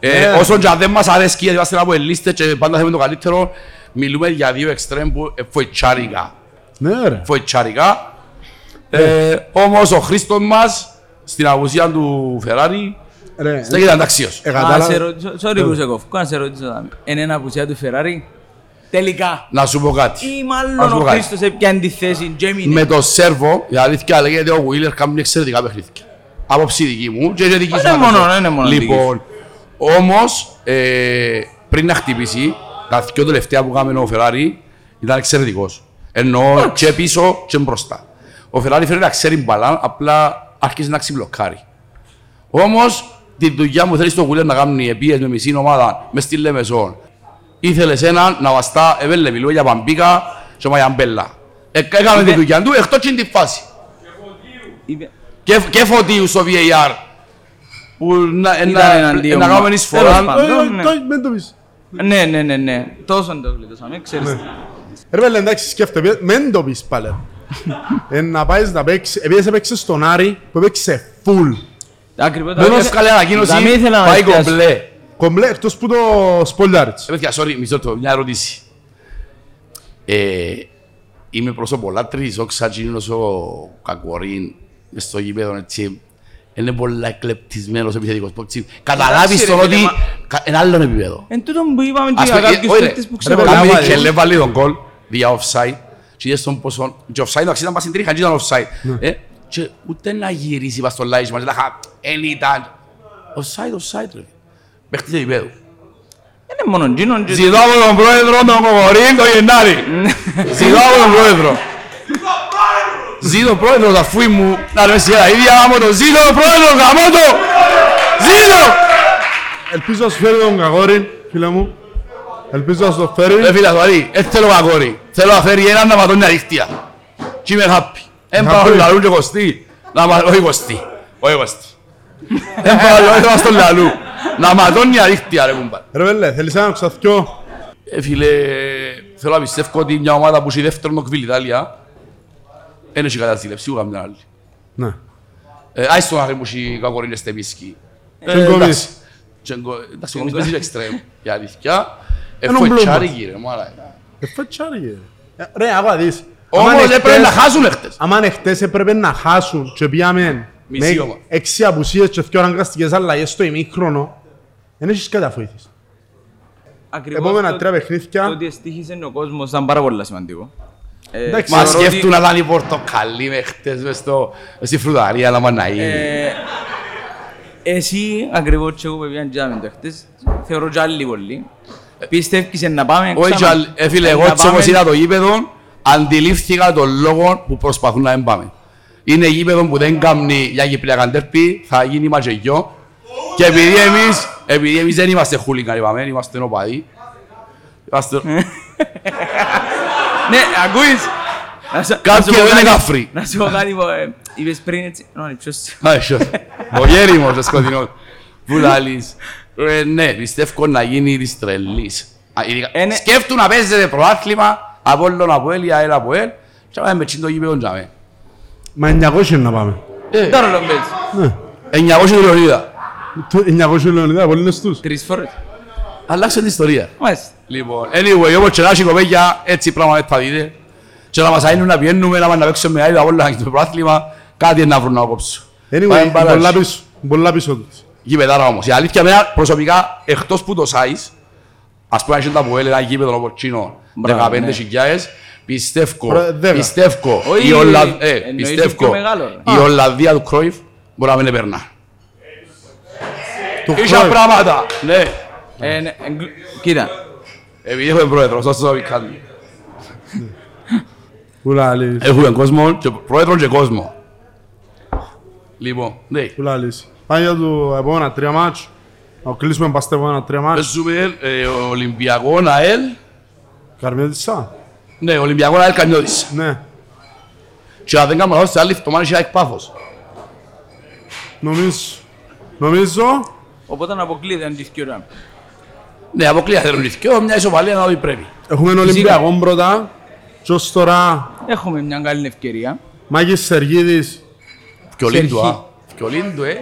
[SPEAKER 3] Ε,
[SPEAKER 1] Ναι.
[SPEAKER 3] όσον και αν δεν μας αρέσκει, γιατί είμαστε από ελίστες και πάντα θέλουμε το καλύτερο, μιλούμε για δύο εξτρέμ που ε, φοητσάρικα.
[SPEAKER 1] Ναι, ρε.
[SPEAKER 3] Φοητσάρικα. Ε, όμως ο Χρήστος μας, στην απουσία του Φεράρι,
[SPEAKER 1] Ρε,
[SPEAKER 3] στέκεται ανταξίως.
[SPEAKER 1] Ναι. ε,
[SPEAKER 4] Να σε
[SPEAKER 1] κατάλαβα.
[SPEAKER 4] ρωτήσω, sorry που σε κόφω, να σε ρωτήσω, είναι ένα απουσία του Φεράρι. Τελικά.
[SPEAKER 3] Να σου πω κάτι.
[SPEAKER 4] Ή
[SPEAKER 3] Ας
[SPEAKER 4] μάλλον
[SPEAKER 3] πω
[SPEAKER 4] ο
[SPEAKER 3] κάτι.
[SPEAKER 4] Χρήστος έπιανε τη θέση, Τζέμινε.
[SPEAKER 3] με το Σέρβο, η αλήθεια λέγεται ο Γουίλερ κάνει εξαιρετικά παιχνίδια. Άποψη δική μου και είναι δική
[SPEAKER 4] Όχι
[SPEAKER 3] σου.
[SPEAKER 4] μόνο,
[SPEAKER 3] Μάτος.
[SPEAKER 4] δεν είναι μόνο
[SPEAKER 3] Λοιπόν, όμως, ε, πριν να χτυπήσει, τα δυο τελευταία που κάμε ο Φεράρι ήταν εξαιρετικός. Ενώ και πίσω και μπροστά. Ο Φεράρι φέρνει να ξέρει μπαλά, απλά άρχισε να ξυπλοκάρει. Όμως, τη δουλειά μου θέλεις στο Γουίλερ να κάνει επίες με μισή ομάδα, μες στη Λεμεσόν. Ήθελες έναν να βαστά, εβέλε μιλούμε για Παμπίκα και Μαγιαμπέλα. Ε, Έκαμε τη
[SPEAKER 4] Είπε-
[SPEAKER 3] δουλειά του, εκτός και την φάση.
[SPEAKER 4] Είπε-
[SPEAKER 3] Και, και φωτίου στο VAR. Που να, ε, να,
[SPEAKER 4] Ήταν
[SPEAKER 3] ε, να
[SPEAKER 4] εναντίον μας.
[SPEAKER 3] κάνουμε
[SPEAKER 4] Τέλος
[SPEAKER 3] εισφορά.
[SPEAKER 4] πάντων.
[SPEAKER 1] Ε, ε,
[SPEAKER 4] ναι.
[SPEAKER 1] το- Μην το πεις.
[SPEAKER 4] Ναι, ναι, ναι, ναι. Τόσο το γλιτώσαμε, ξέρεις.
[SPEAKER 1] Ρε παιδιά, εντάξει, σκέφτε, μεν το πεις
[SPEAKER 4] (laughs)
[SPEAKER 1] πάλι. Ε, να πάεις να παίξεις, επειδή σε παίξεις στον Άρη, που παίξε φουλ.
[SPEAKER 4] Ακριβώς.
[SPEAKER 3] Δεν
[SPEAKER 4] Τέλος-
[SPEAKER 3] έβγαλε ανακοίνωση,
[SPEAKER 4] Δεν ήθελα να
[SPEAKER 3] πάει
[SPEAKER 4] εστιάσω.
[SPEAKER 3] κομπλέ.
[SPEAKER 1] Κομπλέ, εκτός που το σπολιάριτς.
[SPEAKER 3] Ε, παιδιά, sorry, μισό το, μια ερώτηση. Ε, είμαι προσωπολάτρης, ο Ξατζίνος, ο Κακουωρίν, μες στο γήπεδο, έτσι, είναι πολλά εκλεπτισμένος επιθετικός. Πώς- Καταλάβεις
[SPEAKER 4] Εντάξει,
[SPEAKER 3] τον
[SPEAKER 4] ρε,
[SPEAKER 3] ότι
[SPEAKER 4] φίλε, μα-
[SPEAKER 3] κα- ένα άλλο επίπεδο.
[SPEAKER 4] Εν τούτο που είπαμε και
[SPEAKER 3] Ας
[SPEAKER 4] για
[SPEAKER 3] το
[SPEAKER 4] κάποιους
[SPEAKER 3] όχι, ρε,
[SPEAKER 4] παίκτες που
[SPEAKER 3] ρε,
[SPEAKER 1] πολλά
[SPEAKER 4] ξεπερνάμε.
[SPEAKER 3] κάμνη
[SPEAKER 1] βάζει.
[SPEAKER 3] και λέει, βάλει τον κόλ, δια offside, και είδες τον πόσο, και offside, εντάξει, ήταν πάση τρίχα, και ήταν offside. Eh, Ε, και ούτε να γυρίσει πας στο live μας, λάχα, εν ήταν. Offside, offside, ρε. Παίχτης επίπεδου.
[SPEAKER 4] Είναι μόνο τζίνον και-
[SPEAKER 3] Ζητώ από τον πρόεδρο τον Κοκορή το Γενάρη. Ζητώ από τον πρόεδρο. Ζήτω πρόεδρο τα φούη μου. Να ρε σιγά, ίδια γάμο το. Ζήτω πρόεδρο γάμο το. Ζήτω.
[SPEAKER 1] Ελπίζω να σου φέρει τον Καγόρη, φίλε μου. Ελπίζω να σου το
[SPEAKER 3] Ρε
[SPEAKER 1] φέρει.
[SPEAKER 3] φίλα του Αρή, δεν θέλω κακόρι. Θέλω να φέρει έναν να ματώνει αδίκτυα. Και είμαι happy. Εν πάω
[SPEAKER 1] Happy.
[SPEAKER 3] να λαλούν και κοστί. Να μα... Όχι κοστί. Όχι κοστί. Εν πάω να λαλούν στον λαλού. Να ματώνει αδίκτυα ρε κουμπάρ.
[SPEAKER 1] Ρε παιδιά, θέλεις έναν ξαθκιό.
[SPEAKER 3] Ε, φίλε, θέλω να πιστεύω ότι μια ομάδα που έχει δεύτερον το κβίλ Ιταλία δεν έχει καταστήλευση σίγουρα μια άλλη.
[SPEAKER 1] Ναι.
[SPEAKER 3] Ε, Άιστο να μου έχει κακορίνε στεπίσκι.
[SPEAKER 1] Τσενκοβίτς.
[SPEAKER 3] εντάξει. Τσενκο- Εντάξει, ο
[SPEAKER 1] (laughs)
[SPEAKER 3] Κοβίτς παίζει εξτρέμ. Η αλήθεια, Ε,
[SPEAKER 1] Έναν
[SPEAKER 3] εφοητσάρι κύριε μάρα.
[SPEAKER 1] Ε, φατσάρι, ρε. Ε, Ρε, άκουα δεις. Άμα
[SPEAKER 3] Όμως
[SPEAKER 1] είναι
[SPEAKER 3] έπρεπε να
[SPEAKER 1] χτες-
[SPEAKER 3] χάσουν χτες.
[SPEAKER 1] Άμα είναι χτες έπρεπε να χάσουν και πήγαμε
[SPEAKER 3] Μισή
[SPEAKER 1] με
[SPEAKER 3] ομάδα.
[SPEAKER 1] έξι απουσίες και δυο αναγκαστικές αλλαγές στο ημίχρονο. Δεν έχεις καταφοήθηση.
[SPEAKER 4] Ακριβώς
[SPEAKER 1] Επόμενα
[SPEAKER 4] το-
[SPEAKER 1] τρία
[SPEAKER 4] Το
[SPEAKER 1] παιχνίδια.
[SPEAKER 4] ότι εστίχησε ο κόσμος ήταν πάρα πολύ σημαντικό. Ε,
[SPEAKER 1] Εντάξει,
[SPEAKER 3] Μα
[SPEAKER 4] θεωρώ ότι-
[SPEAKER 3] σκέφτουν να λάνει πορτοκαλί με χτες μες στο- στη φρουταρία να μαναεί.
[SPEAKER 4] Ε, Εσύ ακριβώς και εγώ που πήγαν τζάμιν το χτες, θεωρώ και άλλοι πολλοί. Πιστεύεις να πάμε
[SPEAKER 3] Όχι,
[SPEAKER 4] ξανά.
[SPEAKER 3] τζαλ- ε, φίλε,
[SPEAKER 4] Να
[SPEAKER 3] εγώ έτσι
[SPEAKER 4] πάμε.
[SPEAKER 3] όμως είδα το γήπεδο, αντιλήφθηκα τον λόγο που προσπαθούν να μην πάμε. Είναι γήπεδο που δεν κάνει για Κυπριακά ντέρπι, θα γίνει ματζεγιό. Και επειδή εμείς, επειδή εμείς δεν είμαστε χούλιγκαν, είπαμε, είμαστε οπαδοί. Είμαστε...
[SPEAKER 4] Ναι, ακούεις. Να σου-
[SPEAKER 3] Κάποιοι
[SPEAKER 4] να σου πω
[SPEAKER 3] εδώ είναι
[SPEAKER 4] κάτι-
[SPEAKER 3] κάφροι.
[SPEAKER 4] Να σου πω κάτι που ε, είπες πριν έτσι. Ω, ποιος-
[SPEAKER 3] Α, ίσως. Ο γέριμος, ο σκοτεινός. Που λαλείς. Ε, Ναι, πιστεύω να γίνει της τρελής. Α, ειδικά-
[SPEAKER 4] Ε, ναι.
[SPEAKER 3] Σκέφτου να παίζετε πρωτάθλημα, Απόλλων, Αποέλ, ή ΑΕΛ, Αποέλ. Και πάμε με τσιν το γήπεδο τζαμε.
[SPEAKER 1] Μα 900 να πάμε.
[SPEAKER 3] Ε,
[SPEAKER 4] Τώρα το παίζεις.
[SPEAKER 3] 900 χιλιονίδα.
[SPEAKER 1] Το 900 λεωνίδα, πολύ νεστούς.
[SPEAKER 4] Τρεις φορές.
[SPEAKER 3] Αλλάξε την ιστορία.
[SPEAKER 4] Μάλιστα.
[SPEAKER 3] Λοιπόν, anyway, όπως και να έχει κοπέγια, έτσι πράγμα δεν θα δείτε. Και να μας αείνουν να πιένουμε, να πάμε να παίξουμε με άλλα όλα, να κάνουμε πρωτάθλημα, κάτι να βρουν να κόψουν.
[SPEAKER 1] Anyway,
[SPEAKER 3] Πάμε μπαλάκι.
[SPEAKER 1] πολλά πίσω, πολλά πίσω τους.
[SPEAKER 3] Γήπεδάρα όμως. Η αλήθεια μένα προσωπικά, εκτός που το size, ας πούμε αν είχε τα που έλεγα γήπεδο όπως Κίνο,
[SPEAKER 4] Μπράβο,
[SPEAKER 3] 15 χιλιάδες, πιστεύω,
[SPEAKER 1] Ρε, δέκα.
[SPEAKER 3] πιστεύω,
[SPEAKER 4] Όχι,
[SPEAKER 3] η Ολλα- ε,
[SPEAKER 4] εννοείς το πιο
[SPEAKER 3] πιστεύω,
[SPEAKER 4] μεγάλο, ρε.
[SPEAKER 3] η Ολλανδία του Κρόιφ μπορεί να μην επερνά.
[SPEAKER 1] Το
[SPEAKER 3] Είχε
[SPEAKER 1] Cruyff.
[SPEAKER 3] πράγματα, ναι.
[SPEAKER 4] Ε, ναι, εγκλ- Κοίτα.
[SPEAKER 3] Επειδή έχουμε πρόεδρος, τόσο θα πει κάτι.
[SPEAKER 1] Που λαλείς,
[SPEAKER 3] Έχουμε κόσμο, και πρόεδρο και κόσμο. Λοιπόν, ναι.
[SPEAKER 1] που λαλείς. Πάμε για το επόμενα τρία μάτς. Να κλείσουμε πας τα επόμενα τρία μάτς.
[SPEAKER 3] Παίζουμε ε, Ολυμπιακό ΑΕΛ.
[SPEAKER 1] Καρμιώτησα.
[SPEAKER 3] Ναι, Ολυμπιακό ΑΕΛ Καμιώτης.
[SPEAKER 1] Ναι.
[SPEAKER 3] Και αν δεν κάνω λάθος, σε άλλη εβδομάδα έχει ΑΕΚ Πάφος.
[SPEAKER 1] Νομίζω. Νομίζω.
[SPEAKER 4] Οπότε να αποκλείεται αν τις κοιόρα.
[SPEAKER 3] Ναι, αποκλείεται τον Ιθκιό, μια ισοπαλία να δει πρέπει.
[SPEAKER 1] Έχουμε τον Ολυμπιακό πρώτα. Και ως τώρα,
[SPEAKER 4] Έχουμε μια καλή ευκαιρία.
[SPEAKER 1] Μάκης Σεργίδης.
[SPEAKER 3] Φιολίντου, α.
[SPEAKER 4] Σεργί.
[SPEAKER 3] Φιολίντου, ε,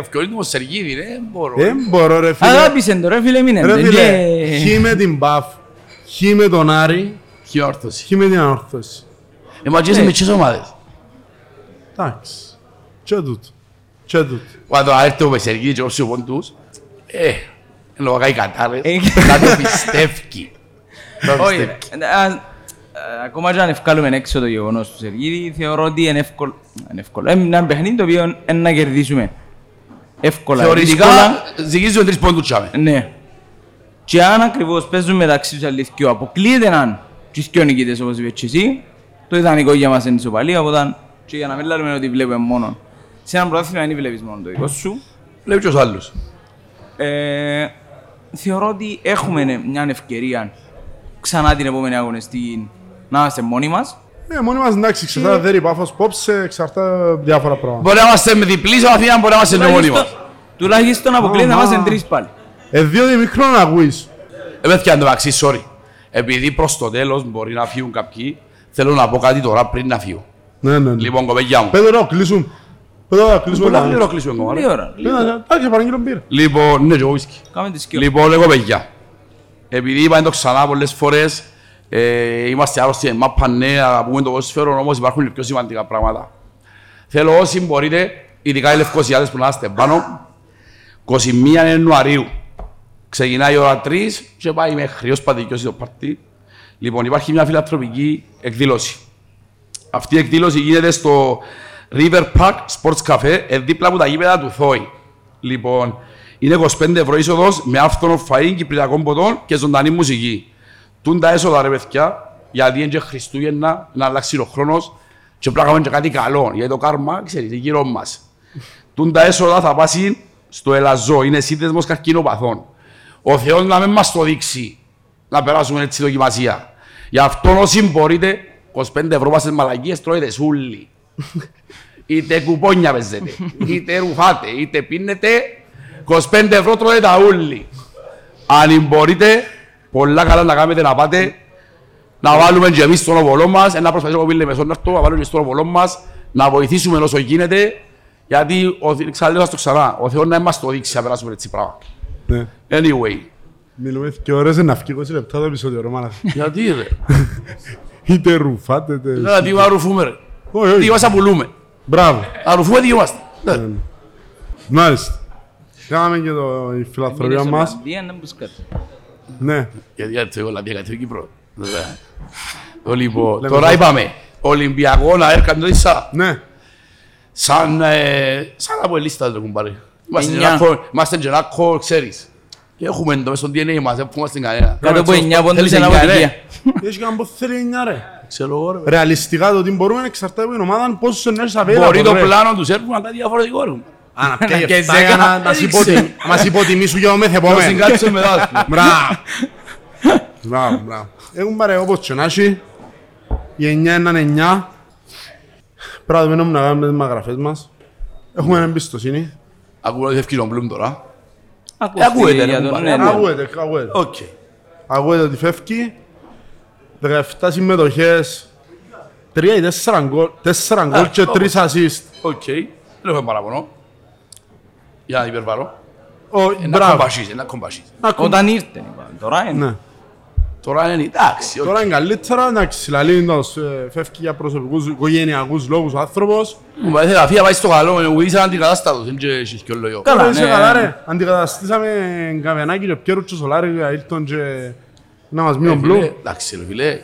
[SPEAKER 3] ο Φιολίντου ο Σεργίδη, ε, μπορώ.
[SPEAKER 1] Δεν μπορώ ρε φίλε.
[SPEAKER 4] Αγάπησε το ρε φίλε μην
[SPEAKER 1] Ρε
[SPEAKER 3] ναι,
[SPEAKER 4] έντεν.
[SPEAKER 1] φίλε,
[SPEAKER 4] Και-
[SPEAKER 1] χι με την Μπαφ. Χι με τον Άρη.
[SPEAKER 3] Χιόρθωση.
[SPEAKER 1] Χι με την Ανόρθωση.
[SPEAKER 3] Ε, μαζί
[SPEAKER 4] Ναι.
[SPEAKER 3] με τις ομάδες.
[SPEAKER 1] Εντάξει. Και τούτο. Και τούτο.
[SPEAKER 3] Όταν έρθει ο Σεργίδη και όψει ο πόντους, ε, ενώ κάνει κατάρρες,
[SPEAKER 4] Ε,
[SPEAKER 3] να το
[SPEAKER 4] (laughs)
[SPEAKER 3] πιστεύει. Να το
[SPEAKER 4] Όχι,
[SPEAKER 3] πιστεύει.
[SPEAKER 4] ε, αν- ε, Ακόμα και αν ευκάλουμε έξω το γεγονός του Σεργίδη, θεωρώ ότι είναι εύκολο. ε, Είναι εύκολο. Είναι ένα παιχνίδι το οποίο είναι να κερδίσουμε. Εύκολα.
[SPEAKER 3] Θεωρητικά,
[SPEAKER 4] δύσκολα.
[SPEAKER 3] ζυγίζουν τρεις πόντους τσάμε.
[SPEAKER 4] Ναι. Και αν ακριβώς παίζουμε μεταξύ τους αληθιού, αποκλείεται να τους δυο νικητές όπως είπες και εσύ, το ιδανικό για μας είναι η ισοπαλία, οπότε και για να μην λέμε ότι βλέπουμε μόνο. Σε έναν πρωτάθλημα δεν βλέπεις μόνο το δικό σου.
[SPEAKER 3] Λέει ποιος άλλος.
[SPEAKER 4] Ε, θεωρώ ότι έχουμε ναι, μια ευκαιρία ξανά την επόμενη αγωνιστή να είμαστε μόνοι μας.
[SPEAKER 1] Ναι, μόνοι μας εντάξει, ξεχάρα δεν πάφος πόψε, εξαρτά διάφορα πράγματα.
[SPEAKER 3] Μπορεί να είμαστε με διπλή σε Αθήνα, μπορεί να είμαστε με μόνοι μας.
[SPEAKER 4] Τουλάχιστον- Τουλάχιστον αποκλείεται να
[SPEAKER 1] Αμά.
[SPEAKER 4] είμαστε τρεις πάλι.
[SPEAKER 1] Ε, δύο δημικρό να ακούεις.
[SPEAKER 3] Επέθηκε αν το μεταξύ, sorry. Επειδή προς το τέλος μπορεί να φύγουν κάποιοι, θέλω να πω κάτι τώρα πριν να φύγω.
[SPEAKER 1] Ναι, ναι, ναι.
[SPEAKER 3] Λοιπόν, κοπέγια μου.
[SPEAKER 1] Πέντε να κλείσουμε. Πέντε να κλείσουμε.
[SPEAKER 3] Πολλά
[SPEAKER 1] κανένα.
[SPEAKER 3] πλήρω κλείσουμε ακόμα.
[SPEAKER 4] Λίγη
[SPEAKER 3] ρε.
[SPEAKER 4] ώρα.
[SPEAKER 1] Ναι, ναι, ναι. Εντάξει, παραγγείλω μπύρα.
[SPEAKER 3] Λοιπόν, ναι, και εγώ whisky.
[SPEAKER 4] Κάμε τη σκιό.
[SPEAKER 3] Λοιπόν, εγώ παιδιά. Επειδή είπαμε το ξανά πολλές φορές, ε, είμαστε άρρωστοι με μάπα ναι, αγαπούμε το ποδοσφαίρο, όμως υπάρχουν και πιο σημαντικά πράγματα. Θέλω όσοι μπορείτε, ειδικά οι λευκοσιάδες που να είστε πάνω, 21 Ιανουαρίου. Ξεκινάει η ώρα 3 και πάει μέχρι ως πατικιώσει το παρτί. Λοιπόν, υπάρχει μια φιλανθρωπική εκδήλωση. Αυτή η εκδήλωση γίνεται στο River Park Sports Cafe, ε, δίπλα από τα γήπεδα του Θόη. Λοιπόν, είναι 25 ευρώ είσοδος με άφθονο φαΐ, κυπριακών ποτών και ζωντανή μουσική. Τούν τα έσοδα ρε παιδιά, γιατί είναι και Χριστούγεννα, να αλλάξει ο χρόνος και πρέπει να κάνουμε και κάτι καλό. Γιατί το κάρμα, ξέρεις, είναι γύρω μας. Τούν τα έσοδα θα πάσει στο Ελαζό, είναι σύνδεσμος καρκινοπαθών. Ο Θεός να μην μας το δείξει να περάσουμε έτσι δοκιμασία. Γι' αυτό όσοι μπορείτε, 25 ευρώ μας στις μαλακίες τρώετε (laughs) σούλι. είτε κουπόνια παίζετε, είτε ρουφάτε, είτε πίνετε, 25 ευρώ τρώτε τα ούλι. Αν μπορείτε, πολλά καλά να κάνετε να πάτε, να βάλουμε και εμείς στον οβολό μας, ε, να προσπαθήσουμε πίλε μεσόν να έρθω, να βάλουμε και στον οβολό μας, να βοηθήσουμε όσο γίνεται, γιατί, ο Θε- ξαναλέω σας το ξανά, ο Θεός να μην μας το δείξει να περάσουμε έτσι πράγμα.
[SPEAKER 1] Ναι.
[SPEAKER 3] Anyway,
[SPEAKER 1] Μιλούμε και ώρες να φύγει 20 λεπτά το επεισόδιο, ρε μάνα.
[SPEAKER 3] γιατί ρε,
[SPEAKER 1] Είτε ρουφάτε, είτε...
[SPEAKER 3] δηλαδή τι βαρουφούμε ρε.
[SPEAKER 1] Όχι, όχι.
[SPEAKER 3] Τι Ε. μας απολούμε.
[SPEAKER 1] Μπράβο.
[SPEAKER 3] Αρουφούμε τι είμαστε. Ναι.
[SPEAKER 1] Μάλιστα. Κάναμε και το, η φιλανθρωπία
[SPEAKER 4] Μείνες
[SPEAKER 1] μας.
[SPEAKER 4] Ολλανδία, να μπεις κάτω.
[SPEAKER 1] Ναι.
[SPEAKER 3] Γιατί γιατί εγώ λαμπία κατ' Κύπρο. Ναι. Το Λοιπόν,
[SPEAKER 1] Λέμε
[SPEAKER 3] τώρα
[SPEAKER 1] τώρα.
[SPEAKER 3] είπαμε. Ολυμπιακό να έρκαν το ίσα. (laughs)
[SPEAKER 1] Ναι.
[SPEAKER 3] eh, Σαν, ε, σαν από ελίστα το κουμπάρι. Είμαστε
[SPEAKER 4] Εννιά.
[SPEAKER 3] γεννάκο, είμαστε γεννάκο, ξέρεις. Έχουμε το μέσο DNA μας, δεν πούμε στην κανένα.
[SPEAKER 4] Κάτω από 9 πόντους
[SPEAKER 3] Θέλεις Ε,
[SPEAKER 4] είναι
[SPEAKER 3] εννιά, ρε.
[SPEAKER 4] αποτυχία.
[SPEAKER 1] Έχεις κάνει πως θέλεις εννιά ρε.
[SPEAKER 3] Ξέρω εγώ, ρε.
[SPEAKER 1] Ρεαλιστικά το τι μπορούμε εξαρτάται από την ομάδα πόσο να έχεις απέλα.
[SPEAKER 3] Μπορεί το πλάνο τους Σέρβου να τα διαφορετικό ρε. (laughs)
[SPEAKER 1] Αν
[SPEAKER 4] να
[SPEAKER 1] πιέγε
[SPEAKER 4] πιέζει
[SPEAKER 1] φτάγια
[SPEAKER 4] δέκα.
[SPEAKER 1] να να σ' υπότι- να σ' υποτιμήσουν για το
[SPEAKER 3] Ποιος
[SPEAKER 1] μεθεπόμενο.
[SPEAKER 3] συγκάτσε μετά,
[SPEAKER 1] (laughs)
[SPEAKER 3] ας πούμε. (laughs)
[SPEAKER 1] Μπράβο. Μπράβο, μπράβο. Έχουν πάρει όπως και να έχει. Η εννιά είναι εννιά. Πρέπει να δούμε να κάνουμε τις μαγραφές μας.
[SPEAKER 3] Ναι.
[SPEAKER 1] Έχουμε εμπιστοσύνη.
[SPEAKER 3] Ακούω ότι ευκαιρία ο Μπλουμ τώρα.
[SPEAKER 4] Ακούστε
[SPEAKER 3] Ακούγεται,
[SPEAKER 4] για
[SPEAKER 3] ρε,
[SPEAKER 4] τον
[SPEAKER 3] κουμπάρε.
[SPEAKER 4] ναι, ναι.
[SPEAKER 1] Ακούγεται, ακούγεται.
[SPEAKER 3] Οκ.
[SPEAKER 1] Ακούγεται ότι φεύγει. 17 συμμετοχές. 3 ή 4 γκολ. 4 γκολ και 3 assist.
[SPEAKER 3] Οκ. Δεν έχω παραπονό. Για να υπερβάλλω.
[SPEAKER 1] Ω,
[SPEAKER 3] Ένα
[SPEAKER 1] Μπράβο.
[SPEAKER 3] κομπασίζει, ένα κομπασίζει.
[SPEAKER 1] Να ακούμε.
[SPEAKER 4] Όταν ήρθε, είπα, τώρα είναι.
[SPEAKER 1] Ναι.
[SPEAKER 3] Τώρα είναι εντάξει. οκ.
[SPEAKER 1] Τώρα είναι καλύτερα, εντάξει, λαλεί εντός, ε, φεύγει για προσωπικούς οικογενειακούς λόγους ο άνθρωπος.
[SPEAKER 3] Μου παρέσει να φύγει, να πάει στο καλό, ε, ο Γκουίς είναι αντικατάστατος, δεν και έχεις και λόγιο.
[SPEAKER 1] Καλά,
[SPEAKER 4] Καλά,
[SPEAKER 1] είσαι
[SPEAKER 4] ναι.
[SPEAKER 1] καλά ρε. Αντικαταστήσαμε Καβιανάκη και Πιέρου και Σολάρη και Αίλτον και να μας μείνουν
[SPEAKER 3] Ε, Φίλε,
[SPEAKER 1] μπλου.
[SPEAKER 3] Εντάξει ρε φίλε,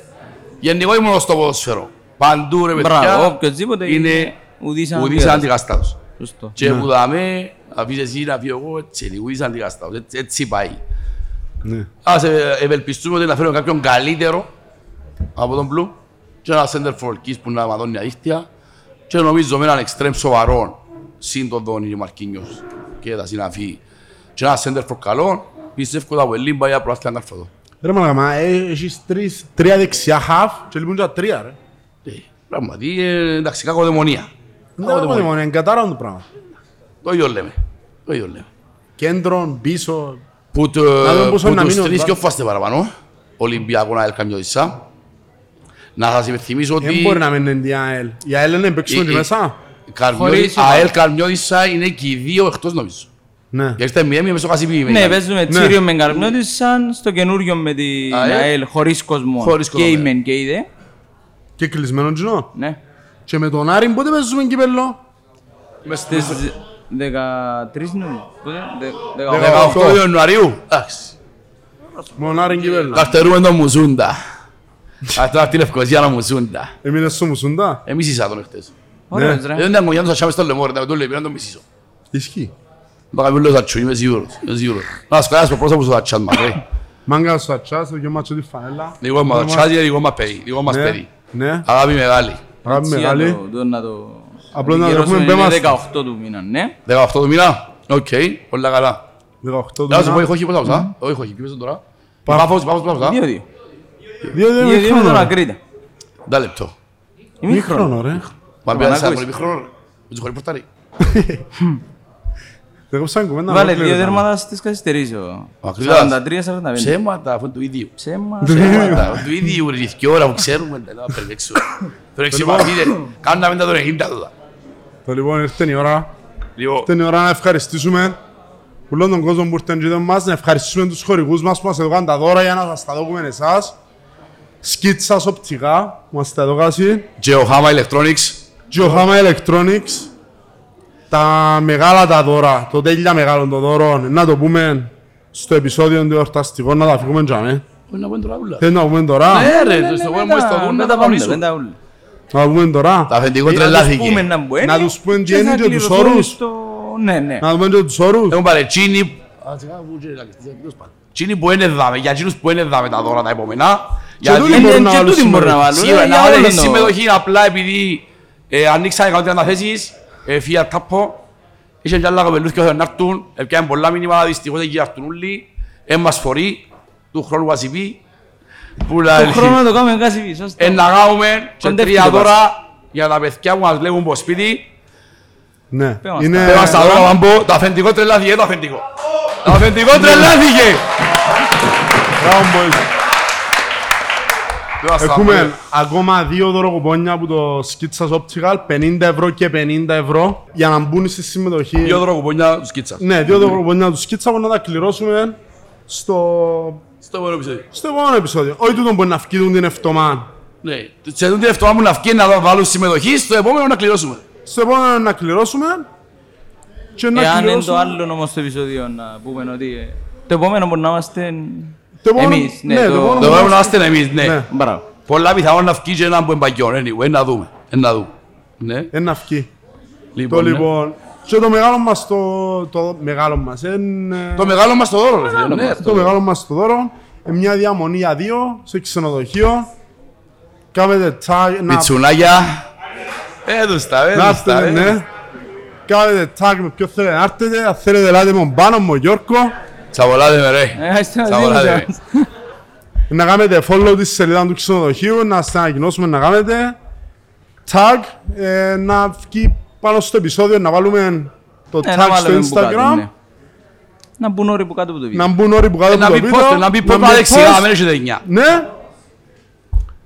[SPEAKER 3] γενικό ήμουν στο ποδοσφαίρο. Παντού ρε
[SPEAKER 4] Μπράβο,
[SPEAKER 3] παιδιά,
[SPEAKER 4] οποιοδήποτε
[SPEAKER 3] είναι
[SPEAKER 4] ουδής
[SPEAKER 3] ουδής
[SPEAKER 4] αντίδρασης.
[SPEAKER 3] αντικατάστατος.
[SPEAKER 4] Σωστό.
[SPEAKER 3] Και που δαμε, να πεις εσύ να φύγω εγώ, έτσι, είναι, ουδής αντικατάστατος, έτσι- έτσι πάει.
[SPEAKER 1] Ναι.
[SPEAKER 3] Ας ε, ευελπιστούμε ότι να φέρουμε κάποιον καλύτερο από τον Blue και ένα center for kids που να ματώνει αδίκτυα και νομίζω με έναν extreme σοβαρό συν τον Δόνι και Μαρκίνιος και τα συναφή και ένα center for καλό πιστεύω ότι ο Ελλήν πάει να προάθει να καρφωθώ.
[SPEAKER 1] Ρε μαλάκα, μα ε, έχεις τρεις- τρία δεξιά half και λείπουν και τρία ρε.
[SPEAKER 3] Ε, Πραγματί, ε, εντάξει, κακοδαιμονία.
[SPEAKER 1] Δεν έχω δαιμονία, είναι κατάρα το πράγμα.
[SPEAKER 3] Το ίδιο λέμε. Το ίδιο λέμε.
[SPEAKER 1] Κέντρον, πίσω,
[SPEAKER 3] Που, το,
[SPEAKER 1] Να δούμε πόσο
[SPEAKER 3] που
[SPEAKER 1] να
[SPEAKER 3] τους
[SPEAKER 1] μείνουν,
[SPEAKER 3] τρεις
[SPEAKER 1] βα-
[SPEAKER 3] και φάστε παραπάνω. Ολυμπιακό να έλκαν νιώθησα. Να σας υπενθυμίσω
[SPEAKER 1] δεν
[SPEAKER 3] ότι
[SPEAKER 1] Ε, μπορεί να μείνει η ΑΕΛ. Η ΑΕΛ είναι παίξουμε
[SPEAKER 3] Ε,
[SPEAKER 1] τη
[SPEAKER 3] ε.
[SPEAKER 1] μέσα.
[SPEAKER 3] Καρμιώδη-
[SPEAKER 4] Χωρίς ομάδα.
[SPEAKER 3] ΑΕΛ Καρμιώδησα είναι και οι δύο εκτός νομίζω.
[SPEAKER 1] Ναι.
[SPEAKER 3] Γιατί τα μία μία μέσω Κασιπή.
[SPEAKER 4] Ναι, παίζουμε
[SPEAKER 1] Ναι.
[SPEAKER 4] τσίριο με καρμιώτη σαν στο καινούριο με την
[SPEAKER 3] Α, ε.
[SPEAKER 4] ΑΕΛ χωρίς κόσμο.
[SPEAKER 3] Χωρίς κόσμο,
[SPEAKER 4] Και η
[SPEAKER 3] ναι.
[SPEAKER 4] μεν και η δε.
[SPEAKER 1] Και κλεισμένο κοινό.
[SPEAKER 4] Ναι.
[SPEAKER 1] Και με τον Άρη πότε παίζουμε κύπελλο.
[SPEAKER 4] Στις 13 νομίζω. Πότε? Δε- 18.
[SPEAKER 3] 18 Ιανουαρίου. Εντάξει.
[SPEAKER 1] Με τον
[SPEAKER 3] Ε,
[SPEAKER 1] Άρη κύπελλο.
[SPEAKER 3] Καρτερούμε τον (laughs) Μουζούντα. Αυτό αυτή η Λευκοσία να Μουζούντα.
[SPEAKER 1] Εμείνες Ε, στο Μουσούντα.
[SPEAKER 3] Εμείς ίσα τον χτες.
[SPEAKER 4] Ωραίος,
[SPEAKER 1] Ναι.
[SPEAKER 4] ρε.
[SPEAKER 3] Δεν ήταν κονιά τους ασιάμε στο λαιμό, ρε, τα μετούλε, πήραν τον μισήσω.
[SPEAKER 1] Ισχύει.
[SPEAKER 3] Μα κάποιον λέω σατσού, είμαι σίγουρος, είμαι σίγουρος. Να σκαλιάσω πρόσωπο στο σατσάν μας, ρε.
[SPEAKER 1] Μάγκα στο ατσάς, δυο μάτσο τη φανέλα.
[SPEAKER 3] Δικό μας σατσάς είναι δικό μας παιδί, δικό μας
[SPEAKER 1] Ναι,
[SPEAKER 3] παιδί.
[SPEAKER 1] Ναι,
[SPEAKER 3] Αγάπη μεγάλη.
[SPEAKER 1] αγάπη
[SPEAKER 4] Έτσι,
[SPEAKER 1] μεγάλη.
[SPEAKER 4] να το- το- να το-
[SPEAKER 1] Απλώς να
[SPEAKER 4] επικυρώσουμε,
[SPEAKER 1] δεχούμε
[SPEAKER 4] είναι
[SPEAKER 1] μπέμας.
[SPEAKER 4] 18 του μήνα, ναι.
[SPEAKER 3] 18 του μήνα, οκ, όλα καλά.
[SPEAKER 1] 18 του
[SPEAKER 3] Να σου πω,
[SPEAKER 1] μήνα.
[SPEAKER 3] όχι, όχι, πώς άκουσα, όχι, όχι, ποιος είναι τώρα.
[SPEAKER 1] Πα-
[SPEAKER 3] Πάφος, πάφος, πάφος, α.
[SPEAKER 4] Δύο-δύο.
[SPEAKER 1] Δύο δύο
[SPEAKER 4] Δύο-δύο με τον
[SPEAKER 1] Ε, μήχρονο.
[SPEAKER 4] Ακρίτα.
[SPEAKER 3] Δά λεπτό.
[SPEAKER 1] Μήχρονο ρε.
[SPEAKER 3] Μα πήγα σαν
[SPEAKER 4] Παναγάκος.
[SPEAKER 3] πολύ μικρό, ρε. Με τους χωρίς Ναι. πορτάρι.
[SPEAKER 1] Δεν έχω σαν κουβέντα.
[SPEAKER 4] Βάλε
[SPEAKER 1] ολόκληρη
[SPEAKER 4] δύο
[SPEAKER 1] ήταν. (laughs)
[SPEAKER 4] δέρματα στις καθυστερήσεις. ο-
[SPEAKER 3] Ο Ακρίτας.
[SPEAKER 4] 43-45.
[SPEAKER 3] Ψέματα, αφού είναι του ίδιου.
[SPEAKER 4] Ψέμα.
[SPEAKER 3] Ψέματα, του ίδιου, ρε, και ώρα που ξέρουμε, δεν θα περιπέξω. Τώρα εξυπαθείτε, κάναμε τα τώρα, γίντα τούτα.
[SPEAKER 1] Το λοιπόν ήρθε η ώρα.
[SPEAKER 3] Λοιπόν,
[SPEAKER 1] Ήρθε η ώρα να ευχαριστήσουμε όλον τον κόσμο που ήρθε και είδε μας, να ευχαριστήσουμε τους χορηγούς μας που μας έδωκαν τα δώρα για να σας τα δώσουμε εσάς. Σκίτσας οπτικά που μας τα έδωκαν.
[SPEAKER 3] Geohama Electronics,
[SPEAKER 1] Γιοχάμα Electronics. Τα μεγάλα τα δώρα, το τέλεια μεγάλων των δώρων, να το πούμε στο επεισόδιο του εορταστικού, να τα αφηγούμε τζαμέ.
[SPEAKER 3] Όχι να πούμε τώρα ούλα.
[SPEAKER 1] Θέλει να το πούμε τώρα.
[SPEAKER 3] Ναι,
[SPEAKER 4] Ναι, ναι,
[SPEAKER 3] ρε, στο
[SPEAKER 4] ναι,
[SPEAKER 3] πόνο
[SPEAKER 4] ναι,
[SPEAKER 3] μου στο
[SPEAKER 4] τα-
[SPEAKER 3] κούν
[SPEAKER 4] ναι,
[SPEAKER 3] να
[SPEAKER 4] τα
[SPEAKER 3] τα
[SPEAKER 4] πάμε,
[SPEAKER 3] πονήσω.
[SPEAKER 4] ναι, τα ούλα.
[SPEAKER 1] Να το πούμε τώρα.
[SPEAKER 3] Τα αφεντικό
[SPEAKER 4] Να τους πούμε
[SPEAKER 3] τρελάθηκε.
[SPEAKER 4] να μπαίνει
[SPEAKER 1] Να τους πούμε
[SPEAKER 4] και
[SPEAKER 1] γέννη
[SPEAKER 4] θα
[SPEAKER 1] και τους
[SPEAKER 4] κληρωθούν
[SPEAKER 1] όρους.
[SPEAKER 4] στο- Ναι, ναι.
[SPEAKER 1] Να δούμε και τους όρους.
[SPEAKER 3] Έχουν πάρει Ε, τσίνι. Τσίνι που είναι δάμε, για τσίνους που είναι δάμε τα δώρα τα επόμενα.
[SPEAKER 1] τούτοι
[SPEAKER 4] Ε,
[SPEAKER 3] Γιατί
[SPEAKER 1] μπορούν
[SPEAKER 4] ναι,
[SPEAKER 1] να
[SPEAKER 4] Και
[SPEAKER 1] βάλουν
[SPEAKER 4] τούτοι μπορούν να
[SPEAKER 1] σήμερα.
[SPEAKER 4] βάλουν.
[SPEAKER 3] σίγουρα
[SPEAKER 4] ε,
[SPEAKER 3] να
[SPEAKER 4] για
[SPEAKER 3] βάλει
[SPEAKER 4] όλον
[SPEAKER 3] τη
[SPEAKER 4] το-
[SPEAKER 3] συμμετοχή απλά επειδή ε, ανοίξαν 130 θέσεις, ε, Fiat Tapo, είχαν κι άλλα κοπελούθκια ώστε να έρθουν, έπιαν πολλά μήνυμα, δυστυχώς δεν γυραστούν όλοι, ε, μας φορεί, του χρόνου βασιπή, που λαλεί.
[SPEAKER 4] Το χρόνο να το κάνουμε κάτι πίσω. σωστό.
[SPEAKER 3] Ε, να κάνουμε και
[SPEAKER 4] Κοντεύει
[SPEAKER 3] τρία
[SPEAKER 4] το
[SPEAKER 3] δώρα για τα παιδιά που μας λέγουν από σπίτι.
[SPEAKER 1] Ναι.
[SPEAKER 4] Πέμαστε.
[SPEAKER 1] Είναι...
[SPEAKER 3] Ε, μας τα δώρα, Βάμπο, το αφεντικό τρελάθηκε, ε, το αφεντικό. Το αφεντικό τρελάθηκε.
[SPEAKER 1] Μπράβο, boys.
[SPEAKER 3] Πέμαστε,
[SPEAKER 1] Έχουμε
[SPEAKER 3] Βάμπο.
[SPEAKER 1] ακόμα δύο δωροκοπόνια από το Skitsas Optical, 50 ευρώ και 50 ευρώ, για να μπουν στη συμμετοχή.
[SPEAKER 3] Δύο δροκοπονιά τους κίτσας.
[SPEAKER 1] Ναι, δύο δωροκοπόνια του Skitsas που να τα κληρώσουμε στο,
[SPEAKER 3] Στο επόμενο επεισόδιο.
[SPEAKER 1] στο επόμενο επεισόδιο. Όχι τούτον που να φκίδουν την ευτομά.
[SPEAKER 3] Ναι, σε δουν την εβδομάδα μου να βγει να βάλουν συμμετοχή, στο επόμενο να κληρώσουμε.
[SPEAKER 1] Στο επόμενο να κληρώσουμε και να
[SPEAKER 4] Εάν είναι το
[SPEAKER 1] κληρώσουμε...
[SPEAKER 4] άλλο όμως το επεισόδιο να πούμε ότι ε, το επόμενο μπορεί να είμαστε
[SPEAKER 1] Το επόμενο-
[SPEAKER 4] εμείς.
[SPEAKER 1] ναι,
[SPEAKER 4] Ναι,
[SPEAKER 1] το επόμενο-
[SPEAKER 3] Το
[SPEAKER 4] το...
[SPEAKER 3] επόμενο να είστε εμείς,
[SPEAKER 1] Ναι.
[SPEAKER 3] ναι.
[SPEAKER 4] Μπράβο.
[SPEAKER 3] Πολλά πιθανόν να βγει και έναν που εμπαγιών, anyway, να δούμε, ε, να δούμε. Ναι,
[SPEAKER 1] Ένα φκί. Το
[SPEAKER 3] λοιπόν, ναι.
[SPEAKER 1] λοιπόν, Και το μεγάλο μας το, το μεγάλο μας είναι...
[SPEAKER 3] Το μεγάλο μας το δώρο, ρε φίλε. Ναι,
[SPEAKER 1] το μεγάλο μας το δώρο είναι μια διαμονή για δύο σε ξενοδοχείο. Κάμετε tag να
[SPEAKER 3] Πιτσουνάκια. Έδους τα,
[SPEAKER 1] να
[SPEAKER 3] έδους τα.
[SPEAKER 1] έρθετε,
[SPEAKER 3] έδους.
[SPEAKER 1] ναι. Κάμετε tag με ποιο θέλετε να έρθετε. Αν θέλετε ελάτε με τον Πάνο, με τον Γιώργο.
[SPEAKER 3] Τσαβολάτε με ρε.
[SPEAKER 4] Ε, ας το να
[SPEAKER 3] Τσαβολάτε
[SPEAKER 4] δίνεις,
[SPEAKER 3] με.
[SPEAKER 4] ας.
[SPEAKER 1] Να κάνετε follow τη σελίδα του ξενοδοχείου, να σας ανακοινώσουμε να κάνετε tag, ε, να βγει πάνω στο επεισόδιο, να βάλουμε το
[SPEAKER 4] Ε, να
[SPEAKER 1] tag στο
[SPEAKER 4] βάλουμε που κάτω,
[SPEAKER 1] Instagram.
[SPEAKER 4] ναι. Ε, Να μπουν όροι που κάτω από το βίντεο.
[SPEAKER 1] Να μπουν όροι που κάτω
[SPEAKER 3] Να
[SPEAKER 1] από το
[SPEAKER 3] μπει πόστο,
[SPEAKER 1] βίντεο.
[SPEAKER 3] να μπει πόστο, Αλέξη,
[SPEAKER 1] post.
[SPEAKER 3] να μην έχετε εννιά.
[SPEAKER 1] Ναι.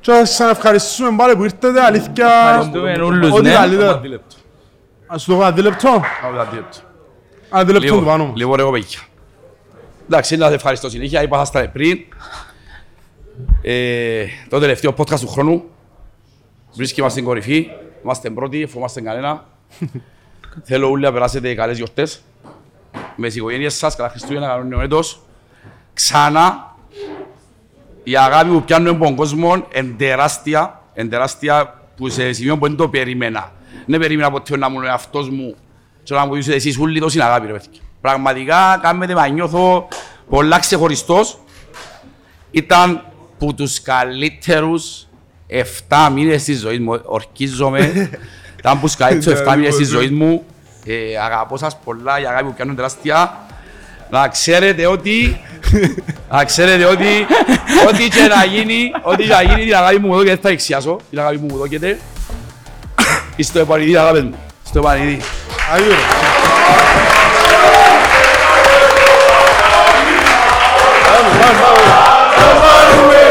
[SPEAKER 1] Και να σας ευχαριστούμε πάλι που ήρθατε. Αλήθεια.
[SPEAKER 4] Ευχαριστούμε όλους,
[SPEAKER 1] Ό,τι
[SPEAKER 4] ναι.
[SPEAKER 1] καλύτερα. Ας το κάνω αντίλεπτο. Αντίλεπτο του πάνω
[SPEAKER 3] Λοιπόν,
[SPEAKER 1] μου.
[SPEAKER 3] λοιπόν, εγώ παιδιά. Εντάξει, να σε ευχαριστώ συνέχεια, είπα θα στα πριν. Ε, το τελευταίο podcast του χρόνου. Βρίσκει μας στην κορυφή. Είμαστε πρώτοι, φοβάστε (laughs) κανένα. Θέλω όλοι να περάσετε καλές γιορτές. Με τις οικογένειες σας, καλά Χριστούγεννα, καλό νέο έτος. Ξανά, η αγάπη που πιάνουμε από τον κόσμο είναι τεράστια, εν τεράστια που σε σημείο που δεν το περίμενα. Δεν περίμενα ποτέ να ήμουν ο εαυτός μου και να μου δείξετε εσείς όλοι τόση αγάπη ρε παιδιά. Πραγματικά κάνετε με να νιώθω πολλά ξεχωριστός. Ήταν που τους καλύτερους 7 μήνες της ζωής μου, ορκίζομαι. Ήταν που τους καλύτερους 7 μήνες της ζωής μου. Ε, αγαπώ σας πολλά, η αγάπη που πιάνουν τεράστια. Να ξέρετε ότι να ξέρετε ότι ό,τι και να γίνει, ό,τι και να γίνει την αγάπη μου μου δόκεται, δεν θα εξιάσω. Την αγάπη μου μου δόκεται. Στο επανειδή αγάπη μου. Στο επανειδή.
[SPEAKER 1] Άγιο.
[SPEAKER 3] Πάρουμε!